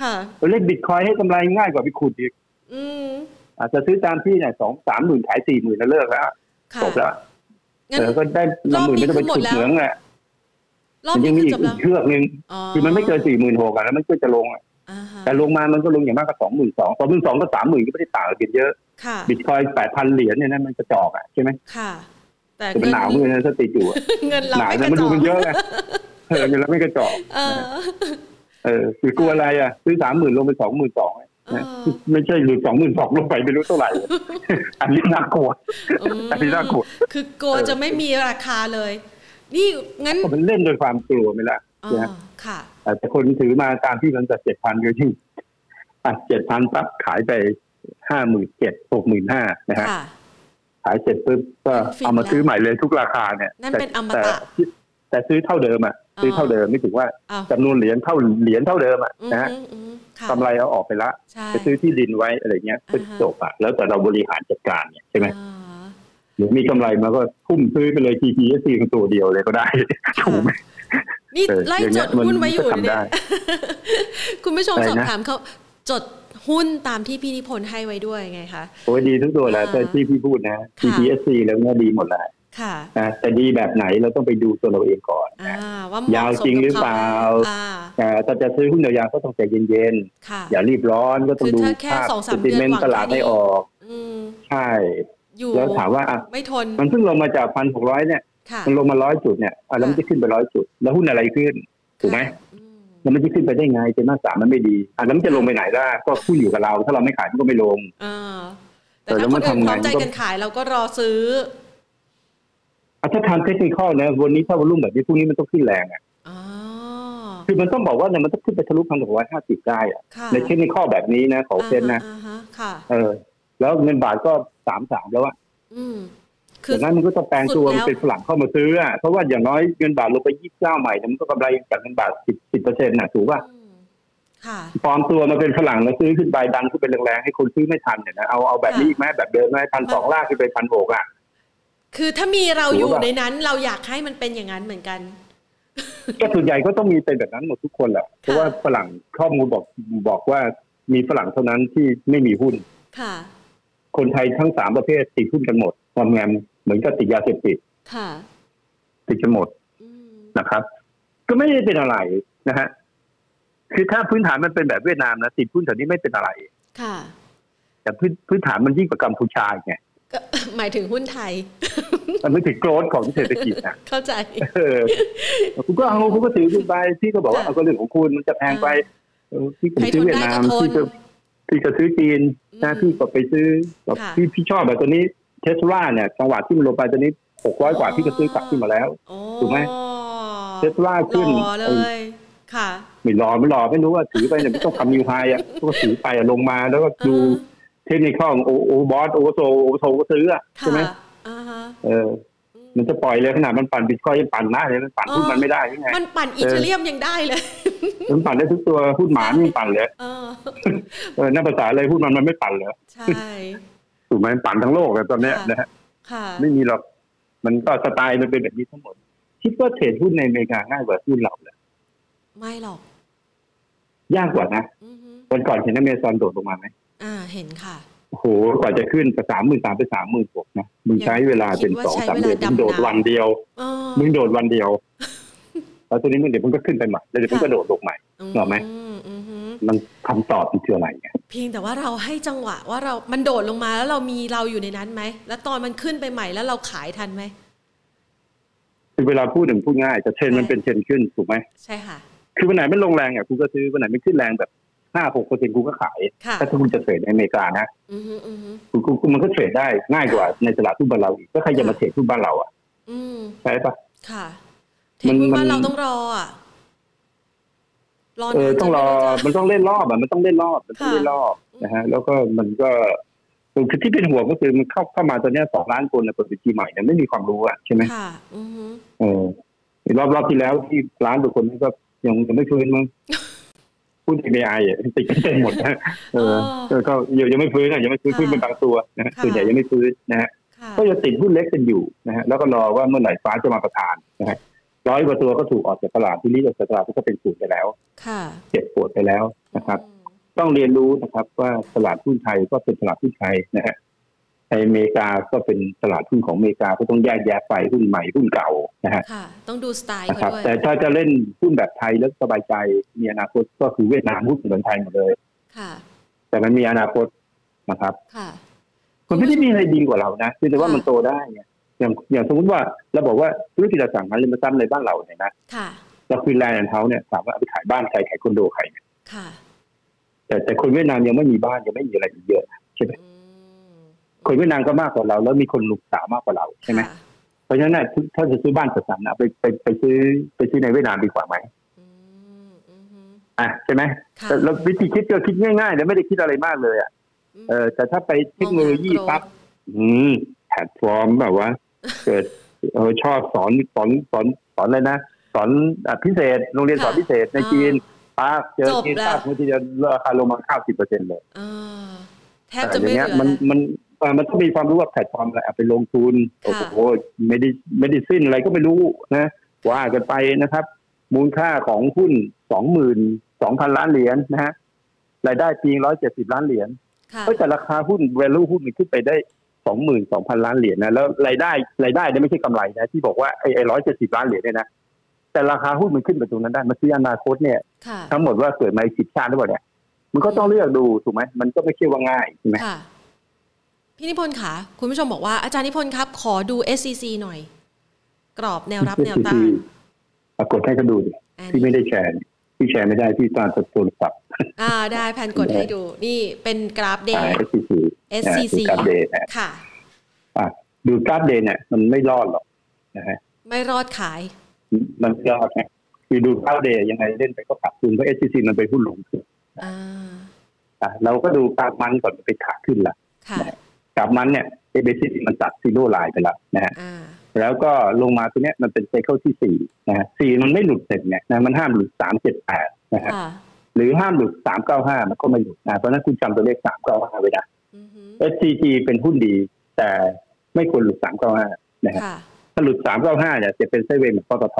[SPEAKER 1] ค่ะ
[SPEAKER 2] เล่นบิตคอยน์ให้กำไรง่ายกว่าไปขุดอีก
[SPEAKER 1] อืม
[SPEAKER 2] อาจจะซื้อตามที่เนี่ยสองสามหมื่นขายสี่หมื่นแล้วเลิกแล้ว
[SPEAKER 1] ค่ะ
[SPEAKER 2] จบแล้ว
[SPEAKER 1] งั้น
[SPEAKER 2] เออก็ได้
[SPEAKER 1] รอบ
[SPEAKER 2] นำหมื่น
[SPEAKER 1] นี้
[SPEAKER 2] ไม่ต้องไปขุด
[SPEAKER 1] คือหมดแล้ว
[SPEAKER 2] เหมืองอ่ะ
[SPEAKER 1] รอบ
[SPEAKER 2] ยั
[SPEAKER 1] นี้
[SPEAKER 2] งมี
[SPEAKER 1] คือ
[SPEAKER 2] อีก
[SPEAKER 1] จบแล้ว
[SPEAKER 2] เชือกหนึ่งคือมันไม่เกินสี่หมื่นหกอ่ะแล้วมันก็จะลงอะ
[SPEAKER 1] อ่าฮะ
[SPEAKER 2] แต่ลงมามันก็ลงอย่างมากก็สองหมื่นสองสองหมื่นสองก็สามหมื่นก็ไม่ได้ต่างกันเยอะ
[SPEAKER 1] ค่ะ
[SPEAKER 2] บิตคอยแปดพันเหรียญเนี่ยนะมันกระจอกอ่ะใช่ไหม
[SPEAKER 1] ค่ะ แต่
[SPEAKER 2] แต่มันหนาวมือนะถ้าติดอยู่อะ
[SPEAKER 1] เงินเรา
[SPEAKER 2] หนา
[SPEAKER 1] ไม่กระ
[SPEAKER 2] แต่มัน
[SPEAKER 1] จ
[SPEAKER 2] ดู
[SPEAKER 1] อ
[SPEAKER 2] มัน
[SPEAKER 1] ก
[SPEAKER 2] เย อะไงเออเงินเราไม่กระจอก
[SPEAKER 1] เออ
[SPEAKER 2] เออคือกลัวอะไรอ่ะ ซื้อสามหมื่นลงไปสองหมื่นสอง
[SPEAKER 1] เออ
[SPEAKER 2] ไม่ใช่หรือสองหมื่นสองลงไปไม่รู้เท่าไหร่ อันนี้น่ากลัว
[SPEAKER 1] อืม
[SPEAKER 2] อันนี้น่ากลัว
[SPEAKER 1] คือโกลัว
[SPEAKER 2] เออ
[SPEAKER 1] จะไม่มีราคาเลย นี่งั้น
[SPEAKER 2] มันเล่นโดวยความกลัวไหมล่ะ
[SPEAKER 1] อ๋อ
[SPEAKER 2] นะฮะ
[SPEAKER 1] ค่ะ
[SPEAKER 2] แต่คนถือมาตามที่มันจะเจ็ดพันก็ยิ่งอ่ะเจ็ดพันปั๊บขายไปห้าหมื่นเจ็ดหกหมื่นห้านะฮะ
[SPEAKER 1] ค่ะ
[SPEAKER 2] ขายเสร็จปุ๊บก็เอามาซื้อใหม่เลยทุกราคาเนี่ย
[SPEAKER 1] นั่นเป็นอม
[SPEAKER 2] แต่
[SPEAKER 1] ตะ
[SPEAKER 2] แต่แต่ซื้อเท่าเดิมอ่ะซื้อเท่าเดิมไม่ถึงว่า
[SPEAKER 1] อ้าว
[SPEAKER 2] จำนวนเหรียญเท่าเหรียญเท่าเดิมอ่ะ
[SPEAKER 1] อืม
[SPEAKER 2] นะฮะ
[SPEAKER 1] อืมอืมค่ะ
[SPEAKER 2] กำไรเอาออกไปละ
[SPEAKER 1] ใช่
[SPEAKER 2] ไปซื้อที่ดินไว้อะไรเงี้ยก็
[SPEAKER 1] อ่าฮะ
[SPEAKER 2] จบอะแล้วแต่เราบริหารจัดการเนี่ยใช่ไหม
[SPEAKER 1] อ่า
[SPEAKER 2] หรือมีกำไรมาก็ทุ่มซื้อไปเลยทีทีสี่ตัวเดียวเลยก็ได้
[SPEAKER 1] ค่ะ
[SPEAKER 2] ถูกไหม
[SPEAKER 1] นี่
[SPEAKER 2] เออ
[SPEAKER 1] ไล่
[SPEAKER 2] อย่าง
[SPEAKER 1] จ
[SPEAKER 2] เงี้ย
[SPEAKER 1] ด
[SPEAKER 2] มัน
[SPEAKER 1] หุ้นไว้อยู่
[SPEAKER 2] ก็ทำ
[SPEAKER 1] เนี่
[SPEAKER 2] ได้
[SPEAKER 1] ย คุณผู้ชม
[SPEAKER 2] อะไร
[SPEAKER 1] ส
[SPEAKER 2] นะ
[SPEAKER 1] อบถามเขาจดหุ้นตามที่พี่นิพนธ์ให้ไว้ด้วยไงคะ
[SPEAKER 2] โอ้ยดีทุกตัวแหละ
[SPEAKER 1] ค่ะ
[SPEAKER 2] แต่ที่พี่พูดนะ
[SPEAKER 1] ค่ะ
[SPEAKER 2] TPSC แล้วเนี่ยดีหมดแหละ
[SPEAKER 1] ค่ะ
[SPEAKER 2] นะแต่ดีแบบไหนเราต้องไปดูตัวเราเองก่อน
[SPEAKER 1] อ่า ว่าเหมะสม
[SPEAKER 2] ยาวจริงหรือเปล่า
[SPEAKER 1] กับเขไหมอ่า
[SPEAKER 2] อ่าถ้าจะซื้อหุ้นยาวๆก็ต้องใจเย็น
[SPEAKER 1] ค่ะ
[SPEAKER 2] ๆอย่ารีบร้อนก็ต้อง
[SPEAKER 1] คือ
[SPEAKER 2] ดู
[SPEAKER 1] ถ้าแค่
[SPEAKER 2] ภาพ
[SPEAKER 1] สองสาม
[SPEAKER 2] เซนติเมน
[SPEAKER 1] เดือนหวั
[SPEAKER 2] ต์
[SPEAKER 1] ง
[SPEAKER 2] ตลาด
[SPEAKER 1] แค่นี้
[SPEAKER 2] ไม่ออก
[SPEAKER 1] อืม
[SPEAKER 2] ใช่
[SPEAKER 1] อยู่
[SPEAKER 2] แล้วถามว่าอ่ะ
[SPEAKER 1] ไม่ทน
[SPEAKER 2] มันเพิ่งลงมาจากพันหกร้อยเนี่ย
[SPEAKER 1] ค่ะ
[SPEAKER 2] มันลงมาร้อยจุดเนี่ยอ่ะแล้วมันจะขึ้นไปร้อยจุด แล้วหุ้นอะไรขึ้น ถูกไหม
[SPEAKER 1] ค่ะอืม
[SPEAKER 2] แล้วมันจะขึ้นไปได้ไงเป็นหน้าสามมันไม่ดีอ่ะแล้วมันจะลงไปไหนล่ะก็หุ้นอยู่กับเรา ถ้าเราไม่ขายมันก็ไม่ลง
[SPEAKER 1] อ่าแต่
[SPEAKER 2] แต่แล้
[SPEAKER 1] ถ้าว คน
[SPEAKER 2] มัน
[SPEAKER 1] อื่น
[SPEAKER 2] ทำ
[SPEAKER 1] พร้อ
[SPEAKER 2] ไง
[SPEAKER 1] มใจ
[SPEAKER 2] มันก็
[SPEAKER 1] กันขายเราก็รอซื้อ
[SPEAKER 2] อ่ะถ้าทำเทคนิคอลนะวันนี้ถ้าวอลุ่มแบบนี้พรุ่งนี้มันต้องขึ้นแรงอ่ะ
[SPEAKER 1] อ๋อ
[SPEAKER 2] คือมันต้องบอกว่าเนี่ยมันต้องขึ้นไปทะลุพันหกร้อยห้าสิบได้อ่ะ
[SPEAKER 1] ค่ะ
[SPEAKER 2] ในเทคนิคอลแบบนี้นะของเซนนะ
[SPEAKER 1] อ่าฮอ่าฮค่ะ
[SPEAKER 2] เออ แล้วเงินบาทก็สามสามแล้วอ่ะ
[SPEAKER 1] อืม คือ
[SPEAKER 2] จากนั้นมันก็จะแปลงตัว
[SPEAKER 1] สุดแล้ว
[SPEAKER 2] มันเป็นฝรั่งเข้ามาซื้ออะเพราะว่าอย่างน้อยเงินบาทลงไปยี่สิบเจ้าใหม่เนี่ยมันก็กำไรจากเงินบาทสิบสิบเปอร์เซ็นต์นะถูกป่ะ
[SPEAKER 1] อืมค่ะ
[SPEAKER 2] ปลอมตัวมาเป็นฝรั่งแล้วซื้อขึ้นไปดันขึ้นไปแรงๆให้คนซื้อไม่ทันเนี่ยนะเอาเอาแบบนี้อีกไหมแบบเดิมไหมพันสองล่ากขึ้นไปพันหกอ่ะ
[SPEAKER 1] คือถ้ามีเรา
[SPEAKER 2] หรือออยู่ ว่า
[SPEAKER 1] ในนั้นเราอยากให้มันเป็นอย่างนั้นเหมือนกัน
[SPEAKER 2] ก็ส่วนใหญ่ก็ต้องมีเป็นแบบนั้นหมดทุกคนแหละเพราะว่าฝรั่งข้อมูลบอกบอกว่ามีฝรั่งเท่านั้นที่ไม่มีหุ้น
[SPEAKER 1] ค่ะ
[SPEAKER 2] คนไทยทั้งสามประเภทติดหุ้นกันหมดงอมแงมเหมือนกับติดยาเสพติด
[SPEAKER 1] ค่ะ
[SPEAKER 2] ติดกันหมด
[SPEAKER 1] อืม
[SPEAKER 2] นะครับก็ไม่ได้เป็นอะไรนะฮะคือถ้าพื้นฐานมันเป็นแบบเวียดนามนะติดหุ้นแถวนี้ไม่เป็นอะไร
[SPEAKER 1] ค่ะ
[SPEAKER 2] แต่พื้นพื้นฐานมันยิ่งกว่ากัมพูชาไง
[SPEAKER 1] ก็ หมายถึงหุ้นไทย
[SPEAKER 2] มันไม่ถึงโกรธของเศรษฐกิจนะ
[SPEAKER 1] เข้าใจ
[SPEAKER 2] เออคุณก็เอาคุณก็ถือคุณไปพี่ก็บอกว่า
[SPEAKER 1] ค่ะ
[SPEAKER 2] เอาก็เรื่องของคุณมันจะแพงไปเออพี่ก็ไปซื้อเวียดนาม
[SPEAKER 1] ใครทน
[SPEAKER 2] พี่
[SPEAKER 1] ได้ก็
[SPEAKER 2] จะ
[SPEAKER 1] ทน
[SPEAKER 2] พี่จะซื้อจีนนะ
[SPEAKER 1] อืม
[SPEAKER 2] พี่ก็ไปซื้อแบบ
[SPEAKER 1] ค่ะ
[SPEAKER 2] พี่พี่ชอบแบบตัวนี้เทสลาเนี่ยจังหวะที่มันลงไปตอนนี้หกร้อยกว่าพี่ก็ซื้อกลับขึ้นมาแล้ว
[SPEAKER 1] โอ้
[SPEAKER 2] ถูกไหม เทสลาร ขึ้น
[SPEAKER 1] อเลย ค่ะ
[SPEAKER 2] ไม่รอไม่รอไม่รู้ว่าถือไปเนี่ยไม่ต้องทำนิวไฮอ่ะก็ถือไปอะลงมาแล้วก็ดู
[SPEAKER 1] อ่าฮะ
[SPEAKER 2] เทคนิคของโอโอบอสโอโซโอโซก็ซื้ออะ
[SPEAKER 1] ค่ะ
[SPEAKER 2] ใช่ไหม
[SPEAKER 1] อ่าฮะ
[SPEAKER 2] เออ
[SPEAKER 1] อืม
[SPEAKER 2] มันจะปล่อยเลยขนาดมันปั่นบิตคอยยังปั่นได้เลยมันปั่นหุ้นมันไม่ได้ยังไง
[SPEAKER 1] มันปั่น
[SPEAKER 2] เออ
[SPEAKER 1] อี
[SPEAKER 2] อี
[SPEAKER 1] เทเรียมยังได้เลย
[SPEAKER 2] มันปั่นได้ทุกตัวหุ้นหมามันยังปั่นเลย
[SPEAKER 1] เออ
[SPEAKER 2] เออน่าภาษาอะไรหุ้นมันมันไม่ปั่นเลย
[SPEAKER 1] ใช่
[SPEAKER 2] ถูกไหมปั่นทั้งโลกเลยตอนเนี้ย
[SPEAKER 1] ค่ะ
[SPEAKER 2] นะฮะ
[SPEAKER 1] ค่ะ
[SPEAKER 2] ไม่มีหรอกมันก็สไตล์มันเป็นแบบนี้ทั้งหมดคิดว่าเทรดหุ้นในอเมริกาง่ายกว่าหุ้นเราเลย
[SPEAKER 1] ไม่หรอก
[SPEAKER 2] ยากกว่านะ
[SPEAKER 1] อือฮึ
[SPEAKER 2] วันก่อนเห็นอเมซอนโดดลงมาไหม
[SPEAKER 1] อ่า เห็นค่ะ
[SPEAKER 2] โอ้โห กว่าจะขึ้นจากสามหมื่นสามไปสามหมื่นหกนะ มึงใช้เวลาเป็น
[SPEAKER 1] คิดว่า
[SPEAKER 2] สองสาม
[SPEAKER 1] ใช้เวลา
[SPEAKER 2] เดือนมึงโดด
[SPEAKER 1] ดำน้ำ
[SPEAKER 2] วันเดียว
[SPEAKER 1] เออ
[SPEAKER 2] มึงโดดวันเดียว แล้วทีนี้มึงเดี๋ยวมึงก็ขึ้นไปใหม่ แล้วเดี๋ยวมึง
[SPEAKER 1] ค่ะ
[SPEAKER 2] ก็โดดลงใหม่ หรอไหม
[SPEAKER 1] มอือฮึ
[SPEAKER 2] มันคำตอบมันคืออะไรไง
[SPEAKER 1] เพียงแต่ว่าเราให้จังหวะว่าเรา มันโดดลงมาแล้วเรามีเราอยู่ในนั้นไหม แล้วตอนมันขึ้นไปใหม่แล้วเราขายทันไหม
[SPEAKER 2] คือเวลาพูดถึงพูดง่าย แต่เทรนด์มันเป็นเทรนด์ขึ้นถูกไหม
[SPEAKER 1] ใช่ค่ะ
[SPEAKER 2] คือวันไหนมันลงแรงอ่ะกูก็ซื้อ วันไหนมันขึ้นแรงแบบห้าหกเปอร์เซ็นต์กูก็ขาย
[SPEAKER 1] ค่ะ
[SPEAKER 2] ถ้าคุณจะเทรดในอเมริกานะ
[SPEAKER 1] อือฮึอือฮึ
[SPEAKER 2] กูกูกูมันก็เทรดได้ง่ายกว่าในตลาดทุนบ้านเราอีกก็ใครจะมาเทรดทุนบ้านเราอ่ะ
[SPEAKER 1] อืม
[SPEAKER 2] ใช่ปะ
[SPEAKER 1] ค่ะเท
[SPEAKER 2] มั
[SPEAKER 1] คน นิคว่า
[SPEAKER 2] มัน
[SPEAKER 1] เราต้องรออ่ะ รอ
[SPEAKER 2] เออ
[SPEAKER 1] นาจน
[SPEAKER 2] ต้องรอ
[SPEAKER 1] ไม่จะ
[SPEAKER 2] มันต้องเล่นรอบอ่ะ มันต้องเล่นรอบ มันต้องเล่นรอบ
[SPEAKER 1] ค่ะ
[SPEAKER 2] นะฮะ แล้วก็มันก็คือที่เป็นห่วงก็คือมันเข้าเข้ามาตอนเนี้ยสองล้านคนในเปิดบัญชีใหม่เนี่ยไม่มีความรู้อ่ะใช่ไหม
[SPEAKER 1] ค่ะ อือฮึ
[SPEAKER 2] เออรอบรอบที่แล้วที่ล้านกว่าคนนี่ก็ยังยังไม่ฟื้นมั้งพูดถึงไออ่ะติดกันเต็มหมดนะเออเออก็ยังยังไม่ฟื้นอ่ะยังไม่ฟื้นฟื้นเป็นบางตัวนะฮะส่วนใหญ่ยังไม่ฟื้นนะฮะ
[SPEAKER 1] ค่ะ
[SPEAKER 2] ก็ยังติดหุ้นเล็กกันอยู่นะฮะแล้วก็รอว่าเมื่อไหร่ฟ้าจะมาประทานนะฮะร้อยกว่าตัวก็ถูกออกจากตลาดที่นี้ออกจากตลาดก็เป็นศูนย์ไปแล้ว
[SPEAKER 1] ค่ะ
[SPEAKER 2] เจ็บปวดไปแล้วนะครับ ต้องเรียนรู้นะครับว่าตลาดหุ้นไทยก็เป็นตลาดหุ้นไทยนะฮะในอเมริกาก็เป็นตลาดหุ้นของอเมริกาก็ต้องแยกแยะไปหุ้นใหม่หุ้นเก่านะฮะ
[SPEAKER 1] ค่ะ ต้องดูสไตล์
[SPEAKER 2] นะ
[SPEAKER 1] เขา
[SPEAKER 2] ครับ
[SPEAKER 1] ด้วย
[SPEAKER 2] แต่ถ้าจะเล่นหุ้นแบบไทยแล้วสบายใจมีอนาคตก็คือเวียดนามหุ้นเหมือนไทยหมดเลย
[SPEAKER 1] ค่ะ
[SPEAKER 2] แต่มันมีอนาคตนะครับ
[SPEAKER 1] ค่ะ
[SPEAKER 2] มันไม่ได้มีอะไรดีกว่าเรานะคือแต่ว่า
[SPEAKER 1] ค่ะ
[SPEAKER 2] มันโตได้ไงอย่างอย่างสมมติว่าเราบอกว่าธุรกิจอสังหาริมทรัพย์ในบ้านเราเนี่ยนะ
[SPEAKER 1] ค่ะ
[SPEAKER 2] เราคือแลนด์เฮาเนี่ยถามว่าเอาไปขายบ้านใครขายคอนโดใครเนี่ย
[SPEAKER 1] ค่ะ
[SPEAKER 2] แต่แต่คนเวียดนามยังไม่มีบ้านยังไม่มีอะไรอีกเยอะ
[SPEAKER 1] อืม
[SPEAKER 2] คนเวียดนามก็มากกว่าเรา แล้วมีคนหลุกสาวมากกว่าเราใช่ไหม
[SPEAKER 1] ค่ะ
[SPEAKER 2] เพราะฉะนั้นน่ะถ้าถ้าจะซื้อบ้านจัดสรรนะไปไปไปซื้อไปซื้อในเวียดนามดีกว่าไหม
[SPEAKER 1] อืมอือฮึ
[SPEAKER 2] อ่ะใช่ไหม
[SPEAKER 1] ค่ะ
[SPEAKER 2] แล้วแล้ววิธีคิดก็คิดง่ายๆเลยไม่ได้คิดอะไรมากเลยอ่ะ
[SPEAKER 1] อืม
[SPEAKER 2] เออแต่ถ้าไปเทคโนโลยีปั๊บอืมแพลตฟอร์มแบบ ว่า เกิดเออชอบสอนสอนสอนสอนอะไรนะสอนอ่ะพิเศษโรงเรียน
[SPEAKER 1] ค่ะ
[SPEAKER 2] สอนพิเศษในจีนปั๊บเจอ
[SPEAKER 1] จบ
[SPEAKER 2] จีน
[SPEAKER 1] แล้ว
[SPEAKER 2] ปั๊บเมื่อทีเดียวราคาลงมาเก้าสิบเปอร์เซ็นต์เลย
[SPEAKER 1] อ่าแทบจะไม่เห
[SPEAKER 2] ย่างงี้ย
[SPEAKER 1] ลือแล้ว
[SPEAKER 2] มันมันเอ่อมันต้องมีความรู้ว่าแพลตฟอร์มอะไรเอาไปลงทุน
[SPEAKER 1] ค่ะ
[SPEAKER 2] โอ้โหไม่ได้ไม่ได้สิ้นอะไรก็ไม่รู้นะว่ากันไปนะครับ มูลค่าของหุ้นสองหมื่นสองพันล้านเหรียญนะฮะรายได้ปีร้อยเจ็ดสิบล้านเหรียญ
[SPEAKER 1] ค่ะ
[SPEAKER 2] ก็แต่ราคาหุ้น value หุ้นมันขึ้นไปได้สองหมื่นสองพันล้านเหรียญนะแล้วรายได้รายได้เนี่ยไม่ใช่กำไรนะที่บอกว่าไอ้ร้อยเจ็ดสิบล้านเหรียญเนี่ยนะแต่ราคาหุ้นมันขึ้นไปตรงนั้นได้มันซื้ออนาคตเนี่ย
[SPEAKER 1] ค่ะ
[SPEAKER 2] ทั้งหมดว่าเกิดมาสิบชาติหรือเปล่าเนี่ย มันก็ต้องเลือกดูถูกไหมมันก็ไม่ใช่ว่าง่ายใช่ไหม
[SPEAKER 1] ค่ะพี่นิพนธ์ค่ะ คุณผู้ชมบอกว่าอาจารย์นิพนธ์ครับ ขอดู SCC หน่อย กรอบแนวรับแนวต้าน
[SPEAKER 2] ปรากฏให้เขาดูดิ
[SPEAKER 1] อัน
[SPEAKER 2] ที่ไม่
[SPEAKER 1] นี้
[SPEAKER 2] ได้แชร์เนี่ยที่แชร์ไม่ได้ที่ตามสตูนสับ
[SPEAKER 1] อ่าได้แผ่นกดให้ดู นี่เป็นกราฟเด
[SPEAKER 2] สาย
[SPEAKER 1] ย์
[SPEAKER 2] SCC นะฮะ
[SPEAKER 1] SCC
[SPEAKER 2] ดูกราฟเดย์นะฮะ
[SPEAKER 1] ค่ะ
[SPEAKER 2] ดูกราฟเดย์เนี่ยมันไม่รอดหรอกนะฮะ
[SPEAKER 1] ไม่รอดขาย
[SPEAKER 2] มันไม่รอดนะคือดูกราฟเดย์ยังไงเล่นไปก็ขาดทุนเพราะ SCC มันไปนหุ้นลงทุน
[SPEAKER 1] อ่า
[SPEAKER 2] อ่ะเราก็ดูกราฟมันก่อนมันไปขาขึ้นละ
[SPEAKER 1] ค่ะ
[SPEAKER 2] กราฟมันเนี่ย SCC มันตัดซีโร่ไลน์ไปแล้วนะฮะ
[SPEAKER 1] อ่า
[SPEAKER 2] แล้วก็ลงมาตัวเนี้ยมันเป็นไซเคิลที่สี่นะฮะสี่มันไม่หลุดเสร็จเนี่ยนะมันห้ามหลุดสามเจ็ดแปดนะฮะ
[SPEAKER 1] ค่ะ
[SPEAKER 2] หรือห้ามหลุดสามเก้าห้ามันก็ไม่หลุดนะเพราะฉะนั้นคุณจำตัวเลขสามเก้าห้าไว้นะ
[SPEAKER 1] อือหือ
[SPEAKER 2] SCG เป็นหุ้นดี แต่ไม่ควรหลุดสามเก้าห้านะฮะ
[SPEAKER 1] ค่ะ
[SPEAKER 2] ถ้าหลุดสามเก้าห้าเนี่ยจะเป็นไซด์เวย์เหมือนปตท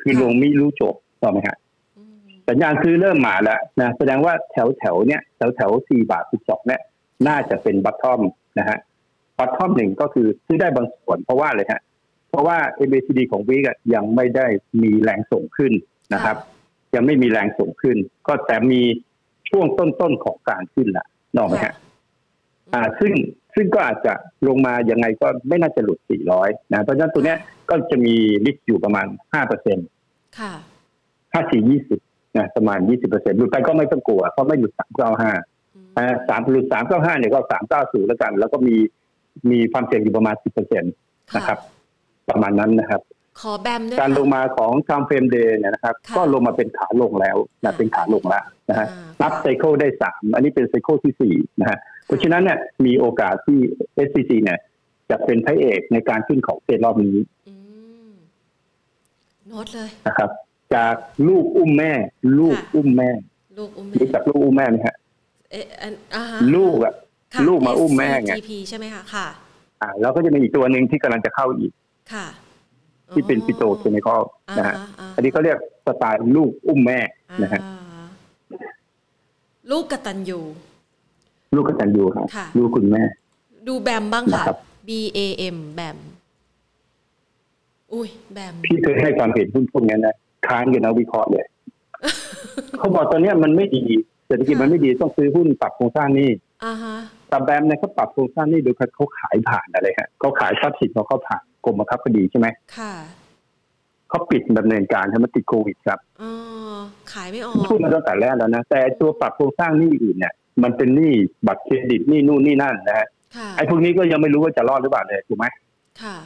[SPEAKER 2] คือ
[SPEAKER 1] ค่ะ
[SPEAKER 2] ลงไม่รู้จบถูกไหมฮะ
[SPEAKER 1] อืม
[SPEAKER 2] สัญญาณคือเริ่มมาแล้วนะแสดงว่าแถวแถวๆเนี่ยแถวแถวสี่บาทสิบสองเนี่ยน่าจะเป็นบัตทอมนะฮะบัตทอมหนึ่งก็คือซื้อได้บางส่วนเพราะว่าเลยฮะ เพราะว่า MACD ของวิกยังไม่ได้มีแรงส่งขึ้นนะครับ ยังไม่มีแรงส่งขึ้น ก็แต่มีช่วงต้นๆของการขึ้นละนกออกไหม
[SPEAKER 1] ค่ะ
[SPEAKER 2] ฮะอ่า ซึ่งซึ่งก็อาจจะลงมายังไงก็ไม่น่าจะหลุด 400 นะ เพราะฉะนั้นตัวเนี้ยก็จะมีลิสต์อยู่ประมาณ 5%
[SPEAKER 1] ค่ะ
[SPEAKER 2] 54 20นะประมาณ 20%หลุดไปก็ไม่ต้องกลัว เพราะไม่หลุด
[SPEAKER 1] อ
[SPEAKER 2] 395
[SPEAKER 1] ืม
[SPEAKER 2] อ่าสามหลุดสามเก้าห้าเนี่ยก็สามเก้าศูนย์แล้วกัน แล้วก็มีมีความเสี่ยงอยู่ประมาณสิบเปอร์เซ็นต์นะครับ ประมาณนั้นนะครับ
[SPEAKER 1] ขอแบมด้วย
[SPEAKER 2] การ
[SPEAKER 1] ค่ะ
[SPEAKER 2] ลงมาของทำเฟรมเดย์เนี่ยนะครับ
[SPEAKER 1] ค่ะ
[SPEAKER 2] ก็ลงมาเป็นขาลงแล้วนะ
[SPEAKER 1] ค่ะ
[SPEAKER 2] เป็นขาลงแล้วนะฮะ
[SPEAKER 1] อ่า
[SPEAKER 2] นับไซเคิลได้สามอันนี้เป็นไซเคิลที่สี่นะฮะเพราะฉะนั้นเนี่ยมีโอกาสที่ SCC เนี่ยจะเป็นพระเอกในการขึ้นของเซตรอบนี้
[SPEAKER 1] อืมโน้ตเลย
[SPEAKER 2] นะครับ จากลูกอุ้มแม่ ลูกอุ้มแม่
[SPEAKER 1] ลูกอุ้ม
[SPEAKER 2] รู้
[SPEAKER 1] แม่
[SPEAKER 2] จักลูกอุ้มแม่ไหมฮะ
[SPEAKER 1] เอะอันอ่าฮะ
[SPEAKER 2] ลูกอ่ะ
[SPEAKER 1] ค่ะ
[SPEAKER 2] ลูกมาอุ้มแม่ไง
[SPEAKER 1] SCGP ใช่ไหมคะค่ะ
[SPEAKER 2] อ่าแล้วก็จะมีอีกตัวหนึ่งที่กำลังจะเข้าอีก
[SPEAKER 1] ค่ะ
[SPEAKER 2] ที่เป็นปิโตรเคมีคอลนะฮะ
[SPEAKER 1] า
[SPEAKER 2] อันนี้เขาเรียกสไตล์ลูกอุ้มแม่
[SPEAKER 1] อ่า
[SPEAKER 2] นะฮะ
[SPEAKER 1] อ่าลูกกตันยู
[SPEAKER 2] ลูกกตันยูครับ
[SPEAKER 1] ค่ะ
[SPEAKER 2] ลูกคุณแม่
[SPEAKER 1] ดูแบมบ้างค่ะ
[SPEAKER 2] นะครับ
[SPEAKER 1] B A M แบม อุ้ยแบม
[SPEAKER 2] พี่เคยให้ความเห็นหุ้นพวกนี้นะค้านกันเอาวิเคราะห์เลย เขาบอกตอนเนี้ยมันไม่ดีเศรษฐกิจ
[SPEAKER 1] ค่ะ
[SPEAKER 2] มันไม่ดีต้องซื้อหุ้นปรับโครงสร้างหนี้
[SPEAKER 1] อ่าฮะ
[SPEAKER 2] แต่แบมเนี่ยเขาปรับโครงสร้างหนี้โดยเขาขายผ่านอะไรฮะเขาขายทรัพย์สินของเขาผ่านกรมบังคับคดีใช่ไหม
[SPEAKER 1] ค่ะ
[SPEAKER 2] เขาปิดดำเนินการใช่ไหมติดโควิดครับ
[SPEAKER 1] อ๋อ ขายไม่ออ
[SPEAKER 2] มัน
[SPEAKER 1] ก
[SPEAKER 2] พูดมาตั้งแต่แรกแล้วนะแต่ไอ้ตัวปรับโครงสร้างหนี้อื่นเนี่ยมันเป็นหนี้บัตรเครดิตหนี้นู่นหนี้นั่นนะฮะ
[SPEAKER 1] ค่ะ
[SPEAKER 2] ไอ้พวกนี้ก็ยังไม่รู้ว่าจะรอดหรือเปล่าเลยถูกไหม
[SPEAKER 1] ค่ะ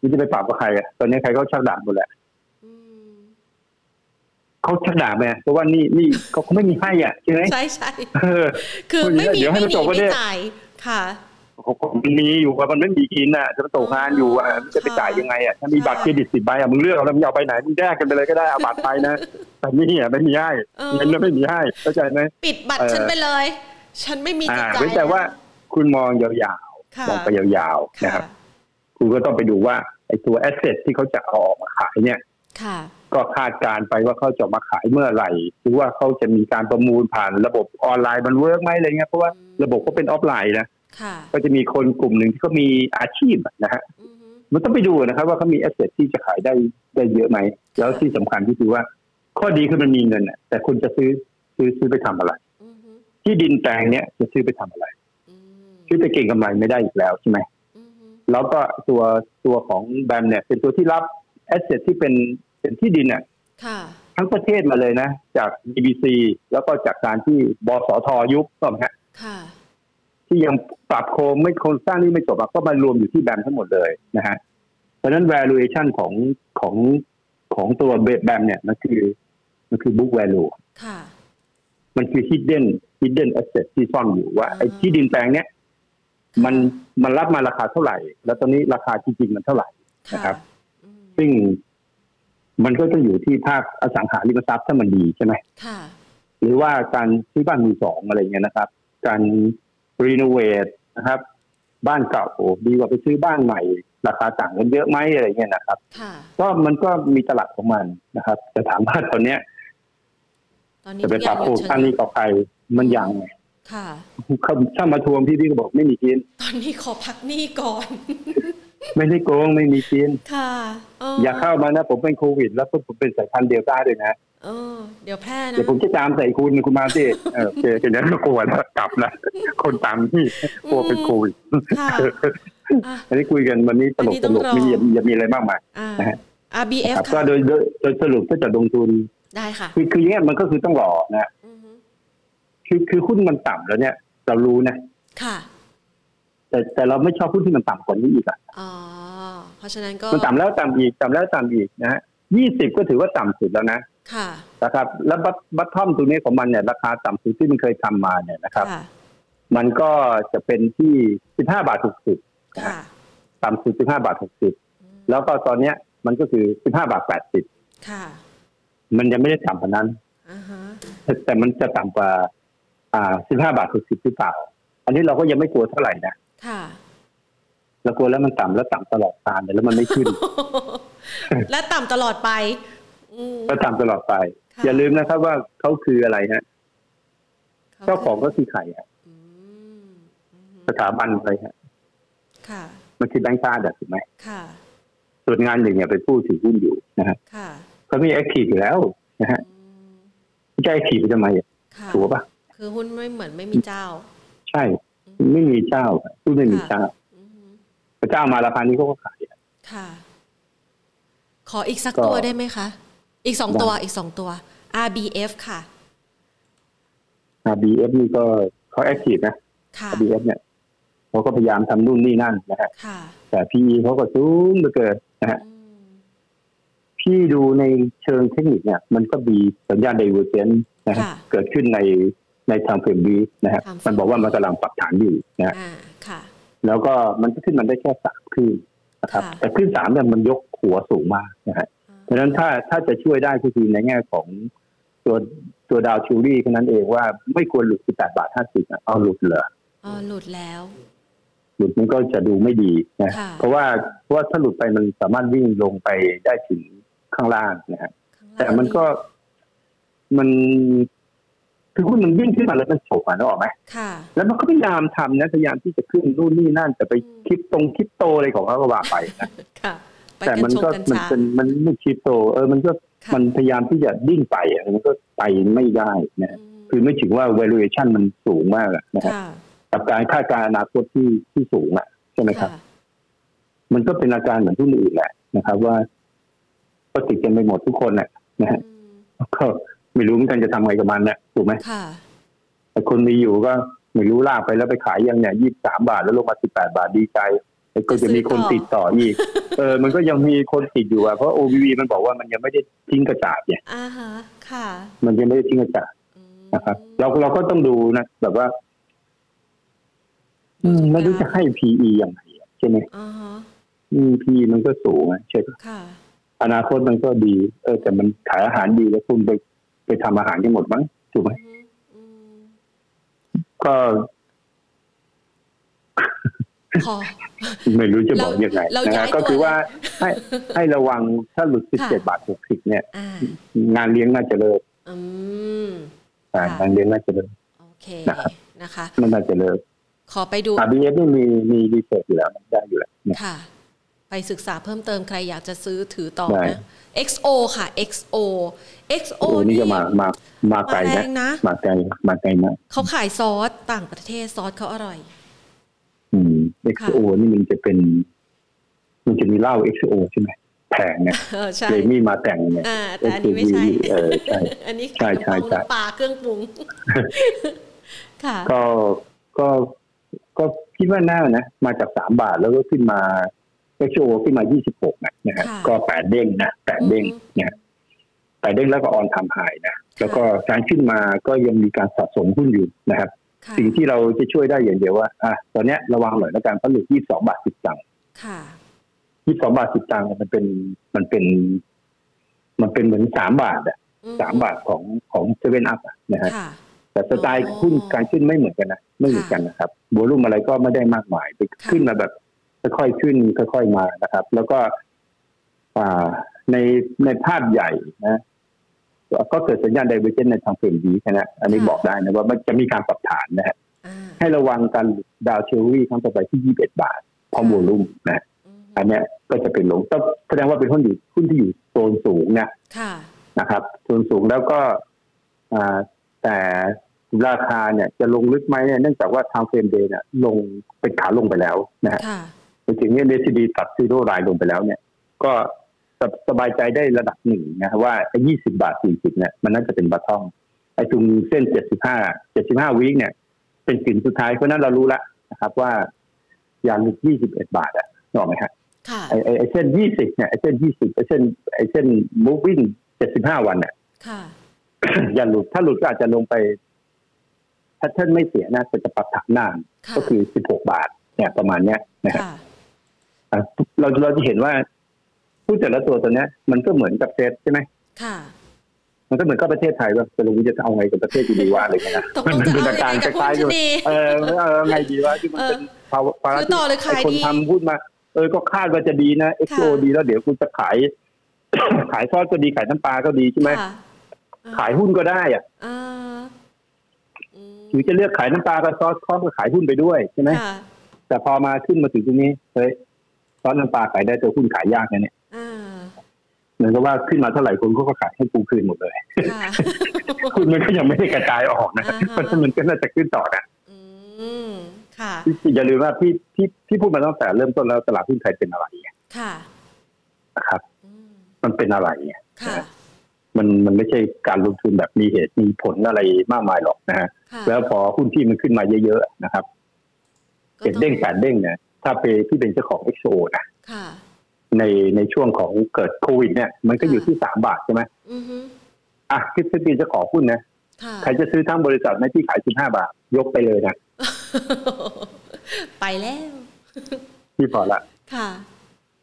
[SPEAKER 2] มันจะไปปราบกับใครอะตอนนี้ใครเขาชักดาบหมดแหละ
[SPEAKER 1] อืม
[SPEAKER 2] เขาชักดาบไงเพราะว่านี่นี่เขาเขาไม่มีให้อ่ะใช่ไหม
[SPEAKER 1] ใช่ใช่
[SPEAKER 2] เออ
[SPEAKER 1] คือ
[SPEAKER 2] พูดอย่าง
[SPEAKER 1] ไม่มี
[SPEAKER 2] นี้เดี๋ยวให้
[SPEAKER 1] ไม่
[SPEAKER 2] มัน
[SPEAKER 1] หนี
[SPEAKER 2] จบประเท
[SPEAKER 1] ไม่
[SPEAKER 2] ศ
[SPEAKER 1] จ่าย ค่ะ
[SPEAKER 2] มันมีอยู่ว่ามันไม่มีกินอ่ะ จะไปตกงานอยู่อ่ะมันจะไปจ่ายยังไงอ่ะถ้ามีบัตรเครดิตสิบใบอ่ะมึงเลือกเอาแล้วมึงจะเอาไปไหนมึงแยกกันไปเลยก็ได้เอาบัตรไปนะแต่นี่อ่ะไม่มีให้
[SPEAKER 1] เออ
[SPEAKER 2] เงินก็ไม่มีให้เข้าใจไหม
[SPEAKER 1] ปิดบัตร
[SPEAKER 2] เอ่อ
[SPEAKER 1] ฉันไปเลย ฉันไม่มี
[SPEAKER 2] อ่า
[SPEAKER 1] จะจ่าย
[SPEAKER 2] เว้นแต่ว่าคุณมองยาว
[SPEAKER 1] ค่ะ
[SPEAKER 2] ๆมองไปยาวๆ
[SPEAKER 1] ค่ะ
[SPEAKER 2] นะครับคุณก็ต้องไปดูว่าไอ้ตัวแอสเซทที่เขาจะเอาออกมาขายเนี่ย
[SPEAKER 1] ค่ะ
[SPEAKER 2] ก็คาดการณ์ไปว่าเขาจะมาขายเมื่อไหร่ หรือว่าเขาจะมีการประมูลผ่านระบบออนไลน์มันเวิร์กไหมอะไรเงี้ยเพราะว่าระบบก็เป็นออฟไลน์นะ
[SPEAKER 1] ค่ะ
[SPEAKER 2] ก็จะมีคนกลุ่มหนึ่งที่เขามีอาชีพนะฮะ
[SPEAKER 1] อือฮึ
[SPEAKER 2] มันต้องไปดูนะครับว่าเขามีแอสเซทที่จะขายได้ได้เยอะไหมแล้วที่สำคัญก็คือว่า ข้อดีคือมันมีเงินน่ะแต่คุณจะซื้อซื้อซื้อไปทำอะไร
[SPEAKER 1] อือฮึ
[SPEAKER 2] ที่ดินแปลงเนี้ยจะซื้อไปทำอะไร
[SPEAKER 1] อืม
[SPEAKER 2] ซื้อไปเก่งกำไรไม่ได้อีกแล้วใช่ไหม
[SPEAKER 1] อือฮึ
[SPEAKER 2] แล้วก็ตัวตัวของแบมเนี่ยเป็นตัวที่รับแอสเซทที่เป็นเป็นที่ดินเนี่ย
[SPEAKER 1] ค่ะ
[SPEAKER 2] ทั้งประเทศมาเลยนะ จาก BBC แล้วก็จากการที่บสทยุบก็นะฮะ
[SPEAKER 1] ค่ะ
[SPEAKER 2] ที่ยังปรับโครงไม่โครงสร้างนี่ไม่จบอะก็มารวมอยู่ที่แบมทั้งหมดเลยนะฮะเพราะฉะนั้น valuation ของของของตัวแบมเนี่ยมันคือมันคือ book value
[SPEAKER 1] ค่ะ
[SPEAKER 2] มันคือ hidden hidden asset ที่ซ่อนอยู่ว่าไอ้ที่ดินแปลงเนี้ยมันมันรับมาราคาเท่าไหร่ แล้วตอนนี้ราคาจริงๆมันเท่าไหร่
[SPEAKER 1] ค่ะ
[SPEAKER 2] นะครับ
[SPEAKER 1] อืม
[SPEAKER 2] ซึ่งมันก็ต้องอยู่ที่ภาคอสังหาริมทรัพย์ถ้ามันดีใช่ไหม
[SPEAKER 1] ค่ะ
[SPEAKER 2] หรือว่าการซื้อบ้านมือสองอะไรเงี้ยนะครับ การรีโนเวทนะครับ บ้านเก่าโอ้ดีกว่าไปซื้อบ้านใหม่ ราคาต่างกันเยอะไหมอะไรเงี้ยนะครับ
[SPEAKER 1] ค่ะ
[SPEAKER 2] ก็มันก็มีตลาดของมันนะครับ แต่ถามว่าตอนเนี้ย
[SPEAKER 1] ตอนนี้
[SPEAKER 2] จะไป
[SPEAKER 1] ทุกอ
[SPEAKER 2] ปรั
[SPEAKER 1] ย่า
[SPEAKER 2] บ
[SPEAKER 1] ง
[SPEAKER 2] โครง
[SPEAKER 1] ชะ
[SPEAKER 2] สร้างหนี้กับใครมันยังไง
[SPEAKER 1] ค่ะ
[SPEAKER 2] เขาถ้ามาทวงพี่พี่ก็บอกไม่มีกิน
[SPEAKER 1] ตอนนี้ขอพักหนี้ก่อน
[SPEAKER 2] ไม่ได้โกงไม่มีกิน
[SPEAKER 1] ค่ะ
[SPEAKER 2] อย่าเข้ามานะ ผมเป็นโควิด แล้วผมเป็นสายพันธุ์เดลต้าด้วยนะ
[SPEAKER 1] เออเดี๋ยวแพร่นะ
[SPEAKER 2] เดี๋ยวผมจะตามใส่คุณคุณมาสิเออโอเคเดี๋ยวนั้นก็กลัวแล้วกลับนะคนตามที่กลัวเป็นโควิด
[SPEAKER 1] ค่ะอ่ะ
[SPEAKER 2] อันนี้คุยกันวันนี้ตล
[SPEAKER 1] อัน
[SPEAKER 2] ก
[SPEAKER 1] นี้
[SPEAKER 2] ต
[SPEAKER 1] ต้อง
[SPEAKER 2] ลก
[SPEAKER 1] รอ
[SPEAKER 2] มีอย่าอย่ามีอะไรมากมาย
[SPEAKER 1] อ่า
[SPEAKER 2] นะฮะ
[SPEAKER 1] RBF
[SPEAKER 2] ครับก็
[SPEAKER 1] ค่ะ
[SPEAKER 2] โดยโดยโดยสรุปถ้าจะลงทุน
[SPEAKER 1] ได้ค่ะ
[SPEAKER 2] คือคืออย่างเงี้ยมันก็คือต้องรอนะ
[SPEAKER 1] อือฮึ
[SPEAKER 2] คือคือหุ้นมันต่ำแล้วเนี่ย เรารู้นะ
[SPEAKER 1] ค่ะ
[SPEAKER 2] แต่แต่เราไม่ชอบหุ้นที่มันต่ำกว่านี้อีกอ่ะ
[SPEAKER 1] อ๋อ เพราะฉะนั้นก็
[SPEAKER 2] มันต่ำแล้วต่ำอีกต่ำแล้วต่ำอีกนะฮะยี่สิบก็ถือว่าต่ำสุดแล้วนะ
[SPEAKER 1] ค่ะ
[SPEAKER 2] นะครับ แล้วบัตบัตทอมตัวนี้ของมันเนี่ยราคาต่ำสุดที่มันเคยทำมาเนี่ยนะครับ
[SPEAKER 1] ค่ะ
[SPEAKER 2] มันก็จะเป็นที่สิบห้าบาทหกสิบ
[SPEAKER 1] ค่ะ
[SPEAKER 2] ต่ำสุด15 บาท 60 แล้วก็ตอนเนี้ยมันก็คือ 15 บาท 80
[SPEAKER 1] ค่ะ
[SPEAKER 2] มันยังไม่ได้ต่ำกว่านั้น
[SPEAKER 1] อ่าฮะ
[SPEAKER 2] แต่แต่มันจะต่ำกว่าอ่า 15 บาท 60หรือเปล่า อันนี้เราก็ยังไม่กลัวเท่าไหร่นะ
[SPEAKER 1] ค่ะ
[SPEAKER 2] เรากลัวแล้วมันต่ำแล้วต่ำตลอดการเลยแล้วมันไม่ ขึ้น
[SPEAKER 1] และต่ำตลอดไปอืม
[SPEAKER 2] ก็ต่ำตลอดไป
[SPEAKER 1] ค่ะ
[SPEAKER 2] อย่าลืมนะครับว่าเขาคืออะไรฮะเจ้าของก็คือใครฮะ
[SPEAKER 1] อืมอืม
[SPEAKER 2] สถาบันอะไรฮะ
[SPEAKER 1] ค่ะ
[SPEAKER 2] มันคือแบงก์ชาติอะถูกไหม
[SPEAKER 1] ค่ะ
[SPEAKER 2] ส่วนงานหนึ่งเนี่ยเป็นผู้ถือหุ้นอยู่นะฮะ
[SPEAKER 1] ค่ะ
[SPEAKER 2] เขาไม่แอคทีฟอยู่แล้วนะฮะ
[SPEAKER 1] อืม
[SPEAKER 2] จะแอคทีฟไปทำไมอะ
[SPEAKER 1] ค่ะ
[SPEAKER 2] ถูกปะ
[SPEAKER 1] คือหุ้นไม่เหมือนไม่มีเจ้า
[SPEAKER 2] ใช่ ไม่มีเจ้าอะผู้ไม่มีเจ้า
[SPEAKER 1] อือฮึ
[SPEAKER 2] พระเจ้ามาราคานี้เขาก็ขายอะ
[SPEAKER 1] ค่ะ ขออีกสัก
[SPEAKER 2] ก็
[SPEAKER 1] ตัวได้ไหมคะ อีกสอง
[SPEAKER 2] ได้
[SPEAKER 1] ตัว อีกสองตัว RBF ค่ะ
[SPEAKER 2] RBF นี่ก็เขาแอคทีฟนะ
[SPEAKER 1] ค่ะ
[SPEAKER 2] RBF เนี่ยเขาก็พยายามทำนู่นนี่นั่นนะฮะ
[SPEAKER 1] ค่ะ
[SPEAKER 2] แต่ PE เขาก็สูงเหลือเกินนะฮะ
[SPEAKER 1] อืม
[SPEAKER 2] พี่ดูในเชิงเทคนิคเนี่ย มันก็มีสัญญาณ d i v e r g e n c e นะฮะ
[SPEAKER 1] ค่ะ
[SPEAKER 2] เกิดขึ้นในในทางเฟรมวีนะฮะ
[SPEAKER 1] Time frame
[SPEAKER 2] มันบอกว่ามันกำลังปรับฐานอยู่นะฮะ
[SPEAKER 1] อ่า ค่ะ
[SPEAKER 2] แล้วก็มันก็ขึ้นมันได้แค่สามขึ้นนะครับ
[SPEAKER 1] ค่ะ
[SPEAKER 2] แต่ขึ้นสามเนี่ยมันยกหัวสูงมากนะฮะ เพราะฉะนั้นถ้าถ้าจะช่วยได้ก็คือในแง่ของตัวตัวดาวชูรี่แค่นั้นเองว่าไม่ควรหลุด 18 บาท 50นะเอาหลุดเหรอ
[SPEAKER 1] อ๋อ หลุดแล้ว
[SPEAKER 2] หลุดมันก็จะดูไม่ดีนะ
[SPEAKER 1] ค่ะ
[SPEAKER 2] เพราะว่าเพราะว่าถ้าหลุดไปมันสามารถวิ่งลงไปได้ถึงข้างล่างนะฮะ
[SPEAKER 1] ข้างล่าง
[SPEAKER 2] แต่มันก็มันคือหุ้นมันวิ่งขึ้นมาแล้วมันโฉบอ่ะนึกออกไหม
[SPEAKER 1] ค่ะ
[SPEAKER 2] แล้วมันก็พยายามทำนะพยายามที่จะขึ้นนู่นนี่นั่นแต่ไปคลิปตรงคลิปโตอะไรของเขาก็ว่าไปนะ
[SPEAKER 1] ค่ะ ไป
[SPEAKER 2] แต่
[SPEAKER 1] กัน
[SPEAKER 2] มัน
[SPEAKER 1] ชง
[SPEAKER 2] ก็
[SPEAKER 1] กัน
[SPEAKER 2] มัน
[SPEAKER 1] ชา
[SPEAKER 2] เป็นมันไม่คลิปโต เออมันก็
[SPEAKER 1] ค่ะ
[SPEAKER 2] มันพยายามที่จะดิ้นไปอ่ะมันก็ไปไม่ได้นะ
[SPEAKER 1] อืม
[SPEAKER 2] คือไม่ถึงว่า valuation มันสูงมากอะนะฮะ
[SPEAKER 1] ค่ะ
[SPEAKER 2] กับการคาดการณ์อนาคตที่ที่สูงอ่ะใช่ไหมครับ
[SPEAKER 1] ค่ะ
[SPEAKER 2] มันก็เป็นอาการเหมือนหุ้นอื่นแหละนะครับ ว่าก็ติดกันไปหมดทุกคนแหละนะฮะ
[SPEAKER 1] อืม
[SPEAKER 2] ก็ไม่รู้เหมือนกันจะทำไงกับมันนะถูกไหม
[SPEAKER 1] ค่ะ
[SPEAKER 2] แต่คนมีอยู่ก็ไม่รู้ลากไปแล้วไปขายยังเนี่ยยี่สามบาทแล้วลงมาสิบแปดบาทดีใจแล้วก็จะมีคนติดต่ออีก เออ มันก็ยังมีคนติดอยู่อ่ะเพราะ OVV มันบอกว่ามันยังไม่ได้ทิ้งกระจาดเนี่ย
[SPEAKER 1] อ่าฮะ ค่ะ
[SPEAKER 2] มันยังไม่ได้ทิ้งกระจาด
[SPEAKER 1] อืม
[SPEAKER 2] นะครับเราเราก็ต้องดูนะแบบว่า อืมไม่รู้จะให้ PE ยังไงอะใช่ไหม
[SPEAKER 1] อ่าฮะ
[SPEAKER 2] อืม PE มันก็สูงอะใช่ปะ
[SPEAKER 1] ค่ะ
[SPEAKER 2] อนาคตมันก็ดี เออ แต่มันขายอาหารดีแล้วคุณไปไปทำอาหารกันหมดมั้งถูกไหม
[SPEAKER 1] อือฮึอืม
[SPEAKER 2] ก็
[SPEAKER 1] ขอ
[SPEAKER 2] ไม่รู้จะบอก
[SPEAKER 1] เรา
[SPEAKER 2] ยังไง
[SPEAKER 1] เรา
[SPEAKER 2] นะ
[SPEAKER 1] ย้า
[SPEAKER 2] ฮะ
[SPEAKER 1] ย
[SPEAKER 2] ก็คือว่าให้ให้ระวังถ้าหลุด
[SPEAKER 1] ค่ะ
[SPEAKER 2] 17 บาท 60 เนี่ย
[SPEAKER 1] อ่า
[SPEAKER 2] งานเลี้ยงน่าจะเลิก
[SPEAKER 1] อืม
[SPEAKER 2] อ่า
[SPEAKER 1] ค่ะ
[SPEAKER 2] งานเลี้ยงน่าจะเลิก
[SPEAKER 1] โอเค
[SPEAKER 2] นะครับ
[SPEAKER 1] นะคะ
[SPEAKER 2] มันน่าจะเลิก
[SPEAKER 1] ขอไปดู
[SPEAKER 2] RBF นี่มีมีรีเสิร์ชอยู่แล้วได้อยู่แล้วนะ
[SPEAKER 1] ค่ะ ไปศึกษาเพิ่มเติมใครอยากจะซื้อถือต่อ
[SPEAKER 2] ได้
[SPEAKER 1] นะ XO ค่ะ XO XO
[SPEAKER 2] โอ้นี่ก็มามามาไกล
[SPEAKER 1] มาแร
[SPEAKER 2] นะ
[SPEAKER 1] งนะ
[SPEAKER 2] มาไกลมาไกลมาก
[SPEAKER 1] เขาขายซอสต่างประเทศซอสเขาอร่อย
[SPEAKER 2] อืม XO นี่มันจะเป็น มันจะมีเหล้า XO ใช่ไหมแพงเนี่ย
[SPEAKER 1] เออใช่
[SPEAKER 2] เรมี่มาแต่งเนี่ย
[SPEAKER 1] อ่าแต่อันนี้ไม่
[SPEAKER 2] XO
[SPEAKER 1] ใช่
[SPEAKER 2] เออใช่
[SPEAKER 1] อันนี้
[SPEAKER 2] ใช่ใช่ใช่
[SPEAKER 1] น้ำปลาเครื่องปรุง ค่ะ
[SPEAKER 2] ก็ก็ก็คิดว่าน่านะ มาจากสามบาทแล้วก็ขึ้นมา XO ขึ้นมายี่สิบหกนะฮะ
[SPEAKER 1] ค่ะ
[SPEAKER 2] ก็แปดเด้งนะแปดเด้ง
[SPEAKER 1] อือฮึ
[SPEAKER 2] นะฮะแปดเด้งแล้วก็ออนทำหายนะ แล้วก็การขึ้นมาก็ยังมีการสะสมหุ้นอยู่นะครับ
[SPEAKER 1] ค่ะ
[SPEAKER 2] สิ่งที่เราจะช่วยได้อย่างเดียวว่าอ่ะตอนเนี้ยระวังหน่อยแล้วกันเพราะหลุดยี่สิบสองบาทสิบตังค์
[SPEAKER 1] ค่ะ
[SPEAKER 2] ยี่สิบสองบาทสิบตังค์เนี่ยมันเป็นมันเป็น มันเป็นเหมือนสามบาทอะ
[SPEAKER 1] อื
[SPEAKER 2] สามบาทของของเซเว่นอัพนะฮะ
[SPEAKER 1] ค่ะ
[SPEAKER 2] แต่สไตล์หุ้นการขึ้นไม่เหมือนกันนะไม่เหมือนกันนะครับบัวรุ่มอะไรก็ไม่ได้มากมายไปขึ้นมาแบบ ค่อยๆขึ้นค่อยๆมานะครับ แล้วก็อ่าในในภาพใหญ่นะก็เกิดสัญญาณไดเวอร์เจนในทางเฟรนดีนะฮะอันนี้
[SPEAKER 1] ค่ะ
[SPEAKER 2] บอกได้นะว่ามันจะมีการปรับฐานนะฮะ
[SPEAKER 1] อ่า
[SPEAKER 2] ให้ระวังการดาวเชลวี่ครั้งต่อไปที่ 21 บาทพอโวลุ่มนะ
[SPEAKER 1] อืม
[SPEAKER 2] อันเนี้ยก็จะเป็นลงต้องแสดงว่าเป็นหุ้นอยู่หุ้นที่อยู่โซนสูงนะ
[SPEAKER 1] ค่ะ
[SPEAKER 2] นะครับโซนสูงแล้วก็อ่าแต่ราคาเนี่ยจะลงลึกไหมเนี่ยเนื่องจากว่าทางเฟรมเดย์เนี่ยลงเป็นขาลงไปแล้วนะฮะ
[SPEAKER 1] ค่ะ
[SPEAKER 2] จริงๆเนี่ยเดซีดีตัดซีโร่ไลน์ลงไปแล้วเนี่ย ก็สบสบายใจได้ระดับหนึ่งนะว่าไอ้ยี่สิบาทสี่สิบเนี่ยมันน่าจะเป็นบัตทองไอ้ตรงเส้นเจ็ดสิบห้าเจ็ดสิบห้าวิเนี่ย เป็นกลิ่นสุดท้ายเพราะฉะนั้นเรารู้ละนะครับว่าอย่าหลุดยี่สิบเอ็ดบาทอะนกออกไหมฮะ
[SPEAKER 1] ค่ะ
[SPEAKER 2] ไอ้ไอ้ไอ้เส้น 20 เนี่ย ไอ้เส้น 20 ไอ้เส้น ไอ้เส้น moving 75 วันเนี่ย
[SPEAKER 1] ค่ะ
[SPEAKER 2] อย่าหลุด ถ้าหลุดก็อาจจะลงไป ถ้าท่านไม่เสียนะก็จะปรับฐานนาน
[SPEAKER 1] ค่ะ
[SPEAKER 2] ก็คือ 16 บาท เนี่ย ประมาณเนี้ยนะฮะ
[SPEAKER 1] ค่ะ
[SPEAKER 2] อ่ะเราเราจะเห็นว่าผู้แต่ละตัวตัวเนี้ย มันก็เหมือนกับเซตใช่ไหม
[SPEAKER 1] ค่ะ
[SPEAKER 2] มันก็เหมือนกับประเทศไทยว่าจะลงจะเอาไงกับประเทศดีวะอะไรเงี้ยนะ
[SPEAKER 1] ตกลงจะเอายังไง
[SPEAKER 2] ร
[SPEAKER 1] กับหุ้นชะนี
[SPEAKER 2] เออเออไงดีวะที่มันเป็นภาวะภาวะ
[SPEAKER 1] ซื้อต่อเลยขาย
[SPEAKER 2] ไคน
[SPEAKER 1] ดี
[SPEAKER 2] ทำพูดมา เออก็คาดว่าจะดีนะเอ็กโซ
[SPEAKER 1] ค่ะ
[SPEAKER 2] ดีแล้วเดี๋ยวกูจะขาย ขายซอสก็ดีขายน้ำปลาก็ดีใช่ไหม
[SPEAKER 1] ค่ะ
[SPEAKER 2] ขายหุ้นก็ได้อะ
[SPEAKER 1] อ่าอืม
[SPEAKER 2] หรือจะเลือกขายน้ำปลากับซอสซอสก็ขายหุ้นไปด้วยใช่ไหม
[SPEAKER 1] ค่ะ
[SPEAKER 2] แต่พอมาขึ้นมาถึงตรงนี้เฮ้ยซอสน้ำปลาขายได้แต่หุ้นขายยากนะเนี่ย
[SPEAKER 1] อ่า
[SPEAKER 2] เหมือนกับว่าขึ้นมาเท่าไหร่คนเขาก็ขายให้กูคืนหมดเลย
[SPEAKER 1] ค่ะ
[SPEAKER 2] คุณมันก็ยังไม่ได้กระจายออกนะ
[SPEAKER 1] อ่าฮะ
[SPEAKER 2] เพราะฉะนั้นมันก็น่าจะขึ้นต่อนะ
[SPEAKER 1] อืมค่ะ
[SPEAKER 2] อย่าลืมว่าพี่พี่พี่พูดมาตั้งแต่เริ่มต้นแล้วตลาดหุ้นไทยเป็นอะไรเนี่ย
[SPEAKER 1] ค่ะ
[SPEAKER 2] นะครับ
[SPEAKER 1] อืม
[SPEAKER 2] มันเป็นอะไรเนี่ย
[SPEAKER 1] ค่ะ
[SPEAKER 2] มันมันไม่ใช่การลงทุนแบบมีเหตุมีผลอะไรมากมายหรอกนะฮะ
[SPEAKER 1] ค่ะ
[SPEAKER 2] แล้วพอหุ้นที่มันขึ้นมาเยอะๆนะครับ
[SPEAKER 1] ก็
[SPEAKER 2] เจ็ด
[SPEAKER 1] ต้อง
[SPEAKER 2] เด้งแปดเด้งเนี่ยถ้าไปที่เป็นเจ้าของ XO นะ
[SPEAKER 1] ค่ะ
[SPEAKER 2] ในในช่วงของเกิดโควิดเนี่ยมันก็อยู่
[SPEAKER 1] ค่ะ
[SPEAKER 2] ที่สามบาทใช่ไหม
[SPEAKER 1] อือฮึ
[SPEAKER 2] อ่ะคิดซะเป็นเจ้าของหุ้นนะ
[SPEAKER 1] ค่ะ
[SPEAKER 2] ใครจะซื้อทั้งบริษัทในที่ขายสิบห้าบาท ยกไปเลยนะ
[SPEAKER 1] ไปแล้ว
[SPEAKER 2] พี่พอละ
[SPEAKER 1] ค่ะ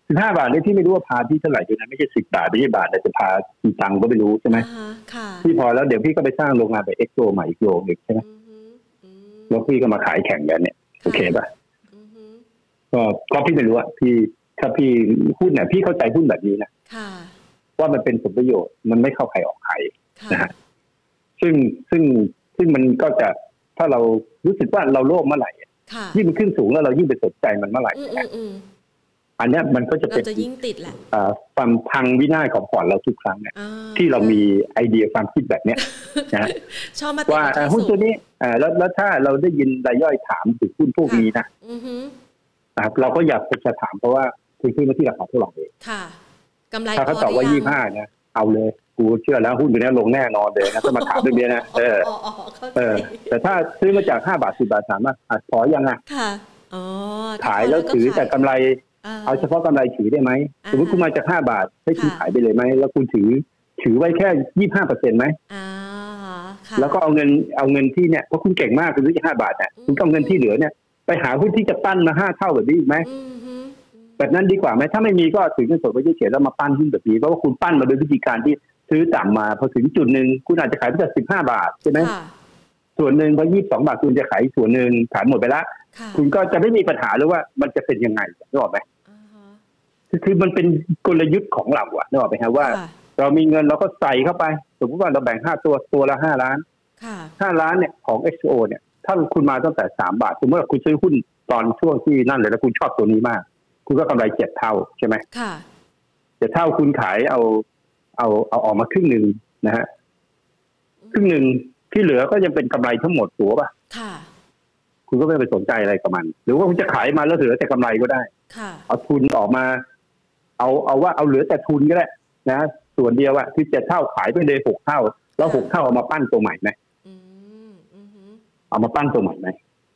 [SPEAKER 2] สิบห้าบาทเนี่ยที่ไม่รู้ว่าพาที่เท่าไหร่ด้วยนะไม่ใช่สิบบาทไม่ใช่บาทแต่จะพากี่ตังค์ก็ไม่รู้ใช่ไหม
[SPEAKER 1] อ่าฮะค่ะ
[SPEAKER 2] พี่พอแล้วเดี๋ยวพี่ก็ไปสร้างโรงงานแบบเอ็กโซใหม่อีกโรงหนึ่งใช่ไหม
[SPEAKER 1] อือฮึอืม
[SPEAKER 2] แล้วพี่ก็มาขายแข่งกันเนี่ยโอเคป่ะ
[SPEAKER 1] อือฮึ
[SPEAKER 2] ก็ก็พี่ไม่รู้อะพี่ถ้าพี่หุ้นเนี่ยพี่เข้าใจหุ้นแบบนี้นะ
[SPEAKER 1] ค่ะ
[SPEAKER 2] ว่ามันเป็นผลประโยชน์มันไม่เข้าใครออกใคร
[SPEAKER 1] ค่ะ
[SPEAKER 2] นะฮะ ซึ่งซึ่งซึ่งมันก็จะถ้าเรารู้สึกว่าเราโลภเมื่อไหร่อะ
[SPEAKER 1] ค่ะ
[SPEAKER 2] ยิ่งมันขึ้นสูงแล้วเรายิ่งไปสนใจมันเมื่อไหร่
[SPEAKER 1] อืมอื
[SPEAKER 2] นะ
[SPEAKER 1] มอืม
[SPEAKER 2] อันเนี้ยมันก็จะ
[SPEAKER 1] เรา
[SPEAKER 2] เป็น
[SPEAKER 1] จะยิ่งติดแหละ
[SPEAKER 2] อ่าความพังวินาศของพอร์ตเราทุกครั้งเนี่ย
[SPEAKER 1] อ่า
[SPEAKER 2] ที่เรามีไอเดียความคิด แบบเนี้ยนะฮะ
[SPEAKER 1] ชอบมาติด
[SPEAKER 2] ว่า
[SPEAKER 1] กับ
[SPEAKER 2] เอ่อ
[SPEAKER 1] ที่
[SPEAKER 2] หุ้น
[SPEAKER 1] สุ
[SPEAKER 2] ตัว
[SPEAKER 1] ด
[SPEAKER 2] นี้เอ่อแล้วแล้วถ้าเราได้ยินรายย่อยถามถึงหุ้นพวกนี้นะ
[SPEAKER 1] อือฮึ
[SPEAKER 2] นะครับ เราก็อยากจะถามเพราะว่าคุณขึ้นมาที่ราคาเท่าไหร่เอง
[SPEAKER 1] ค่ะกำไร
[SPEAKER 2] ถ้าเขาตอบว่า
[SPEAKER 1] พหรื
[SPEAKER 2] ยี่
[SPEAKER 1] ง
[SPEAKER 2] ห้านะเอาเลย กูเชื่อแล้วหุ้นตัวนี้ลงแน่นอนเลยนะถ้ามาถามเรื่องนี้นะเออ
[SPEAKER 1] อ๋ออ๋อเข้าใจ
[SPEAKER 2] เออ แต่ถ้าซื้อมาจากห้าบาทสิบาทถามว่าอ่ะพอยังไง
[SPEAKER 1] ค่ะอ๋อ
[SPEAKER 2] ขายแล้วถือแต่กำไรเอาเฉพาะกำไรถือได้ไหม
[SPEAKER 1] า
[SPEAKER 2] สมมติคุณมาจากห้าบาทให้คุณ
[SPEAKER 1] ค่ะ
[SPEAKER 2] ขายไปเลยไหมแล้วคุณถือถือไว้แค่ยี่ห้าเปอร์เซ็นต์ไหม
[SPEAKER 1] อ่าค่ะ
[SPEAKER 2] แล้วก็เอาเงินเอาเงินที่เนี่ยเพราะคุณเก่งมากคุณรู้จักห้าบาทเนี่ยคุณก็เอาเงินที่เหลือเนี่ยไปหาหุ้นที่จะปั้นมาห้าเท่าแบบนี้อีกไหม
[SPEAKER 1] อืมฮึ
[SPEAKER 2] แบบนั้นดีกว่าไหมถ้าไม่มีก็ถือเงินสดไว้เฉยๆแล้วมาปั้นหุ้นแบบนี้เพราะว่าคุณปั้นมาโดยวิธีการที่ซื้อต่ำมาพอถึงจุดหนึ่งคุณอาจจะขายไปจากสิบห้าบาทใช่ไหม
[SPEAKER 1] ค่ะ
[SPEAKER 2] ส่วนหนึ่งพอยี่สิบสองบาทคุณจะขายอีกส่วนหนึ่งขายหมดไปละ
[SPEAKER 1] ค่ะ
[SPEAKER 2] คุณก็จะไม่มีปัญหาเลยว่ามันจะเป็นยังไงนึกออกไหม
[SPEAKER 1] อ่าฮะ
[SPEAKER 2] คือคือมันเป็นกลยุทธ์ของเราอะนึกออกไหมครับว่า
[SPEAKER 1] ค่ะ
[SPEAKER 2] เรามีเงินเราก็ใส่เข้าไป สมมติว่าเราแบ่งห้าตัวตัวละห้าล้าน
[SPEAKER 1] ค่ะ
[SPEAKER 2] ห้าล้านเนี่ยของ XO เนี่ยถ้าคุณมาตั้งแต่สามบาทสมมติว่าคุณซื้อหุ้นตอนช่วงที่นั่นเลยแล้วคุณชอบตัวนี้มาก คุณก็กำไรเจ็ดเท่าใช่ไหม
[SPEAKER 1] ค่ะ
[SPEAKER 2] แต่ถ้าคุณขายเอาเอาเอาออกมาครึ่งหนึ่งนะฮะครึ่งหนึ่งที่เหลือก็ยังเป็นกำไรทั้งหมดถูกป่ะ
[SPEAKER 1] ค่ะ
[SPEAKER 2] คุณก็ไม่ไปสนใจอะไรกับมัน หรือว่าคุณจะขายมาแล้วเหลือแต่กำไรก็ได้
[SPEAKER 1] ค่ะ
[SPEAKER 2] เอาทุนออกมา เอาเอาว่าเอาเหลือแต่ทุนก็ได้นะฮะส่วนเดียวอะที่เจ็ดเท่าขายไปเลยหกเท่า แล้วหกเท่าเอามาปั้นตัวใหม่ไหม
[SPEAKER 1] อืมอืมฮึ
[SPEAKER 2] เอามาปั้นตัวใหม่ไหม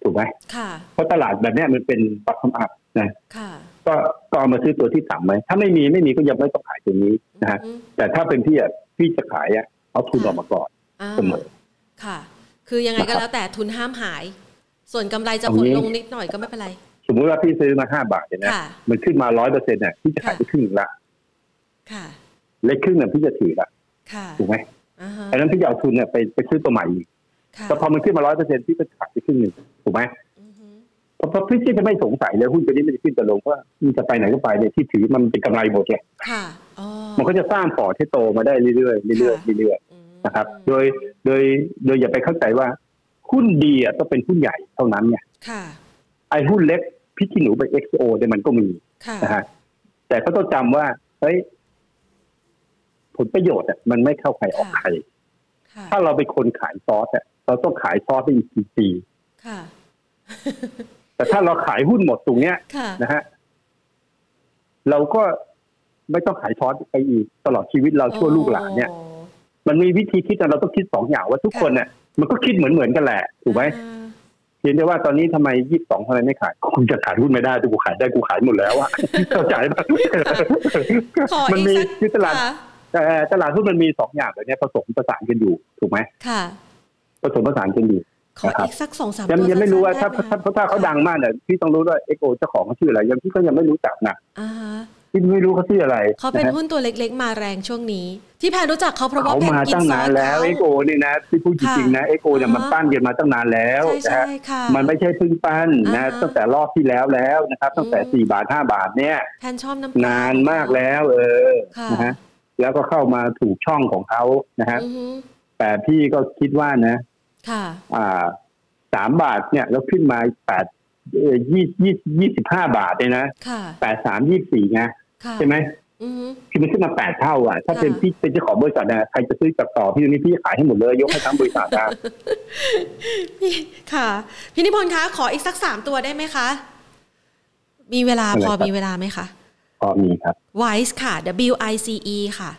[SPEAKER 2] ถูกไหม
[SPEAKER 1] ค่ะ
[SPEAKER 2] เพราะตลาดแบบเนี้ยมันเป็นปักคำอับนะ
[SPEAKER 1] ค่ะ
[SPEAKER 2] ก็ก็เอามาซื้อตัวที่ต่ำไหมถ้าไม่มีไม่มีก็ยังไม่ต้องขายตัวนี้นะฮะ
[SPEAKER 1] อืม
[SPEAKER 2] แต่ถ้าเป็นพี่อะพี่จะขายอะเอาทุนออกมาก่อน
[SPEAKER 1] า
[SPEAKER 2] เสมอ
[SPEAKER 1] ค่ะ คือยังไงก็
[SPEAKER 2] นะครับ
[SPEAKER 1] แล้วแต่ทุนห้ามหาย ส่วนกำไรจะ
[SPEAKER 2] เอา
[SPEAKER 1] หด
[SPEAKER 2] งี้
[SPEAKER 1] ลงนิดหน่อยก็ไม่เป็นไร
[SPEAKER 2] สมมุติว่าพี่ซื้อมาห้าบาทเนี่ยนะ
[SPEAKER 1] ค่ะ
[SPEAKER 2] มันขึ้นมาร้อยเปอร์เซ็นต์เนี่ยพี่จะขายไปครึ่งหนึ่งละ
[SPEAKER 1] ค่ะ
[SPEAKER 2] เล็กครึ่งเนี่ยพี่จะถือละ
[SPEAKER 1] ค่ะ
[SPEAKER 2] ถูกไหม
[SPEAKER 1] อ่าฮะ
[SPEAKER 2] ดังนั้นพี่จะเอาทุนเนี่ยไปไปซื้อตัวใหม่อีก
[SPEAKER 1] ค่ะ
[SPEAKER 2] แต่พอมันขึ้นมาร้อยเปอร์เซ็นต์พี่ก็ขายไปครึ่งหนึ่งถูกไหม
[SPEAKER 1] อืมฮึ
[SPEAKER 2] เพราะเพราะพี่ที่จะไม่สงสัยเลยหุ้นตัวนี้มันจะขึ้นจะลงว่ามันจะไปไหนก็ไปเลยที่ถือมันเป็นกำไรหมดเลย
[SPEAKER 1] ค่ะอ๋อ
[SPEAKER 2] มันก็จะสร้างพอร์ตให้โตมาได้เรื่อยๆเรื่อยๆเรื่อย
[SPEAKER 1] อืม
[SPEAKER 2] ๆนะครับ โดยโดยโดยอย่าไปเข้าใจว่าหุ้นดีอ่ะต้องเป็นหุ้นใหญ่เท่านั้นเนี่ย
[SPEAKER 1] ค่ะ
[SPEAKER 2] ไอ้หุ้นเล็กพี่ที่หนูไป XO เนี่ยมันก็มี
[SPEAKER 1] ค่ะ
[SPEAKER 2] นะฮะแต่ก็ต้องจำว่าเฮ้ยผลประโยชน์อะมันไม่เข้าใครออกใคร
[SPEAKER 1] ค่ะ
[SPEAKER 2] ถ้าเราเป็นคนขายซอสอะเราต้องขายซอสไปอีกกี่ปี
[SPEAKER 1] ค่ะ
[SPEAKER 2] แต่ถ้าเราขายหุ้นหมดตรงเนี้ย
[SPEAKER 1] ค่ะ
[SPEAKER 2] นะฮะเราก็ไม่ต้องขายซอสไปอีกตลอดชีวิตเราชั่วลูกหลานเนี่ย มันมีวิธีคิดนะเราต้องคิดสองอย่างว่าทุกคนเนี่ยมันก็คิดเหมือนเหมือนๆกันแหละถูกไหม
[SPEAKER 1] อ่า
[SPEAKER 2] เพียงแต่ว่าตอนนี้ทำไมยี่สิบสองทำไมไม่ขายคงจะขายหุ้นไม่ได้แต่กูขายได้กูขายหมดแล้วอะ เข้าใจปะ
[SPEAKER 1] ขอ
[SPEAKER 2] มัน
[SPEAKER 1] อีกสัก
[SPEAKER 2] มีคือตลาด
[SPEAKER 1] ค่ะ
[SPEAKER 2] แต่ตลาดหุ้นมันมีสองอย่างแบบเนี้ยผสมประสานกันอยู่ถูกไหม
[SPEAKER 1] ค่ะ
[SPEAKER 2] ผสมประสานกันอยู่
[SPEAKER 1] ขอ
[SPEAKER 2] นะครับ
[SPEAKER 1] อีกสักสองสาม
[SPEAKER 2] ยัง
[SPEAKER 1] ตัว
[SPEAKER 2] ยังไม่รู้ว่าถ้า
[SPEAKER 1] สั้นๆ
[SPEAKER 2] ถ้า
[SPEAKER 1] ได้ไหม
[SPEAKER 2] ถ้าถ้าเขาดังมากเนี่ยพี่ต้องรู้ด้วยเอ็กโอเจ้าของเขาชื่ออะไรยังพี่ก็ยังไม่รู้จักนะ
[SPEAKER 1] อ่าฮะ
[SPEAKER 2] พี่ไม่รู้เขาชื่ออะไร
[SPEAKER 1] เขาเป็น
[SPEAKER 2] นะฮะ
[SPEAKER 1] หุ้นตัวเล็กๆ มาแรงช่วงนี้ ที่แพนรู้จักเขาเพราะว่า
[SPEAKER 2] เขา
[SPEAKER 1] แพน
[SPEAKER 2] มา
[SPEAKER 1] กิน
[SPEAKER 2] ตั้
[SPEAKER 1] ซอน
[SPEAKER 2] งาน
[SPEAKER 1] ส
[SPEAKER 2] แล้ว
[SPEAKER 1] เขา
[SPEAKER 2] เอ็กโอเนี่ยนะพี่พูดจริงๆนะเอ็กโอเนี่ย
[SPEAKER 1] อ่าฮะ
[SPEAKER 2] มันปั้นกันมาตั้งนานแล้ว
[SPEAKER 1] ใช่
[SPEAKER 2] นะ
[SPEAKER 1] ใช่
[SPEAKER 2] ฮะ
[SPEAKER 1] ค่ะ
[SPEAKER 2] มันไม่ใช่เพิ่งปั้น
[SPEAKER 1] อ่า
[SPEAKER 2] นะ
[SPEAKER 1] ฮะ
[SPEAKER 2] ตั้งแต่รอบที่แล้วแล้วนะครับ ตั้งแต่
[SPEAKER 1] อืม
[SPEAKER 2] สี่บาทห้าบาทเนี่ย
[SPEAKER 1] แพนชอบน้ำปล
[SPEAKER 2] นานมากแล้วเออ
[SPEAKER 1] ค่ะ
[SPEAKER 2] นะฮะแล้วก็เข้ามาถูกช่องของเขานะฮะ
[SPEAKER 1] อือฮึ
[SPEAKER 2] แต่พี่ก็คิดว่านะ
[SPEAKER 1] ค่ะ
[SPEAKER 2] อ่าสามบาทเนี่ยแล้วขึ้นมาแปดเอ่อยี่ยี่ยี่สิบห้าบาทเลยนะ
[SPEAKER 1] ค่ะ
[SPEAKER 2] แปดสามยี่สี่นะ
[SPEAKER 1] ค่ะ
[SPEAKER 2] ใช่ไหม
[SPEAKER 1] อือฮึ
[SPEAKER 2] คือมันขึ้นมาแปดเท่าอ่ะ ถ้า
[SPEAKER 1] ค่ะ
[SPEAKER 2] เป็นพี่เป็นเจ้าของบริษัทนะใครจะซื้อจับต่อพี่ตรงนี้พี่ขายให้หมดเลย ยกให้ทั้งบริษัท นะ
[SPEAKER 1] พี่ค่ะ พี่นิพนธ์คะ ขออีกสักสามตัวได้ไหมคะ มีเวลา
[SPEAKER 2] อะไร
[SPEAKER 1] พอ
[SPEAKER 2] ครับ
[SPEAKER 1] มีเวลาไหมคะ
[SPEAKER 2] พอมีครับ
[SPEAKER 1] Wise ค่ะ W I C E ค่ะ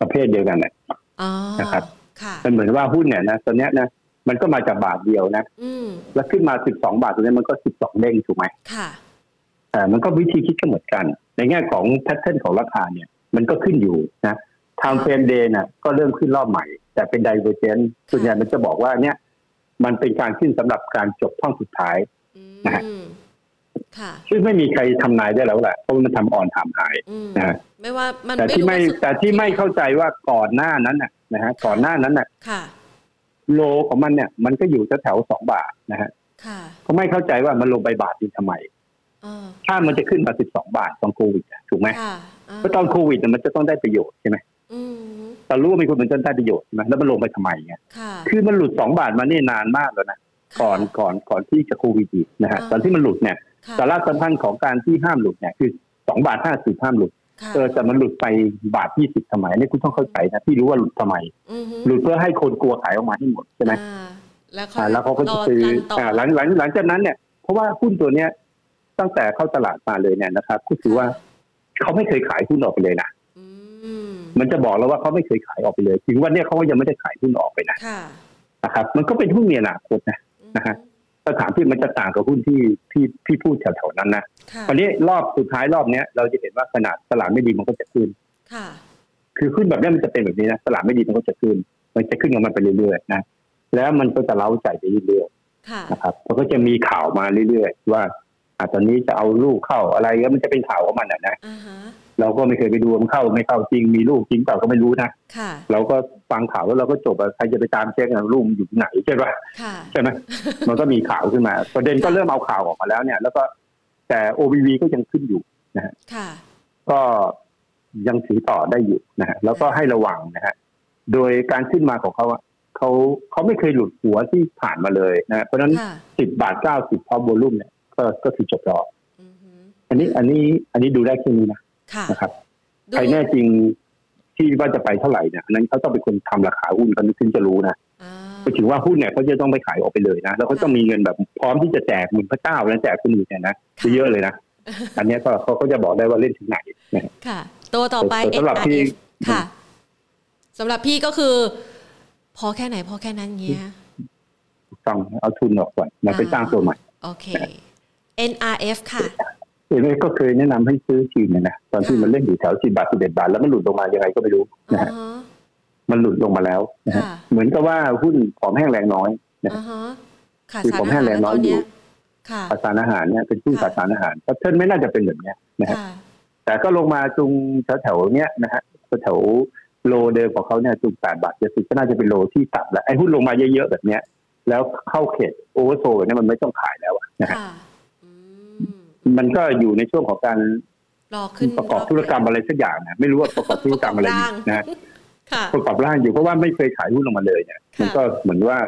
[SPEAKER 2] ประเภทเดียวกันเนี่ย
[SPEAKER 1] อ๋อ
[SPEAKER 2] นะครับ
[SPEAKER 1] ค่ะ
[SPEAKER 2] มันเหมือนว่าหุ้นเนี่ยนะตอนเนี้ยนะมันก็มาจากบาทเดียวนะ
[SPEAKER 1] อืม
[SPEAKER 2] แล้วขึ้นมาสิบสองบาทตรงนี้มันก็สิบสองเด้งถูกไหม
[SPEAKER 1] ค่ะ
[SPEAKER 2] อ่ามันก็วิธีคิดก็เหมือนกัน ในแง่ของแพทเทิร์นของราคาเนี่ย มันก็ขึ้นอยู่นะทำเฟรมเดย์น่ะก็เริ่มขึ้นรอบใหม่ แต่เป็นไดเวอร์เจนส่วนใหญ่มันจะบอกว่าเนี่ย มันเป็นการขึ้นสำหรับการจบท่องสุดท้าย
[SPEAKER 1] อื
[SPEAKER 2] นะฮะ
[SPEAKER 1] ม ค่ะ
[SPEAKER 2] ซึ่งไม่มีใครทำนายได้แล้วแหละเพราะมันทำออนทำหาย
[SPEAKER 1] อืม
[SPEAKER 2] นะฮะ
[SPEAKER 1] ไม่ว่ามัน
[SPEAKER 2] แต่ที่
[SPEAKER 1] รู้
[SPEAKER 2] ไม่
[SPEAKER 1] ว่าสุด
[SPEAKER 2] แต่ที่ไม่เข้าใจว่าก่อนหน้านั้นน่ะนะฮะก่อนหน้านั้นน่ะ
[SPEAKER 1] ค่ะ
[SPEAKER 2] โลของมันเนี่ยมันก็อยู่แถวๆสองบาทนะฮะ
[SPEAKER 1] ค่ะ
[SPEAKER 2] เขาไม่เข้าใจว่ามันลงไปบาทดีทำไม
[SPEAKER 1] เออ
[SPEAKER 2] ถ้ามันจะขึ้นมาสิบสองบาทตอนโควิดอะถูกไหม
[SPEAKER 1] ค่ะา
[SPEAKER 2] เพราะตอนโควิดน่ะมันจะต้องได้ประโยชน์ใช่ไหม
[SPEAKER 1] อืม
[SPEAKER 2] แต่รู้ว่ามีคนมันจะได้ประโยชน์ใช่ไหมแล้วมันลงไปทำไมไง
[SPEAKER 1] ค่ะ
[SPEAKER 2] คือมันหลุดสองบาทมานี่นานมากแล้วนะก่อนก่อนก่อนที่จะโควิดอีกนะฮะตอนที่มันหลุดเนี่ย
[SPEAKER 1] ค่ะ
[SPEAKER 2] สาระสำคัญของการที่ห้ามหลุดเนี่ยคือสองบาทห้าสิบห้ามหลุด
[SPEAKER 1] ค่ะ
[SPEAKER 2] เออแต่มันหลุดไปบาทยี่สิบทำไมเนี่ยคุณต้องเข้าใจนะที่รู้ว่าหลุดทำไม
[SPEAKER 1] อือฮึ
[SPEAKER 2] หลุดเพื่อให้คนกลัวขายออกมาให้หมดใช่ไหม
[SPEAKER 1] อ่าแล้วเขา
[SPEAKER 2] อ่าแล้วเขาก็จะซื้อ
[SPEAKER 1] รนต่อ
[SPEAKER 2] อ่า
[SPEAKER 1] อ่า
[SPEAKER 2] หลังหลังหลังจากนั้นเนี่ยเพราะว่าหุ้นตัวเนี้ยตั้งแต่เข้าตลาดมาเลยเนี่ยนะครับก็คือว่าเขาไม่เคยขายหุ้นออกไปเลยนะ
[SPEAKER 1] อืม
[SPEAKER 2] มันจะบอกแล้วว่าเขาไม่เคยขายออกไปเลย ถึงวันเนี้ยเขาก็ยังไม่ได้ขายหุ้นออกไปนะ
[SPEAKER 1] ค่ะ
[SPEAKER 2] นะครับ มันก็เป็นหุ้นมีอนาคตนะ
[SPEAKER 1] อืม
[SPEAKER 2] นะฮะ ถ้าถามพี่มันจะต่างกับหุ้นที่ที่ที่พูดแถวๆนั้นนะ
[SPEAKER 1] ค่ะ
[SPEAKER 2] คราวนี้รอบสุดท้ายรอบเนี้ยเราจะเห็นว่าขนาดตลาดไม่ดีมันก็จะขึ้น
[SPEAKER 1] ค่ะ
[SPEAKER 2] คือขึ้นแบบเนี้ยมันจะเป็นแบบนี้นะตลาดไม่ดีมันก็จะขึ้น มันจะขึ้นของมันไปเรื่อยๆนะแล้วมันก็จะเล้าใจไปเรื่อย
[SPEAKER 1] ค่ะ
[SPEAKER 2] ๆนะครับมันก็จะมีข่าวมาเรื่อยๆว่าอ่ะตอนนี้จะเอาลูกเข้าอะไรก็มันจะเป็นข่าวของมันอ่ะนะ
[SPEAKER 1] อ่าฮะ
[SPEAKER 2] เราก็ไม่เคยไปดูว่ามันเข้าไม่เข้าจริงมีลูกจริงเปล่าก็ไม่รู้นะ
[SPEAKER 1] ค่ะ
[SPEAKER 2] เราก็ฟังข่าวแล้วเราก็จบอะใครจะไปตามเช็คอะลูกมันอยู่ที่ไหนใช่ปะ
[SPEAKER 1] ค่ะ
[SPEAKER 2] ใช่ไหม มันก็มีข่าวขึ้นมา ประเด็นก็เริ่มเอาข่าวออกมาแล้วเนี่ย แล้วก็แต่ OBV ก็ยังขึ้นอยู่
[SPEAKER 1] ค่ะ
[SPEAKER 2] ก็ยังถือต่อได้อยู่นะฮะแล้วก็ให้ระวังนะฮะโดยการขึ้นมาของเขาอะเขาเขาไม่เคยหลุดหัวที่ผ่านมาเลยนะฮะเพราะฉะนั้น
[SPEAKER 1] ค่ะ
[SPEAKER 2] สิบบาทเก้าสิบพอโวลุ่มเนี่ยก็ก็คือจบรอบ
[SPEAKER 1] อือฮึ
[SPEAKER 2] อันนี้อันนี้อันนี้ดูได้แค่นี้นะ
[SPEAKER 1] ค่ะ
[SPEAKER 2] นะครับ
[SPEAKER 1] ดู
[SPEAKER 2] ใครแน่จริงที่ว่าจะไปเท่าไหร่เนี่ยอันนั้นเขาต้องเป็นคนทำราคาหุ้นเขาถึงจะรู้นะ
[SPEAKER 1] อ่า
[SPEAKER 2] ก็ถือว่าหุ้นเนี่ยเขาจะต้องไปขายออกไปเลยนะแล้วก็ต้องมีเงินแบบพร้อมที่จะแจกเหมือนพระเจ้าแล้วแจกคนอื่นเนี่ยนะ
[SPEAKER 1] ค่ะ
[SPEAKER 2] เยอะเลยนะอันเนี้ยก็เขาก็จะบอกได้ว่าเล่นถึงไหนนะฮะ
[SPEAKER 1] ค่ะ ตัวต่อไป
[SPEAKER 2] แต่สำหรับพี่
[SPEAKER 1] SRF ค่ะสำหรับพี่ก็คือ พอแค่ไหนพอแค่นั้นเงี้ย
[SPEAKER 2] ต้องเอาทุนออกก่อนแล้วไปสร้างตัวใหม่
[SPEAKER 1] โอเค NRF ค่ะ
[SPEAKER 2] เอ็นเอก็เคยแนะนำให้ซื้อทีมเนี่ยนะตอนที่
[SPEAKER 1] ค่ะ
[SPEAKER 2] มันเล่นอยู่แถวสิบาทสิบเอ็ดบาท แล้วมันหลุดลงมายังไงก็ไม่รู้นะ
[SPEAKER 1] อ่า
[SPEAKER 2] ฮะ
[SPEAKER 1] ฮะ
[SPEAKER 2] มันหลุดลงมาแล้วนะฮะ
[SPEAKER 1] ค่ะ
[SPEAKER 2] เหมือนกับว่าหุ้นหอมแห้งแรงน้อย นะ
[SPEAKER 1] อ่าฮะขาด
[SPEAKER 2] คือ
[SPEAKER 1] สา
[SPEAKER 2] ผ
[SPEAKER 1] ร
[SPEAKER 2] ม
[SPEAKER 1] อา
[SPEAKER 2] ให้
[SPEAKER 1] หาร
[SPEAKER 2] แรง
[SPEAKER 1] ต
[SPEAKER 2] น้อย
[SPEAKER 1] อน
[SPEAKER 2] อยู่
[SPEAKER 1] เนี้ยค่ะ
[SPEAKER 2] ประสานอาหารเนี่ยเป็นหุ้น
[SPEAKER 1] ค่ะ
[SPEAKER 2] ประสานอาหารแพทเทิร์นไม่น่าจะเป็นแบบเนี้ยนะฮะ
[SPEAKER 1] ค่ะ
[SPEAKER 2] แต่ก็ลงมาตรงแถวๆเนี้ยนะฮะแถวๆโลเดิมของเขาเนี่ยตรงแปดบาทเจ็ดสิบก็น่าจะเป็นโลที่ต่ำแล้วไอ้หุ้นลงมาเยอะๆแบบเนี้ย แล้วเข้าเขตโอเวอร์โซเนี่ยมันไม่ต้องขายแล้วอะนะฮะ
[SPEAKER 1] ค่ะอืม
[SPEAKER 2] มันก็อยู่ในช่วงของการ
[SPEAKER 1] รอขึ้น
[SPEAKER 2] ประกอบธุรกรรมอะไรสักอย่างนะไม่รู้ว่าประกอบธุรกรรมอะไรอยู่นะ ฮะ
[SPEAKER 1] ค่ะ
[SPEAKER 2] ประกอบร่างอยู่เพราะว่าไม่เคยขายหุ้นออกมาเลยเนี่ย
[SPEAKER 1] ค่ะ
[SPEAKER 2] มันก็เหมือนว่า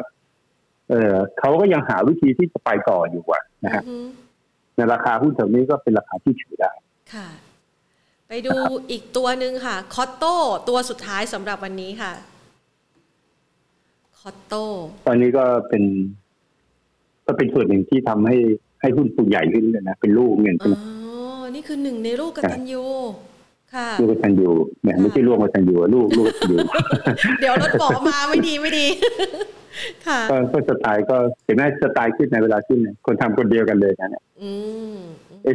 [SPEAKER 2] เออเขาก็ยังหาวิธีที่จะไปต่ออยู่ว่ะนะฮะ
[SPEAKER 1] อือฮึ
[SPEAKER 2] ในราคาหุ้นแถวนี้ก็เป็นราคาที่ถือได้
[SPEAKER 1] ค่ะ ไปดูอีกตัวหนึ่งค่ะ คอตโต้ตัวสุดท้ายสำหรับวันนี้ค่ะ คอตโต้
[SPEAKER 2] ตอนนี้ก็เป็น ก็เป็นส่วนหนึ่งที่ทำให้ให้หุ้นปูใหญ่ขึ้นเลยนะเป็นลูกเงิน
[SPEAKER 1] อ๋
[SPEAKER 2] เป็น
[SPEAKER 1] อ นี่คือหนึ่งในลูกกตัญญูค่ะ
[SPEAKER 2] ลูกกตันยูเนี่ยไม่ใช่ลูกกตันยูลูกลูกกตันยู
[SPEAKER 1] เดี๋ยวรถเบาะมาไม่ดีไม่ดี ค่ะ
[SPEAKER 2] ก็ก็สไตล์ก็เห็นไหมสไตล์ขึ้นในเวลาขึ้นเนี่ยคนทำคนเดียวกันเลยนะเนี่ย
[SPEAKER 1] อืม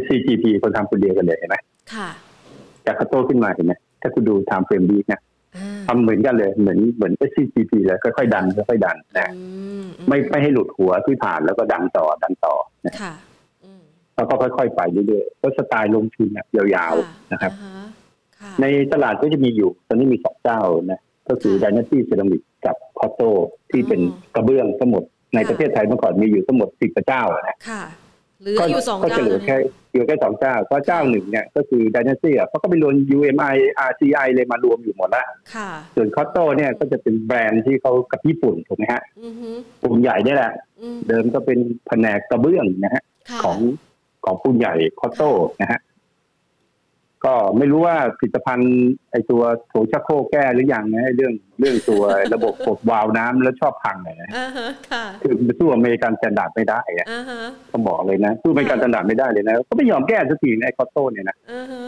[SPEAKER 2] SCGP คนทำคนเดียวกันเลยเห็นไหม
[SPEAKER 1] ค่ะ
[SPEAKER 2] จากคาโต้ขึ้นมาเห็นไหมถ้าคุณดูไทม์เฟรมดีนะ
[SPEAKER 1] อ่า
[SPEAKER 2] ทำเหมือนกันเลยเหมือนเหมือน SCGP เลยค่อยๆดันค่อยๆดันนะ
[SPEAKER 1] อือื
[SPEAKER 2] ไม่ไม่ให้หลุดหัวที่ผ่านแล้วก็ดันต่อดันต่อนะ
[SPEAKER 1] ค่ะอืม
[SPEAKER 2] แล้วก็ค่อยๆไปเรื่อยๆแล้วสไตล์ลงทุนเนี่ยยาว
[SPEAKER 1] ค่ะ
[SPEAKER 2] ๆนะครับ
[SPEAKER 1] อ่าฮค่ะ
[SPEAKER 2] ในตลาดก็จะมีอยู่ ตอนนี้มีสองเจ้านะก็คือ
[SPEAKER 1] ค่ะ
[SPEAKER 2] Dynasty Ceramic กับคอโตที่เป็น
[SPEAKER 1] อ๋อก
[SPEAKER 2] ระเบื้องทั้งหมด ใน
[SPEAKER 1] ค่ะ
[SPEAKER 2] ประเทศไทยเมื่อก่อนมีอยู่ทั้งหมดสิบเจ้านะ
[SPEAKER 1] ค่ะเหลือ
[SPEAKER 2] ก็
[SPEAKER 1] อยู่สอง
[SPEAKER 2] ก็
[SPEAKER 1] เจ้า
[SPEAKER 2] จะเหลือ
[SPEAKER 1] นะ
[SPEAKER 2] แค่เหลือแค่สองเจ้าก็เจ้าหนึ่งเนี่ยก็คือ Dynasty อ่ะเขาก็ไปรวม UMI RCI เลยมารวมอยู่หมดละ
[SPEAKER 1] ค่ะ
[SPEAKER 2] ส่วนคอโตเนี่ยก็จะเป็นแบรนด์ที่เขากับญี่ปุ่นถูกไหมฮะ
[SPEAKER 1] อือฮึ
[SPEAKER 2] ปูนใหญ่เนี่ยแหละ
[SPEAKER 1] อืม
[SPEAKER 2] เดิมก็เป็นแผนกกระเบื้องนะฮะ
[SPEAKER 1] ค่ะ
[SPEAKER 2] ของของปูนใหญ่คอตโต้นะฮะ ก็ไม่รู้ว่าผลิตภัณฑ์ไอตัวโถชักโครกแก้หรือยังนะไอ้เรื่องเรื่องตัว ระบบ กดวาล์วน้ำแล้วชอบพังเนี่ยนะ
[SPEAKER 1] อ่าฮะค่ะ
[SPEAKER 2] คือมันสู้อเมริกันสแตนดาร์ดไม่ได้อะ
[SPEAKER 1] อ่าฮะ
[SPEAKER 2] ต้องบอกเลยนะสู้อเมริกันสแตนดาร์ดไม่ได้เลยนะก็ไม่ยอมแก้สักทีนะไอคอตโต้เนี่ยนะ
[SPEAKER 1] อ่าฮะ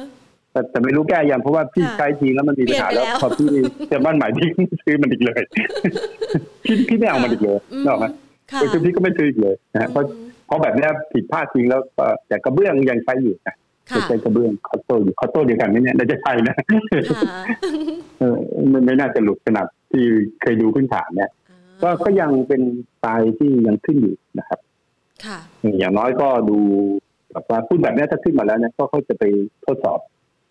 [SPEAKER 2] แต่แต่ไม่รู้แก้ยังเพราะว่าพี่
[SPEAKER 1] ค่ะ
[SPEAKER 2] ใช้ทีแล้วมันมีปัญหา
[SPEAKER 1] เปลี่ยนไป
[SPEAKER 2] แล้ว
[SPEAKER 1] แล้ว
[SPEAKER 2] พอพี่จะบ้านใหม่พี่ไม่ซื้อมันอีกเลย พี่พี่ไม่เอามันอีกเลย
[SPEAKER 1] อื
[SPEAKER 2] นึกออกไหม
[SPEAKER 1] ค่ะ
[SPEAKER 2] คือพี่ก็ไม่ซื้ออีกเลยนะฮะเพราะ
[SPEAKER 1] อืม
[SPEAKER 2] เพราะแบบเนี้ยผิดพลาดจริงแล้วเอ่อแต่กระเบื้องยังใช้อยู่นะ
[SPEAKER 1] ค่ะ
[SPEAKER 2] ใช้กระเบื้องคอตโต้อยู่คอตโต้เดียวกันไหมเนี่ยน่าจะใช่นะ
[SPEAKER 1] ค่ะ
[SPEAKER 2] เออไม่ไม่น่าจะหลุดขนาดที่เคยดูพื้นฐานเนี่ย ก็ก็ยังเป็นสไตล์ที่ยังขึ้นอยู่นะครับ
[SPEAKER 1] ค่ะ
[SPEAKER 2] อย่างน้อยก็ดูแบบว่าพูดแบบเนี้ยถ้าขึ้นมาแล้วเนี่ยก็ค่อยจะไปทดสอบ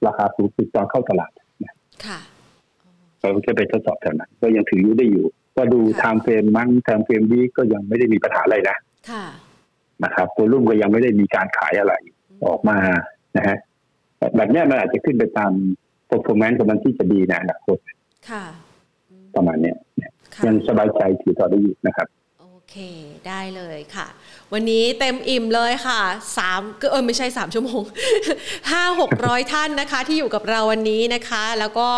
[SPEAKER 2] ราคาสูงสุดตอนเข้าตลาด
[SPEAKER 1] ค่ะ
[SPEAKER 2] เราแค่ไปทดสอบแถวนั้นก็ยังถืออยู่ได้อยู่ ก็ดู
[SPEAKER 1] ค่ะ
[SPEAKER 2] ไทม์เฟรมมั้งไทม์เฟรมนี้ก็ยังไม่ได้มีปัญหาอะไรนะ
[SPEAKER 1] ค่ะ
[SPEAKER 2] นะครับตัวรุ่มก็ยังไม่ได้มีการขายอะไรออกมานะฮะแบบแบบเนี้ยมันอาจจะขึ้นไปตาม performance ของมันที่จะดีในอนาคต
[SPEAKER 1] ค่ะอืม
[SPEAKER 2] ประมาณเนี้ยเนี่ย
[SPEAKER 1] ค่ะ
[SPEAKER 2] ยังสบายใจถือต่อได้อยู่นะครับ
[SPEAKER 1] โอเคได้เลยค่ะ วันนี้เต็มอิ่มเลยค่ะสามก็เออไม่ใช่สามชั่วโมง ห้าหกร้อยท่านนะคะ ที่อยู่กับเราวันนี้นะคะ แล้วก็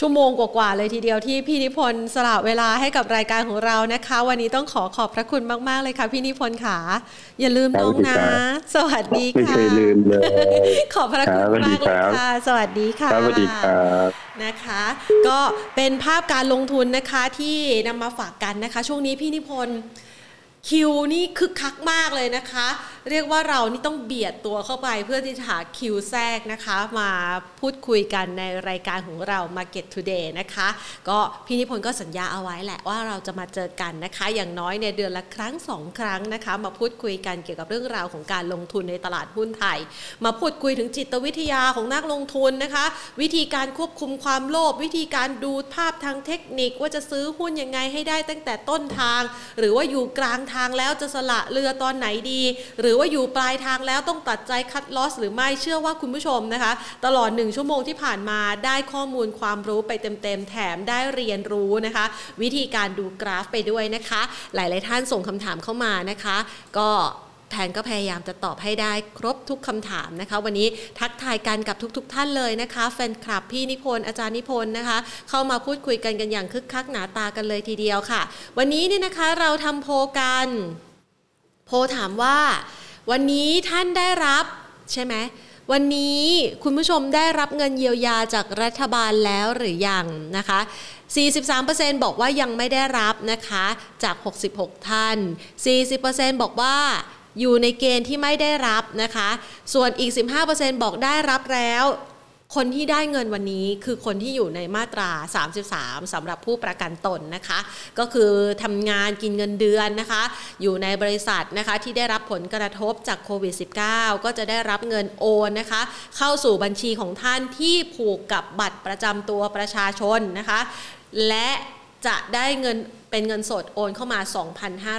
[SPEAKER 1] ชั่วโมงกว่าๆเลยทีเดียวที่พี่นิพนธ์สละเวลาให้กับรายการของเรานะคะ วันนี้ต้องขอขอบพระคุณมากๆเลยค่ะ พี่นิพนธ์ค่ะอย่าลืมน้องนะ
[SPEAKER 2] ครับ
[SPEAKER 1] สวัสดีค่ะ
[SPEAKER 2] ไม่เคยลืมเลย
[SPEAKER 1] ขอบพระคุณมากเลยค่ะ สวัสดีค่ะ
[SPEAKER 2] ครับสวัสดีครับ
[SPEAKER 1] นะคะ ก็เป็นภาพการลงทุนนะคะที่นำมาฝากกันนะคะ ช่วงนี้พี่นิพนธ์คิวนี่คึกคักมากเลยนะคะ เรียกว่าเรานี่ต้องเบียดตัวเข้าไปเพื่อที่จะหาคิวแทรกนะคะ มาพูดคุยกันในรายการของเรา Market Today นะคะ ก็พี่นิพนธ์ก็สัญญาเอาไว้แหละว่าเราจะมาเจอกันนะคะ อย่างน้อยเนี่ยเดือนละครั้งสองครั้งนะคะ มาพูดคุยกันเกี่ยวกับเรื่องราวของการลงทุนในตลาดหุ้นไทย มาพูดคุยถึงจิตวิทยาของนักลงทุนนะคะ วิธีการควบคุมความโลภวิธีการดูภาพทางเทคนิคว่าจะซื้อหุ้นยังไงให้ได้ตั้งแต่ต้นทาง หรือว่าอยู่กลางทางแล้วจะสละเรือตอนไหนดี หรือว่าอยู่ปลายทางแล้วต้องตัดใจคัดลอสหรือไม่เชื่อว่าคุณผู้ชมนะคะ ตลอดหนึ่งชั่วโมงที่ผ่านมาได้ข้อมูลความรู้ไปเต็มๆแถมได้เรียนรู้นะคะ วิธีการดูกราฟไปด้วยนะคะ หลายๆท่านส่งคำถามเข้ามานะคะ ก็ แทนก็พยายามจะตอบให้ได้ครบทุกคำถามนะคะ วันนี้ทักทายกันกับทุกๆทท่านเลยนะคะแฟนคลับพี่นิพนธ์อาจารย์นิพนธ์นะคะ เข้ามาพูดคุยกันกันอย่างคึกคักหนาตากันเลยทีเดียวค่ะ วันนี้เนี่ยนะคะเราทำโพลกัน โพลถามว่า วันนี้ท่านได้รับใช่ไหมวันนี้คุณผู้ชมได้รับเงินเยียวยาจากรัฐบาลแล้วหรือยังนะคะ 43%บอกว่ายังไม่ได้รับนะคะจาก 66 ท่าน 40%บอกว่าอยู่ในเกณฑ์ที่ไม่ได้รับนะคะ ส่วนอีก 15%บอกได้รับแล้ว คนที่ได้เงินวันนี้คือคนที่อยู่ในมาตรา 33สำหรับผู้ประกันตนนะคะ ก็คือทำงานกินเงินเดือนนะคะ อยู่ในบริษัทนะคะที่ได้รับผลกระทบจากโควิด -19 ก็จะได้รับเงินโอนนะคะ เข้าสู่บัญชีของท่านที่ผูกกับบัตรประจำตัวประชาชนนะคะ และ จะได้เงินเป็นเงินสดโอนเข้ามา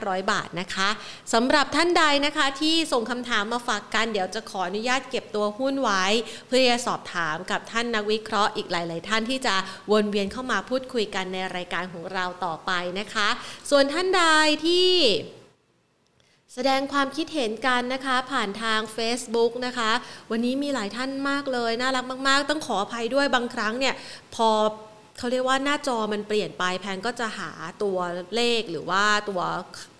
[SPEAKER 1] 2,500 บาทนะคะสำหรับท่านใดนะคะที่ส่งคำถามมาฝากกันเดี๋ยวจะขออนุญาตเก็บตัวหุ้นไว้ เพื่อจะสอบถามกับท่านนักวิเคราะห์อีกหลาย ๆ ท่านที่จะวนเวียนเข้ามาพูดคุยกันในรายการของเราต่อไปนะคะ ส่วนท่านใดที่ แสดงความคิดเห็นกันนะคะผ่านทาง Facebook นะคะ วันนี้มีหลายท่านมากเลย น่ารักมาก ๆ ต้องขออภัยด้วยบางครั้งเนี่ย พอเขาเรียกว่าหน้าจอมันเปลี่ยนไปแพนก็จะหาตัวเลขหรือว่าตัว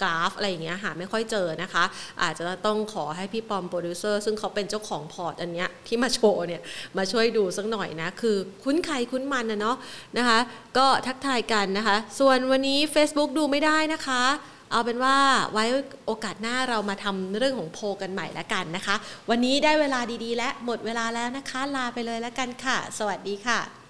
[SPEAKER 1] กราฟอะไรอย่างเงี้ยหาไม่ค่อยเจอนะคะ อาจจะต้องขอให้พี่ปอมโปรดิวเซอร์ซึ่งเขาเป็นเจ้าของพอร์ตอันเนี้ยที่มาโชว์เนี่ยมาช่วยดูสักหน่อยนะ คือคุ้นใครคุ้นมันนะเนาะนะคะ ก็ทักทายกันนะคะ ส่วนวันนี้ Facebook ดูไม่ได้นะคะ เอาเป็นว่าไว้โอกาสหน้าเรามาทำเรื่องของโพลกันใหม่ละกันนะคะ วันนี้ได้เวลาดีๆ และหมดเวลาแล้วนะคะ ลาไปเลยละกันค่ะ สวัสดีค่ะ